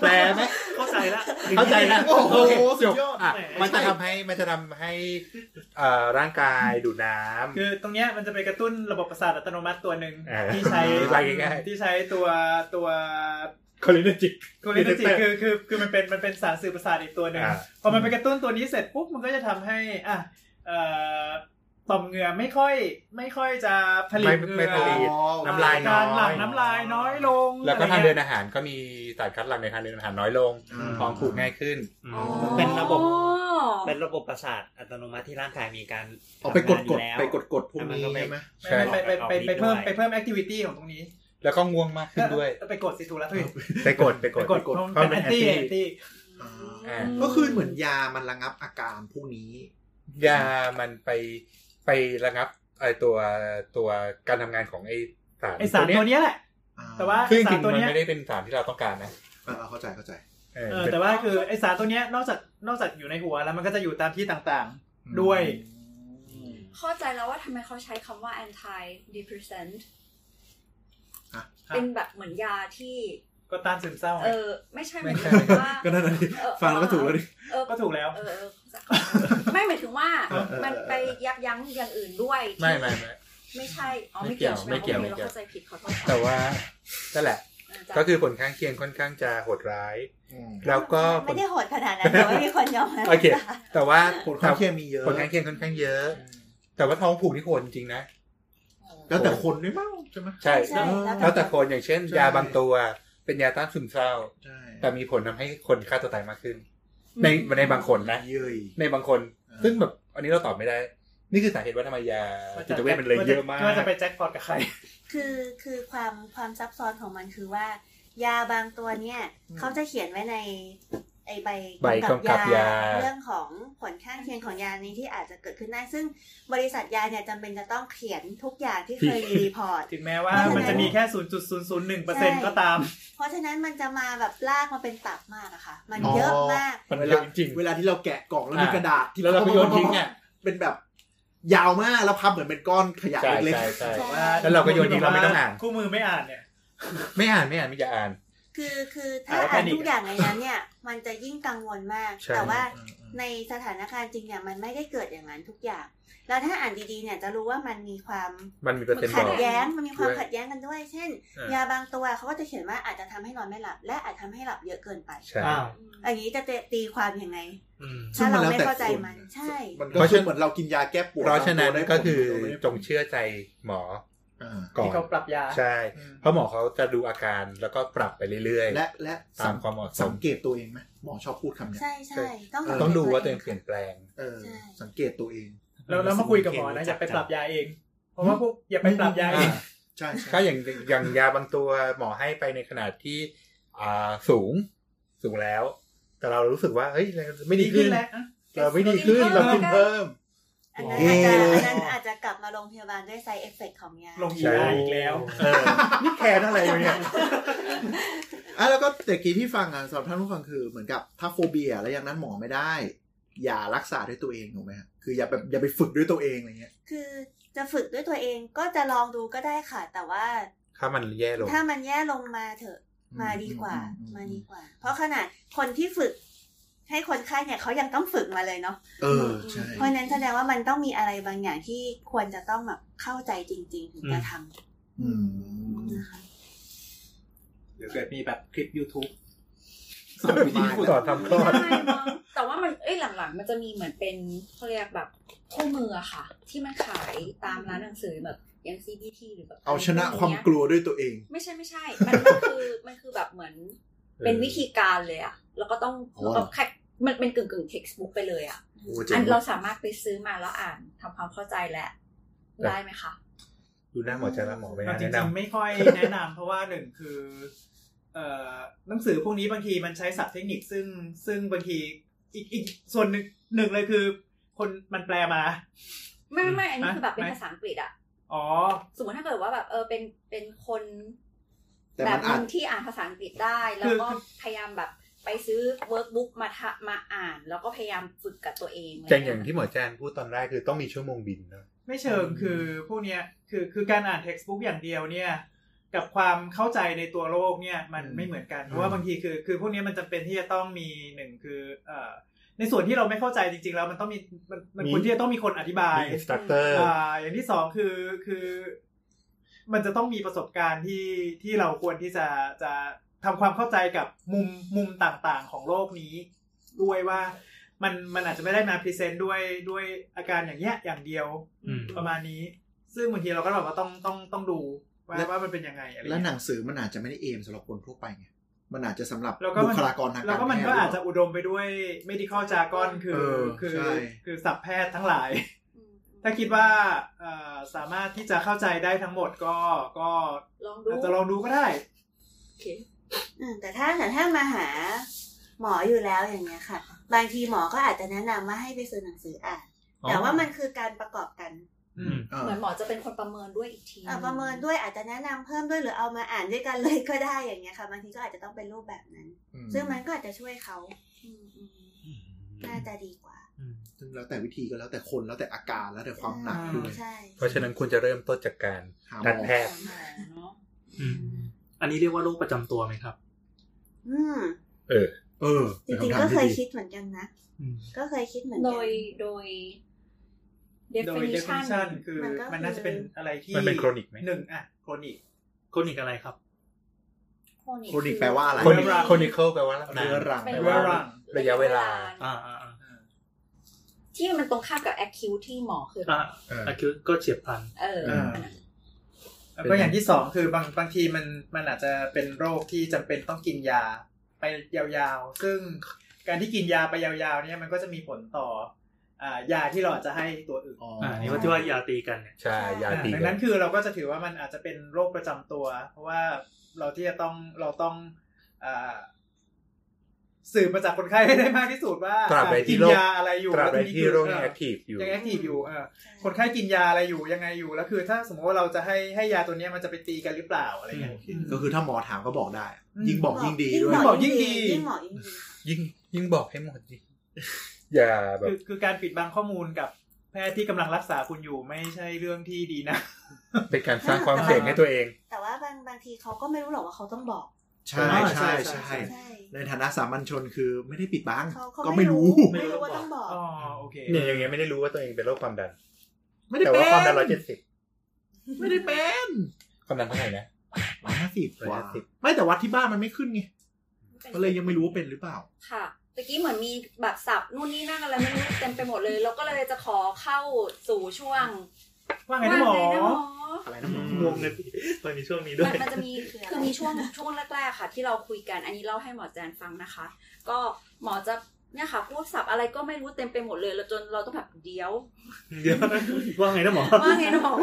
A: แปลไหม
E: เข้าใจละ
A: เข้าใจนะ
F: โอ้โห
A: เค
F: สุดยอด
A: อ่ะ
F: แหม
A: มันจะทำให้มันจะทำให้เอ่อร่างกายดูดน้ำ
D: คือตรงเนี้ยมันจะไปกระตุ้นระบบประสาทอัตโนมัติตัวหนึ่ง
A: เออ
D: ที่ใช้
A: อธิบายง่ายๆ
D: ที่ใช้ตัวตัว
A: คอลินจิก
D: โกลินจิกคือคือคือมันเป็นมันเป็นสารสื่อประสาทอีกตัวหนึ่ง
A: อ่า
D: พอมันไปกระตุ้นตัวนี้เสร็จปุ๊บมันก็จะทำให้อ่ะเอ่อต่อมเหงื่อไม่ค่อยไม่ค่อยจะผลิต
A: ไม่
D: เหงื่
A: ไม่
D: อ
A: ผลิต น้ำลายน้
D: กา
A: อย
D: รหลั่งน้ำลายน้อยลง
A: แล้วก็
D: อะไร
A: ทางเดิ
D: งี้ย
A: นอาหารก็มีสารคัดหลั่งในทางเดินอาหารน้อยลง
F: อ่า
A: ท้องผูกง่ายขึ้น
E: อืม
B: อ๋อ
C: เป็นระบบ เป็นระบบประสาทอัตโนมัติที่ร่างกายมีการ
F: เอาไปกด
C: ทำงานอ
F: กด
C: ยู่แล้ว
F: ไปกดกดพวกนี้
C: แล้วมันก็ไม่
F: ใช่ไหม
A: ใช่
D: ไม่ไม่ไปไปไปเพิ่ม
C: ออกฤทธิ์ด้วย
D: ไปเพิ่มแอคทิวิตี้ของตรงนี้
A: แล้วก็ง่วงมากขึ้นด้วย
D: ไปกดสิทูละทุย
A: ไปกดไปก
D: ไป
A: ด
D: กดเพราะมันเป็นแอน น
A: เป็
D: ตี้
A: anti
D: แอนตี้
F: อ่า
A: อ่า
F: ก็คือเหมือนยามันระงับอาการพวกนี้
A: ยามันไปไประงับไอตัวตัวการทำงานของไอสาร
D: ไอสารตัวเนี้ยแหละ
F: อ่
D: แต่ว่า
A: ซึ่งจริง
D: สาร
A: ๆ
D: ตัว
A: มั
D: นเนี้ย
A: ไม่ได้เป็นสารที่เราต้องการนะ
F: อ่าเข้าใจเข้าใจ
A: เออ
D: เออแต่ว่าคือไอสารตัวเนี้ยนอกจากนอกจากอยู่ในหัวแล้วมันก็จะอยู่ตามที่ต่าง ๆ ด้วย
B: เข้าใจแล้วว่าทำไมเขาใช้คำว่า anti depressant
F: ฮะ
B: เป็นแบบเหมือนยาที่
D: ก็ต้านซึมเศร้า
B: เออ ไม่ใช่หมายถึงว่า
F: ก็นั่นแหละดิ
B: เออ
F: ฟังแล้วก็ถูกแล้วดิ
B: เออ
D: ก็ถูกแล้ว
B: เออเออไม่หมายถึงว่า
F: เออเออ
B: มันไปยับยั้งอย่างอื่นด้วย
A: ไม่ไม่ไม่
B: ไม่ใช่อ๋อ
A: ไม่
B: ไม่
A: เกี่
B: เกี่ยว ว
A: ยไม่เกี่ยว
B: ใช่ห
A: ไม่
B: เรา
A: เกี่ยว
B: เข้าใจผิดขอโทษ
A: แต่ว่านั่นแหละ ก็
B: ก็
A: คือผลข้างเคียงค่อนข้างจะโหดร้าย แล้วก็ผ
G: ไม่
A: ล
G: ได้โหดขนาด นั้นแต่ว่ามีคนยอมรับ
A: โอเค แต่ว่า
F: ผลข้างเคียงมีเยอะ
A: ผลข้างเคียงค่อนข้างเยอะ แต่ว่าท้องผูกที่โหดจริงๆนะ
F: แล้วแต่คนด้วยมั้งใช่ไหม
A: ใช่
G: ใช่
A: แล้
G: แล้ววแต่
A: แต่คนอย่างเช่น
F: ใช่
A: ยาบางตัวเป็นยาต้านซึมเศร้า
F: ใช่
A: แต่มีผลทำให้คนฆ่าตัวตายมากขึ้น ในในบางคนนะ
F: เย้ย
A: ในบางคน
F: อ่า
A: ซึ่งแบบอันนี้เราตอบไม่ได้ นี่คือสาเหตุว่าทำไมยาจิตเวชมันเลยเยอะมาก
D: ว่าจะไปแจ็คพอตกับใคร
G: คือคือความความซับซ้อนของมันคือว่า ยาบางตัวเนี่ยเขาจะเขียนไว้ในไอใบ
A: ใบกำกับยา
G: เรื่องของผลข้างเคียงของยานี้ที่อาจจะเกิดขึ้นได้ ซึ่งบริษัทยาเนี่ยจำเป็นจะต้องเขียนทุกอย่างที่ เคยรีพอร์ต
D: ถึงแม้ว่ามันจะมีแค่ 0.001%ก็ตาม
G: เพราะฉะนั้นมันจะมาแบบลากมาเป็นตับมากอะค่ะ มันเยอะมาก
A: มันเยอะจริง
F: เวลาที่เราแกะกล่องแล้ว
A: อ่ะ
F: มีกระดาษที่
A: แล้วเราไปโยนทิ้งอ่ะ
F: เป็นแบบยาวมากแล้วพับเหมือนเป็นก้อนขยะ
A: ใช่
F: เล็ก
A: ใช่ใช่
F: ๆ
A: แล้วเราก็โยนทิ้งเราไม่ต้องอ่าน
D: คู่มือไม่อ่านเนี่ย
A: ไม่อ่านไม่อ่านไม่อยากอ่าน
G: คือคือถ้า
D: แต่ว่า
G: อ่าน
D: แพนิค
G: ทุกอย่างในนั้นเนี่ย มันจะยิ่งกังวลมาก
A: ใช่
G: แต่ว่าในสถานการณ์จริงเนี่ยมันไม่ได้เกิดอย่างนั้นทุกอย่าง แล้วถ้าอ่านดีๆเนี่ยจะรู้ว่ามันมีความ
A: มันมีเปอร์เซ็นต์บ
G: ขั
A: อ
G: ด
A: ก
G: แย้งมันมีความ
A: ด้วย
G: ขัดแย้งกันด้วย เช่น
A: อ่าย
G: าบางตัวเขาก็จะเขียนว่าอาจจะทำให้นอนไม่หลับ และอาจทำให้หลับเยอะเกินไป
A: ใช่
C: อ้าว
G: อันนี้จะตีความยังไง
C: อืม
F: ซึ่ง
G: ถ้า
F: มัน
G: เรา
F: แล้ว
G: ไม่
F: แต่
G: เข้าใจ
F: คน
G: มันใช่
F: มัน
A: เพ
F: ก็
A: ราะฉะ
F: คือน เห
A: นั้
F: มือนเรากินยาแก้ปวด
A: เพราะฉะนั้น
F: บงตัวได้ผล
A: ก็คือบ
F: างตัวไม่ได้ผล
A: จงเชื่อใจหมอ
F: อ่า
A: ก่อ
D: ที่
A: น
D: เขาปรับยา
A: ใช่
D: อืม
A: เพราะหมอเขาจะดูอาการแล้วก็ปรับไปเรื่อย
F: และและ
A: ตามความเหมาะสม
F: สังเกตตัวเองไหมหมอชอบพูดคำเนี้ย
G: ใช่ใช่ต้อง
F: เออ
A: ๆ ต้องดูว่าตัวเอง
G: สั
A: เปลี่ยนแปลง
F: เออ
G: ใช่
F: สังเกตตัวเอง
D: แล้วแล้วมาคุยกับหมอนะ อย่าไปปรับยาเอง เพราะว่าพวกอย่าไปปรับยาเอง
F: ใช่
A: ก็
F: ใช่
A: อย่างอย่างยาบางตัวหมอให้ไปในขนาดที่อ่าสูงสูงแล้ว แต่เรารู้สึกว่าเฮ้ยเราไม่ดีขึ้น
D: แล้ว
A: เราไม่ดีขึ้นเรากินเพิ่ม
G: อันนั้นอาจจะอันนั้นอาจจะกลับมาโรงพยาบาลด้วยไซเอฟเฟกของยา
D: ลงอีกอีกแล้ว
A: เออนี่แคร์อะไรวะเนี่ย
F: อ่ะแล้วก็แต่กี้ที่ฟังอ่ะสำหรับท่านผู้ฟังคือเหมือนกับถ้าโฟเบีย แล้วอย่างนั้นหมอไม่ได้ อย่ารักษาด้วยตัวเองถูกไหมฮะคืออย่าแบบอย่าไปฝึกด้วยตัวเองอะไรเงี้ย
G: คือจะฝึกด้วยตัวเองก็จะลองดูก็ได้ค่ะ แต่ว่า
A: ถ้ามันแย่ลง
G: ถ้ามันแย่ลงมาเถอะ
F: อืม
G: มาดีกว่า
F: อืมอืม
G: มาดีกว่า เพราะขนาดคนที่ฝึก ให้คนไข้เนี่ยเขายังต้องฝึกมาเลยเนาะ
F: เออใช่
G: เพราะฉะนั้นแสดงว่ามันต้องมีอะไรบางอย่างที่ควรจะต้องแบบเข้าใจจริง ๆ ถึงจะท
F: อืม
G: ำนะคะ
C: หรือเกิดมีแบบคลิป YouTube
F: สอนวิธีฝึก
A: สอนทำคลอด
B: ใช่มั้งแต่ว่ามันเอ้ยหลังๆ มันจะมีเหมือนเป็นเขาเรียกแบบคู่มืออะค่ะ ที่มันขายตามร้านหนังสือแบบอย่าง CBT หรือแบบ
F: เอาชนะ
B: อะไรพวกเนี้ย
F: ความกลัวด้วยตัวเอง
B: ไม่ใช่ไม่ใช่ มันมันคือมันคือแบบเหมือน เป็นวิธีการเลยอะแล้วก็ต้อง
F: โอ้
B: เอาแค่มันเป็นกึ่งกึ่ง textbook ไปเลยอะ
F: โอ้เจ๋
B: อั
F: ง
B: นเราสามารถไปซื้อมาแล้วอ่านทำความเข้าใจและ ได้ไหมคะ
A: ดูหน้าหมอจะรับหมอไปนะ
D: จริ
A: แนะ
D: ง
A: น
D: ๆไม่ค่อยแนะนำ เพราะว่าหนึ่งคือเอ่อหนังสือพวกนี้บางทีมันใช้ศัพท์เทคนิคซึ่งซึ่งบางทีอีกอีกส่วนหนึ่งหนึ่งเลยคือ คนมันแปลมา
B: ไม่ไม่ไม่ อันนี้
D: ฮะ
B: คือแบบเป็น
D: ไม่
B: ภาษาอังกฤษอะ
D: อ๋อ
B: สมมติถ้าเกิดว่าแบบเออเป็นเป็นคน
F: แต่
B: แบ
F: มั
B: บ
F: น
B: ห
F: อาจ
B: นึ่งที่อ่านภาษาอังกฤษได้ แล้วก็
D: คือ
B: พยายามแบบไปซื้อเวิร์กบุ๊กมาทะมาอ่าน แล้วก็พยายามฝึกกับตัวเอง
A: ำอย่างอย่างที่หมอแจนพูดตอนแรกคือต้องมีชั่วโมงบินเนอะ
D: ไม่เชิงคือพวกเนี้ยคือคือการอ่าน textbook อย่างเดียวเนี่ย กับความเข้าใจในตัวโลกเนี่ยมันไม่เหมือนกัน เพราะว่าบางทีคือคือพวกเนี้ยมันจำเป็นที่จะต้องมีหนึ่งคือเอ่อในส่วนที่เราไม่เข้าใจจริงๆแล้วมันต้องมีมันมัน
A: มี
D: ควรที่จะต้องมีคนอธิบาย
A: มีอินสตัคเตอร์
D: อ่าอย่างที่สองคือคือ มันจะต้องมีประสบการณ์ที่ที่เราควรที่จะจะ ทำความเข้าใจกับมุมมุมต่างๆของโลกนี้ ด้วยว่ามันมันอาจจะไม่ได้มาพรีเซนต์ด้วยด้วยอาการอย่างเงี้ยอย่างเดียว
E: อืม
D: ประมาณนี้ ซึ่งบางทีเราก็แบบว่าต้องต้องต้องดูว่า
F: และ
D: ว่ามันเป็นยังไงอะไร
F: และ
D: เงี้ย
F: หนังสือมันอาจจะไม่ได้เอมสำหรับคนทั่วไปไงมันอาจจะสำหรับ
D: แล้วก็
F: บุ
D: มัน
F: คลากรทางการ
D: แล้วก็มัน
F: แพทย์
D: ก็อาจ
F: หรื
D: จะ
F: เปล่
D: อุดมไปด้วย medical jargon คือ
F: เออ
D: คือ
F: ใช่
D: คือศัพท์แพทย์ทั้งหลาย ถ้าคิดว่าเอ่อสามารถที่จะเข้าใจได้ทั้งหมดก็ก็
B: ลองดู
D: อาจจะลองดูก็ได้
B: โอเค
G: อืมแต่ถ้าแต่ถ้ามาหาหมออยู่แล้วอย่างเงี้ยค่ะ บางทีหมอก็อาจจะแนะนำว่าให้ไปซื้อหนังสืออ่าน
F: อ๋อ
G: แต่ว่ามันคือการประกอบกัน
D: อืม
F: เออ
B: เหมือนหมอจะเป็นคนประเมินด้วยอีกที
G: อ่ะประเมินด้วยอาจจะแนะนำเพิ่มด้วยหรือเอามาอ่านด้วยกันเลยก็ได้อย่างเงี้ยค่ะบางทีก็อาจจะต้องเป็นรูปแบบนั้น
F: อืม
G: ซึ่งมันก็อาจจะช่วยเขา
B: อืมอืม
G: น่าจะดีกว่า
F: ซึ่งแล้วแต่วิธีก็แล้วแต่คนแล้วแต่อาการแล้วแต่ความหนักด้วย
G: ใช่
A: เพราะฉะนั้นควรจะเริ่มต้นจากการ
F: หาหม
A: การ
F: อ
A: แพทย์
B: หมอเนาะ
E: อืม อันนี้เรียกว่าโรคประจำตัวไหมครับ
G: อืม
A: เออ
F: เออ
G: จ
F: ป็น
G: ริง
F: คำถา
G: ๆ
F: ม
G: ก็
F: ที่
G: เคย
F: ดี
G: คิดเหมือนกันนะ
E: อืม
G: ก็เคยคิดเหมือน
H: โด
G: กัน
H: ยโดย
D: โดย
H: definition
D: definition คือ
G: มันก็
D: มันน่าจะเป็น
G: คือ
D: อะไรที่
A: มันเป็น chronic ไหม
D: หนึ่งอ่ะ chronic
E: คนอีกอะไรครับ
F: โคนิกแปลว่าอะไร
A: คนอีก
D: เรื้อรัง
A: คนอีกเข้าแปลว่า
F: เรื้อรัง
H: เป็
F: แป
H: น
F: ล
D: เรื้
F: ว่า
D: อรัง
A: ระยะเวลา
E: อ่าอ่าอ่า
B: ที่มันตรงข้ามกับ acute ที่หมอคือ
E: อ่า
F: เออ
E: อ่ะคือก็เฉียบพลัน
B: เออ
F: เออ
B: อันนั้น
D: แล้วก็อย่างที่สองคือบางบางทีมันมันอาจจะเป็นโรคที่จำเป็นต้องกินยาไปยาวๆ ซึ่งการที่กินยาไปยาวๆ เนี่ยมันก็จะมีผลต่ออ่ายาที่เราอาจจะให้ตัวอื่น
F: อ๋อ
E: อ่านี่ว่าที่ว่ายาตีกันเนี่ย
A: ใช่ยา
D: อ่า
A: ตี
D: ดังนั้นคือเราก็จะถือว่ามันอาจจะเป็นโรคประจำตัว เพราะว่าเราที่จะต้องเราต้องอ่าสืบมาจากคนไข้ให้ได้มากที่สุดว่า
A: ตราบใด
D: กิ
A: ที่โรค
D: ยาอะไรอยู่
A: ตราบใด
D: แล้ว
A: ที่
D: คือ
A: โรคยัง
D: เอ
A: แอ
D: อ
A: คทีฟอยู่
D: ยังแอคทีฟอยู่เออ คนไข้กินยาอะไรอยู่ยังไงอยู่แล้วคือถ้าสมมติว่าเราจะให้ให้ยาตัวเนี้ยมันจะไปตีกันหรือเปล่าอะไรเงี้ย
E: อืม
F: ก็คือถ้าหมอถามก็บอกได้
D: อืม
F: ยิ่งบอกยิ่งดีด้วย
D: งบอกยิ่งดี
G: ยิ่งบอกยิ่งดี
A: ยิ่งยิ่งบอกให้หมดดิ อย่าแบบ
D: คือคือการปิดบังข้อมูลกับแพทย์ที่กำลังรักษาคุณอยู่ไม่ใช่เรื่องที่ดีนะ
A: เป็นการสร้างความเสี่ยงให้ตัวเอง
G: แต่ว่าบางบางทีเขาก็ไม่รู้หรอกว่าเขาต้องบอก
F: ใช่ใช่
D: ใช่
F: ใช่
G: ใช่
F: ในฐานะสามัญชนคือไม่ได้ปิดบัง
G: เขาเขา
F: ก็ไม่รู้
G: ไม่รู้ว่าต้องบอก
D: อ๋อโอเค
A: เนี่ยอย่างเงี้ยไม่ได้รู้ว่าตัวเองเป็นโรคความดัน
F: ไม่ได้
A: แต่
F: เป็
A: ว่าความดันร้อย
F: น
A: เจ็ดสิบ
F: ไม่ได้เป็น
A: ความดันเท่าไหร่นะ
F: ร้อยห้าสิบกว่า
A: 150
F: ไม่แต่วัดที่บ้านมันไม่ขึ้นไงก็เลยยังไม่รู้ว่าเป็นหรือเปล่า
B: ค่ะตะกี้เหมือนมีแบบสับนู่นนี่นั่นอะไรไม่รู้เต็มไปหมดเลย เราก็เลยจะขอเข้าสู่ช่วง
D: ว่าไงนะหมอ
B: ว่าไงนะหมอ
F: อะไรนะหมอง
E: งเลยมันมีช่วงนี้ด้
B: มั
E: วย
B: นมันจะมี
G: คืออะไร
B: คือมีช่วงช่วงแรกๆค่ะ ที่เราคุยกัน อันนี้เล่าให้หมอแจนฟังนะคะ ก็หมอจะเนี่ยค่ะพูดสับอะไรก็ไม่รู้เต็มไปหมดเลยแล้วจนเราต้องแบบเดี๋ยว
E: เดี๋ยวว่าไงนะหมอ
B: ว่าไงนะหมอ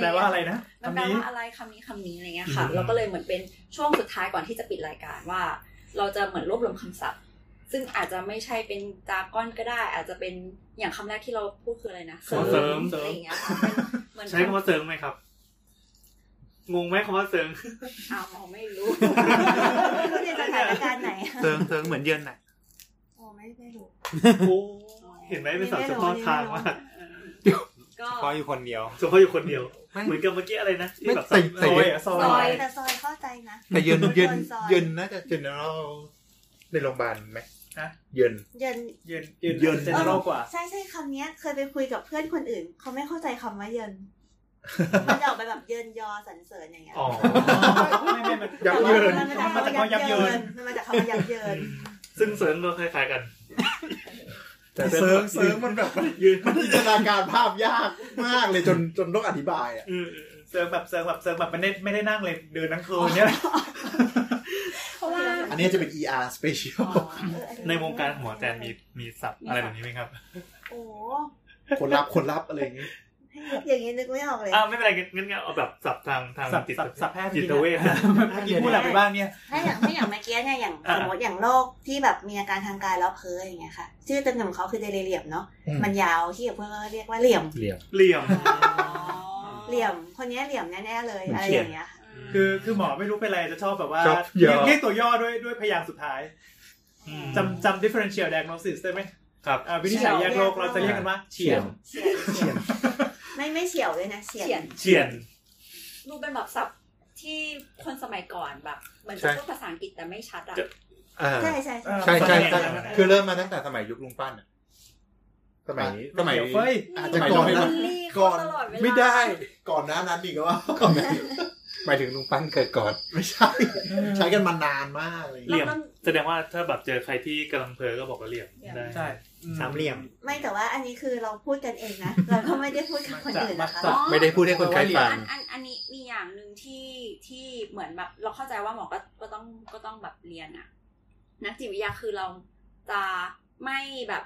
D: แปลว่าอะไรนะ
B: มัน
D: คำ
B: แปล
D: นี้
B: ว่าอะไรคำนี้คำนี้อะไรเงี้ยค่ะ
E: อืม
B: เราก็เลยเหมือนเป็นช่วงสุดท้ายก่อนที่จะปิดรายการว่า เราจะเหมือนรวบรวมคำศัพท์ ซึ่งอาจจะไม่ใช่เป็นจาก้อนก็ได้ อาจจะเป็นอย่างคำแรกที่เราพูดคืออะไรนะ
E: เสริม
B: อะไรอย่างเงี้ยค่ะเป็นเหมือน
E: ใช้คำว่าเซิงไหมครับ งงไหมคำว่าเซิง
B: อ้าวหมอไม่รู้
G: ไม่รู้ในสถานการณ์ไหน
A: เซิงเซิงเหมือนเยินน่ะ
G: โอ้ไม่ไม่รู้
E: โอ้เห็นไหมเป็นสาวเฉพาะทางมาก
B: ก็
C: เพราะอยู่คนเดียว
E: เฉพาะอยู่คนเดียว
A: ไม่
E: เหมือนกับเมื่อกี้อะไรนะที่แบบสั
A: แต่
E: บ
A: แต่
D: ซอย
A: เยิน
D: อะซอ
B: ซอย ย
G: แต่ซอยเข้าใจนะ
A: แต่เยินเยิน
G: ซอยซอย
A: เยินน่าจะ general ในโรงพยาบาลไหม
D: ฮะ
A: เยิน
G: เยิน
D: เยินเยิน
A: เยิน
D: เจนโรกว่า
G: ใช่ใช่คำเนี้ยเคยไปคุยกับเพื่อนคนอื่น เขาไม่เข้าใจคำว่าเยิน มันจะออกไปแบบเยินยอสรรเสริญอย่างเงี้ย
E: อ๋อ
D: ไม่ไม่มัน
A: ยับเยิน
G: แต่ว่ามันมาจากคำว่ายับเยินมันมาจากคำว่ายับเยิน
E: ซึ่งเซิงก็คล้ายๆกัน
A: แต่
F: เซิร์งเซิร์งมันแบบ
E: ยืน
F: มันจินตนาการภาพยากมากเลยจนจนต้องอธิบายอ่ะ
E: อืม
D: เซิร์ฟแบบเซิร์ฟแบบเซิร์ฟแบบไม่ได้ไม่ได้นั่งเลยเดินทั้งคืนเนี่ย
B: เพราะว่า
F: อันนี้จะเป็น ER special
E: ในวงการหมอแจนมีมีศัพท์อะไรแบบนี้ไหมครับ
G: โอ้โห
F: คนรับคนรับอะไรอย่างงี้
G: อย่างงี้นึกไม่ออกเลย
E: อ้าวไม่เป็นไรงั้นงั้นเอาแบบสับทางทาง
D: สับ
E: จิต
D: สับสับแพทย์
E: จิตเวช
D: เมื่อกี้พูดอะไรไปบ้างเนี่ย
G: ถ้าอย่างถ้าอย่างเมื่อกี้เนี่ยอย่าง
E: อ่า
G: สมมติอย่างโรคที่แบบมีอาการทางกายแล้วเพ้ออย่างเงี้ยค่ะ ชื่อเต็มๆของเขาคือเดลิเรียมเนาะ
F: อืม
G: มันยาวที่เพื่อนก็เรียกว่าเหลี่ยม
A: เหลี่ยม
E: เหลี่ยม
G: เหลี่ยมคนเนี้ยเหลี่ยมแน่ๆเลย
A: มัน
G: อะไร
A: เขี
G: อย
A: น
G: ย่างเงี้ยค่ะ
D: คือคือหมอไม่รู้เป็นไรจะชอบแบบว่า
A: ชอบย่อ
D: เรียกตัวย่อด้วยด้วยพยางค์สุดท้าย
E: อืม
D: จำจำ differential diagnosis ได้ไหม
E: ครับ
D: อ่าวินิจฉัยแยกโรคเราจะเรียกกันว่าเฉียง
G: เฉียนเฉียนไม่ไม่เฉียวเลยนะเฉียน
B: เขียน
E: เฉียน
B: ดูเป็นแบบศัพท์ที่คนสมัยก่อนแบบเหมือน
A: ใช่
B: จะพูดภาษาอังกฤษแต่ไม่ชัดอะ
E: จะ
A: อ่า
G: ใช่ใช่ใช่
A: ใช่ใช่
D: ใช่
A: ใช่คือเริ่มมาตั้งแต่สมัยยุคลุงปั้นอะสมัยนี้สมัย
D: เดี๋วเฟ้ย
F: อาจจะ
A: สมัย
F: ก่อน
A: เรา
F: นะ
B: ลี่
F: ก่
B: เขา
F: อน
B: ตลอดเวลา
A: ไม่ได้
F: ก่อนหน้านั้นอีกว่าก่อนหน้า
A: หมายถึงลุงปั้นเกิดก่อน
F: ไม่ใช่ ใช้กันมานานมากอะไรอย่าง
E: เห
F: เล
E: ลี่
F: ย
E: ยมแสดงว่าถ้าแบบเจอใครที่กำลังเพลอก็บอกว่าเหลี่ยมได้
D: ใช่อื
C: สามเหลี่ยม
G: ไม่แต่ว่าอันนี้คือเราพูดกันเองนะ เราก็ไม่ได้พูดกับคนอื่นนะคะ
D: ะ
A: ไม่ได้พูดให้คนไข้ฟัง
B: อันอันอันนี้มีอย่างหนึ่งที่ที่เหมือนแบบเราเข้าใจว่าหมอก็ก็ต้องก็ต้องแบบเรียนอะนักจิตวิทยาคือเราจะไม่แบบ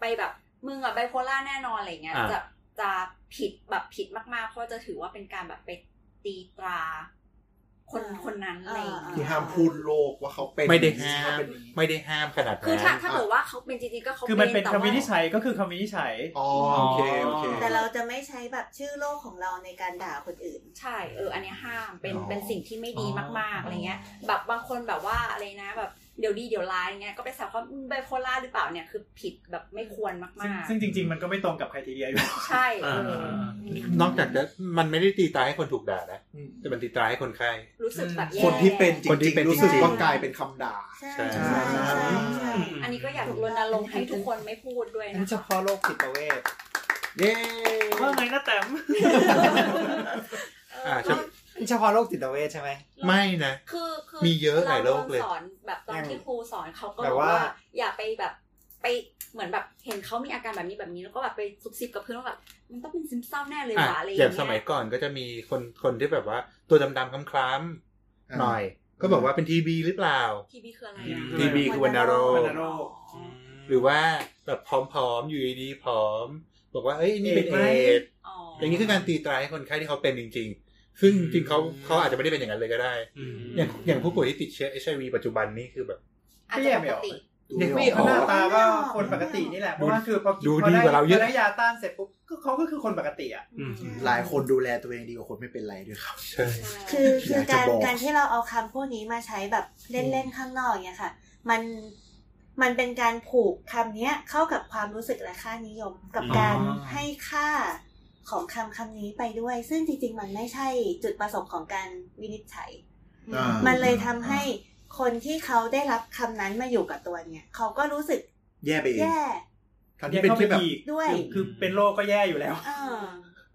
B: ไปแบบมึงอะไบโพล่าแน่นอนอะไรเงี้ย
A: อ่า
B: จะจะผิดแบบผิดมากๆ เพราะจะถือว่าเป็นการแบบไปตีตรา คน
G: อ่า
B: คนนั้นอะไรอย่าง
F: คือ
B: เงี้ย
F: ห้ามพูดโลกว่าเขาเป็น
A: ไม่ได้
F: อย่างนี้
A: ห้า
F: เขา
A: ม
F: เป็นอย่างนี้
A: ไม่ได้ห้ามขนาด
B: คือ
A: นั้น
B: ถ้าถ้าเกิดว่าเขาเป็นจริงๆก็เขา
D: คือมันเป็น
B: แต่
D: คำวินิจฉัยก็คือคำวินิจฉัย
F: อ๋อโอเคโอเค
G: แต่เราจะไม่ใช้แบบชื่อโลกของเราในการด่าคนอื่น
B: ใช่เอออันเนี้ยห้ามเป็น
F: อ๋อ
B: เป็นสิ่งที่ไม่ดีมากๆอะไรเงี้ย แบบบางคนแบบว่าอะไรนะ แบบเดี๋ยวดีเดี๋ยวร้ายเงี้ยก็ไปสาวเขาอืมไบโพล่าหรือเปล่าเนี่ยคือผิดแบบไม่ควรมา
D: ซึ่ง
B: ก
D: ซึ่งจริง ๆ มันก็ไม่ตรงกับใครทีเดียอยู่
B: ๆ ใช่เอ
E: อ่า
B: ออ
A: อนอกจากจะมันไม่ได้ตีตาให้คนถูกด่านะแต่มันตีตาให้คนไข้
B: รู้สึกแบบแย่
F: คนที่เป็นจ
A: คนที่
F: ริง
A: เป็น
F: ๆรู้สึก
A: จริงๆ
F: ว่ากลายเป็นคำด่า
G: ใช่
A: ใช่
G: ใช่ใช่ใช่
B: อันนี้ก็อยากรณรงค์ให้ทุกคนไม่พูดด้วย
C: อัน
B: นะ
C: นี้เฉพาะโรคจิตเวช
F: เย้
E: ว่าไงนะแต้ม
B: เอ
A: อ่า
B: อ
A: ใช่
C: อันนี้เฉพาะโรคจิตเวชใช่ไหม
A: ไม่นะ
B: คือคือ
A: มีเยอะหลายโรคเลย
B: าโดนสอนแบบตอนที่ครูสอนเขาก็
C: แบบ
B: บอกว่า
C: ว่า
B: อย่าไปแบบไปเหมือนแบบเห็นเขามีอาการแบบนี้แบบนี้แล้วก็แบบไปซุบซิบกับเพื่อนว่าแบบมันต้องเป็นซึมเศร้าแน่เลย
A: อ่ะ
B: ว่ะอะไรอ
A: อย่า
B: ย่าง
A: ง
B: เงี้ย
A: สมัยก่อนก็จะมีคนคนที่แบบว่า ตัวดำๆคล้ำๆหน่อย ก็บอกว่าเป็นทีบีหรือเปล่า
B: ทีบีคืออะไร
E: อื
B: อะ
E: ม
A: ทีบีคือวันนาโรค
D: วัณโรค
A: หรือว่าแบบผอมๆอยู่ดีๆผอม บอกว่าเอ้ยนี่เป็นเอ
C: เอดส์
A: ดส์
B: อ๋อ
A: อ
B: อย่าง
A: นี้คือการตีตราให้คนไข้ที่เขาเป็นจริง ๆ ซึ่งจริงๆเขาเขาอาจจะไม่ได้เป็นอย่างนั้นเลยก็ได้
E: อืม
A: อย่างอย่างผู้ป่วยที่ติดเชื้อ HIV ปัจจุบันนี่คือแบบ
B: อาจจะปกติ
F: ดู
A: เด็กไม่
F: ไม่อ
A: ออ
F: อก ก
D: หน้าตาก็คนปกตินี่แหละเพราะว่าคือพอ
A: ดู
D: พ
A: ดีกว่าเราเยอะ
D: พได้ยาต้านเสร็จปุ๊บก็เขาก็คือคนปกติอ่ะ
E: อืม
F: หลายคนดูแลตัวเองดีกว่าคนไม่เป็นไรด้วยครับ
A: ใช่
G: คือ
F: อ
G: คื
F: ยา
G: อก
F: จะ
G: การ
F: บอก
G: การที่เราเอาคำพวกนี้มาใช้แบบเล่นๆข้างนอกเนี่ยค่ะ มันมันเป็นการผูกคำเนี้ยเข้ากับความรู้สึกและค่านิยม กับการให้ค่าของคำคำนี้ไปด้วย ซึ่งจริงๆ มันไม่ใช่จุดประสงค์ของการวินิจฉัย
F: อ่ามั
G: มันเลยทำให้คนที่เขาได้รับคำนั้นมาอยู่กับตัวเนี่ย เขาก็รู้สึก
F: แย่ไปเอง
G: แย่
F: ทั้งที่เป็นแค่แบบ
D: อีก
G: ด้วย
D: คือคือเป็นโรคก็แย่อยู่แล้ว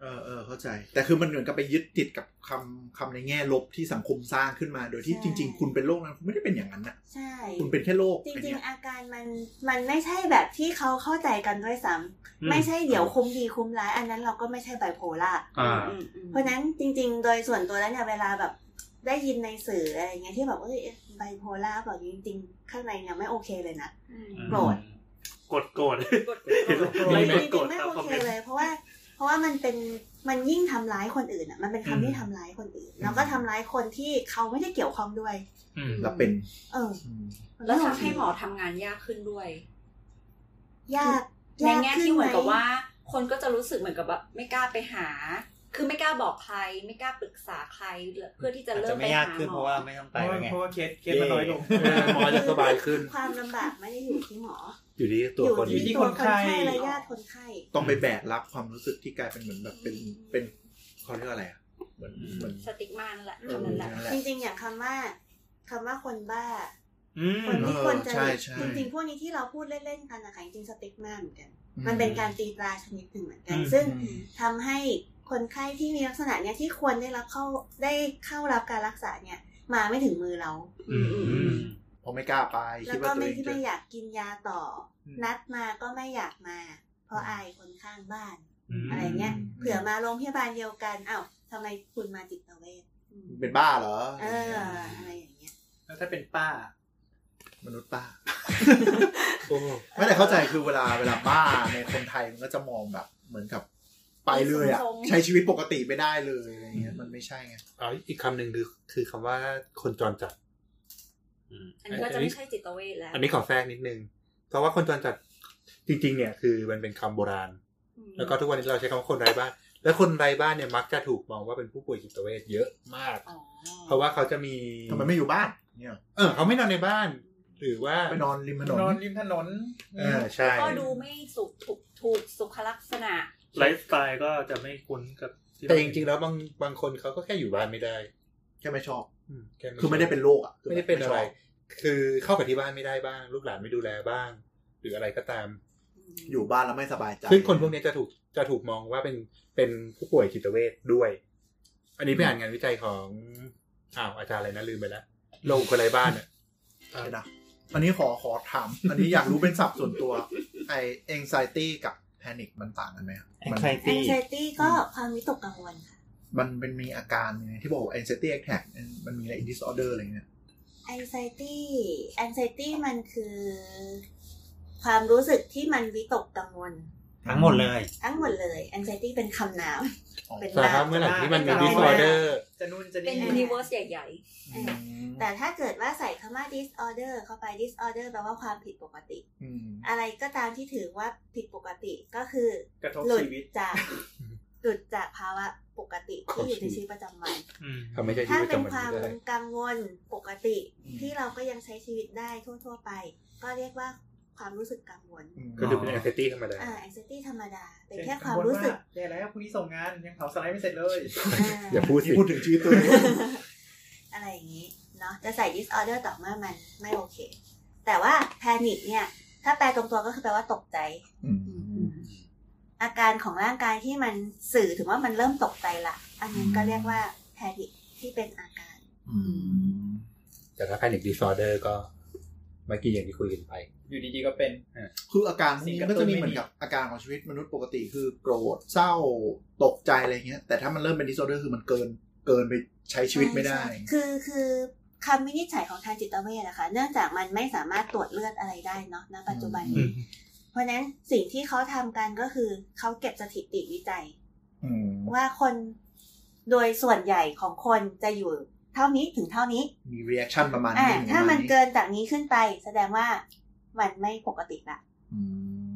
G: เออ
F: เออเออเข้าใจ แต่คือมันเหมือนกับไปยึดติดกับคำคำในแง่ลบที่สังคมสร้างขึ้นมา โดยที่จริง ๆ คุณเป็นโรคนั้นคุณไม่ได้เป็นอย่างนั้นนะ
G: ใช่
F: คุณเป็นแค่โรค
G: จ
F: อัน
G: ริ
F: เนี้
G: ง
F: ย
G: ๆ อาการมันมันไม่ใช่แบบที่เขาเข้าใจกันด้วยซ้ำไม่ใช่เดี๋ยวคุ้มดีคุ้มร้าย อันนั้นเราก็ไม่ใช่ไบโพล่า
E: อ่า
G: เพราะฉะนั้นจริง ๆ โดยส่วนตัวแล้วเนี่ยเวลาแบบได้ยินในสื่ออะไรอย่างเงี้ยที่แบบว่าเอ้ยไบโพล่าแบบนี้จริงๆ ข้างในเนี่ยไม่โอเคเลยนะ โกรธ
E: กดโกรธ
B: กด
E: เห็น
G: จ
E: ไล่
G: ริง
E: กด
G: ๆ
E: โกรธ
G: ไม่
E: ตาม
G: โอ
E: คอม
G: เค
E: เมนต์
G: เลย เพราะว่าเพราะว่ามันเป็นมันยิ่งทำร้ายคนอื่นอ่ะมันเป็นคำที่ทำร้ายคนอื่น แล้วก็ทำร้ายคนที่เขาไม่ได้เกี่ยวข้องด้วย
E: อืม
F: แล้วเป็น
G: เออ
F: อืม
G: มัน
B: แล้ว
G: ไม่โอ
B: ทำ
G: เค
B: ให้หมอทำงานยากขึ้นด้วย
G: ยาก
B: ใน
G: ยาก
B: แง่
G: ขึ้
B: ที่เหมือนกับ
G: ไ
B: ว่า คนก็จะรู้สึกเหมือนกับแบบไม่กล้าไปหา คือไม่กล้าบอกใคร ไม่กล้าปรึกษาใคร เพื่อที่จะ
C: อาจ
B: เริ่
C: จะ
B: ม
C: ไม่
B: ไปหา
C: ยา
B: ก ห
C: ขึ้น
B: มอ
C: เพราะว่าไม่ต้อง
D: เพ
C: ไปแล้
D: ราะว่าว
C: ไง
D: เพราะว่าเคสเคสมันน้อยลง
A: เออหมอจะสบายขึ้น
G: ความลำบากไม่ได้อยู่ที่หมอ
A: อยู่ที่ตัวคน
G: อยู่
D: ที่
G: ที่
D: ค
G: คน น
D: ไข้
G: ไข้และญาติคนไข้
F: ต้องไปแบกรับความรู้สึกที่กลายเป็นเหมือนแบบเป็นเป็นเขาเรียกว่าอะไรอะเหมือนเหมือน
B: สติ๊กมานั่นแหละ
F: เออ
B: คำนั้นแหละ
F: นั่นแหละ
G: จริงๆ อย่างคำว่าคำว่าคนบ้า
E: อืม
G: คนที่
F: เออ
G: ควรจะ
F: ใช่ใช่
G: จริงๆ พวกนี้ที่เราพูดเล่นๆ กันนะคะจริงๆสติ๊กมาเหมือนกัน
F: อื
G: มันเป็นการตีตราชนิดหนึ่งเหมือนกัน
E: อืม
G: ซึ่ง
F: อืม
G: ทำให้คนไข้ที่มีลักษณะเนี้ยที่ควรได้รับเข้าได้เข้ารับการรักษาเนี่ย มาไม่ถึงมือเรา
E: อืมอืม
F: เพอไม่กล้าไป
G: แล้
F: คิด
G: วก็
F: ว่าตัว
G: ไม่
F: เองจะ
G: ไม่อยากกินยาต่ออ
D: ม
G: นัดมาก็ไม่อยากมา เพราะอายคนข้างบ้าน
E: อืม
G: อะไรเงี้ย เผื่อมาโรงพยาบาลเดียวกันอ้าวทำไมคุณมาจิตเวช
F: เป็นบ้าเหรอ
G: เออ อะไรอย่างเงี้ย
D: แล้วถ้าเป็นป้า
F: มนุษย์ป้า
A: โอ้โห
F: ไม่แต่เข้าใจคือเวลาเวลาบ้าในคนไทยมันก็จะมองแบบเหมือนกับไปเลยอ่ะ
B: ทรงๆ
F: ใช้ชีวิตปกติไม่ได้เลยอะไรเงี้ยมันไม่ใช่ไง
A: เอาอีกคำหนึ่งคือคือคำว่าคนจรจัด
B: อันนี้ก็จะไม่ใช่จิตเวชแล้ว
A: อันนี้ขอแทรกนิดนึง เพราะว่าคนจรจัดจริง ๆ เนี่ยคือมันเป็นคำโบราณ
B: อืม
A: แล้วก็ทุกวันนี้เราใช้คำว่าคนไร้บ้าน และคนไร้บ้านเนี่ยมักจะถูกมองว่าเป็นผู้ป่วยจิตเวชเยอะมาก
B: อ๋อ
A: เพราะว่าเขาจะมี
F: ทำไมไม่อยู่บ้านเนี่ย
A: เออเขาไม่นอนในบ้าน หรือว่า
F: ไปนอนริมถนน
D: นอนริมถนน
A: เออใช่
B: ก็ดูไม่สุขถูกถูกสุขลักษณะ
E: ไลฟ์สไตล์ก็จะไม่คุ้นกับที่
A: แต่จริงๆแล้วบางบางคนเขาก็แค่อยู่บ้านไม่ได้
F: แค่ไม่ชอบ
A: อืมแค่
F: คือไม่ได้เป็นโรคอ่ะคื
A: ไม่ได้เป็น
F: ช
A: อะ
F: บ
A: ไร คือเข้ากับที่บ้านไม่ได้บ้าง ลูกหลานไม่ดูแลบ้าง หรืออะไรก็ตาม
F: อยู่บ้านแล้วไม่สบายใจ
A: ซึ่งคนพวกนี้จะถูกจะถูกมองว่าเป็นเป็นผู้ป่วยจิตเวชด้วย อันนี้ไปอ่านงานวิจัยของอ้าวอาจารย์อะไรนะลืมไปแล้วโลกอะไรบ้านอ่ะ
F: เดี๋ยวนะอันนี้ขอขอถาม อันนี้อยากรู้เป็นศัพท์ส่วน ตัว ไอ anxiety กับ panic มันต่างกันไหมครับมัน
C: anxiety
G: anxiety ก็ความวิตกกังวลค่ะ
F: มันเป็นมีอาการยังไงที่บอกว่า anxiety attack มันมีอะไร eating disorder อะไรเงี้ย
G: anxiety anxiety มันคือ ความรู้สึกที่มันวิตกกังวล
C: ทั้งหมดเลย
G: ทั้งหมดเลย anxiety เป็นคำนาม
F: อ๋อ
G: เป็น
A: สาร
G: นา
A: ภาพ
G: ม
A: เมื่อไหร่ที่มันมี
D: เป็น
A: disorder
D: จะนู่นจะ
B: เป็น
D: นี่
B: u ูนิเวอร์สใหญ่
G: อืม แต่ถ้าเกิดว่าใส่คำว่า disorder เข้าไป disorder แปลว่าความผิดปกติ
F: อืม
G: อะไรก็ตามที่ถือว่าผิดปกติก็คือก
D: ระทบ
G: หลุด
D: ชีวิต
G: จากหลุดจากภาวะปกติที่อยู่ในชีวิตประจำวัน
E: อืม
A: เขาไม่ใช่ชี
G: ถ้า
A: วิตประ
G: เป็นค
A: จำวัน
G: วาม
A: ก็ได้
G: กังวลปกติที่เราก็ยังใช้ชีวิตได้ทั่ว ๆ ไป ก็เรียกว่าความรู้สึกกังวล
F: อืม
A: ก็ดูเป็น anxiety ธรรมดา
G: อ่า anxiety ธรรมดา เป็นแค่ความรู้สึก
D: แย่แล้วพรุ่งนี้ส่งงานยังเผาสไลด์ไม่เสร็จเลย
G: อ่า
A: อย่าพูดสิ
F: นี่พูดถึงชื่อตัวเอง
G: อะไรอย่างนี้เนาะจะใส่ disorder ต่อเมื่อมันไม่โอเค แต่ว่า panic เนี่ย ถ้าแปลตรงตัวก็คือแปลว่าตกใจ
F: อืม
G: อาการของร่างกายที่มันสื่อถึงว่ามันเริ่มตกใจละ อันนั้นก็
F: อืม
G: เรียกว่า panic ที่เป็นอาการ
F: อืม
A: แต่ถ้า panic disorder ก็เมื่อกี้อย่างที่คุยกันไป
D: อยู่ดีๆก็เป็น
F: คืออาการพวกนี้มันก็จะมีเหมือนกับอาการของชีวิตมนุษย์ปกติคือโกรธเศร้าตกใจอะไรเงี้ย แต่ถ้ามันเริ่มเป็น disorder คือมันเกินเกินไปใช้ชีวิตไม่ได้
G: ใช่คือคือคำวินิจฉัยของทางจิตเวชนะคะ เนื่องจากมันไม่สามารถตรวจเลือดอะไรได้เนาะณปัจจุบัน
F: อื
G: นี้
F: ม
G: เพราะฉะนั้นสิ่งที่เขาทำกันก็คือเขาเก็บสถิติวิจัย
F: อืม
G: ว่าคนโดยส่วนใหญ่ของคนจะอยู่เท่านี้ถึงเท่านี้
F: มี reaction ประมาณ
G: อ่า
F: นี้ถึง
G: ถ้า
F: ประ
G: มั
F: มาน ณ
G: เกินจากนี้ขึ้นไป แสดงว่ามันไม่ปกติละ
F: อื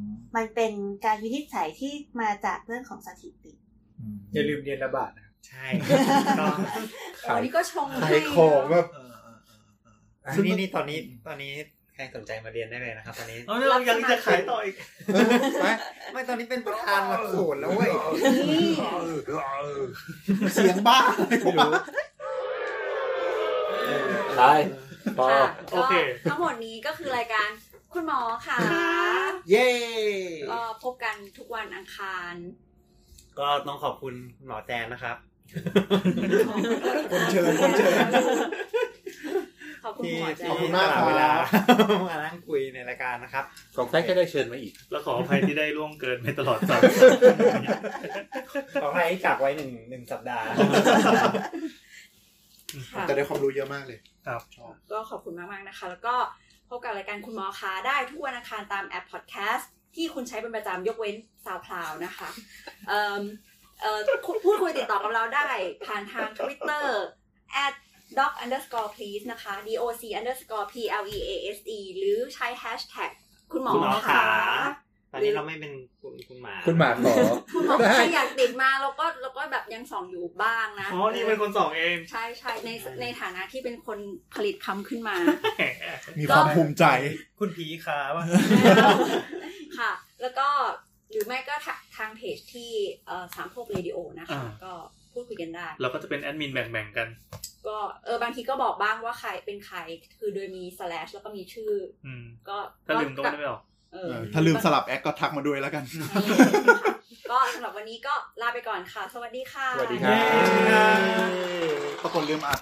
F: ม
G: มันเป็นการวินิจฉัยที่มาจากเรื่องของสถิติ
F: อืม
D: อย่าลืมเรียนระบาดนะครับ
C: ใช่
B: ๆอันนี้ก็ชง
A: ใคร
B: ให้
A: ของแบบ
F: เออเออเออเออ
C: อ่ะ
F: ซึ่ง
C: นี่
F: มัน
C: นี่ตอนนี้ตอนนี้ใครสนใจมาเรียนได้เลยนะครับ ตอนนี้
E: เอาเนี่ยเรายังจะขายต่ออีก
C: ไม่ไม่ตอนนี้เป็นประธานหลักสูตรแล้วเว้ย
F: เสียงบ้า
A: ไม่รู้ตายพอ
B: ค่ะ
E: โอเค
B: ก็ทั้งหมดนี้ก็คือรายการคุณหมอค่ะ
C: เย้
B: ก็พบกันทุกวันอังคาร
C: ก็ต้องขอบคุณคุณหมอแจนนะครับ
F: คนเชิญคนเชิญ
B: ขอบคุณ
C: ที่
B: หมอแจ
C: ที่
F: ขอบคุณ
B: น
F: มาก
C: ส
F: ครั
C: ละ
F: บ
C: เวลา มานั่งคุยในรายการนะครับ
A: ของแท้ก็ได้เชิญมาอีก
E: แล้วขออภัยที่ได้ล่วงเกินไปตลอดสาม
C: ขอให้กักไว้หนึ่งหนึ่งสัปดาห์
B: ค่ะ
F: แต่ได้ความรู้เยอะมากเลย
E: ครับ
B: ก็ขอบคุณมาก ๆ นะคะ แล้วก็พบกับรายการคุณหมอคะได้ทุกวันอังคารตามแอปพอดแคสต์ที่คุณใช้เป็นประจำยกเว้นซาวพลาวนะคะเอิ่มเอ่อคุณพูดคุยติดต่อกับเราได้ผ่านทาง Twitter at doc underscore please นะคะ doc underscore p l e a s e หรือใช้ hashtag คุณหมอ
C: คุณหมอ
B: คะ
C: ขา ตอนนี้เราไม่เป็นคุณคุณหมา
A: คุณหมาขอ
B: คุณหมอ
A: ได้
B: ใครอยากติดมาเราก็เราก็แบบยังส่องอยู่บ้างนะ
E: อ๋อ นี่เป็นคนสองเอง
B: ใช่ใช่ในในฐานะที่เป็นคนผลิตคำขึ้นมา
F: มีความภูมิใจ
D: คุณผีขาว่า
B: ค่ะ แล้วก็หรือไม่ก็ทาทางเพจที่เอ่อสามโคกเรดิโอนะคะ
E: อ่า
B: ก็พูดคุยกันได้
E: เราก็จะเป็นแอดมินแบ่งๆกัน
B: ก็เออบางทีก็บอกบ้างว่าใครเป็นใคร คือโดยมี slash แล้วก็มีชื่อ
E: อืม
B: ก็
E: ถ้าลืมก็ไม่ได้หรอก
B: เออ
F: ถ้าลืมสลับแอคก็ทักมาด้วยแล้วกัน
B: ก็สำหรับวันนี้ก็ลาไปก่อนค่ะ สวัสดีค่ะ
A: สวัสดีครับ
F: ปรากฏลืมอัด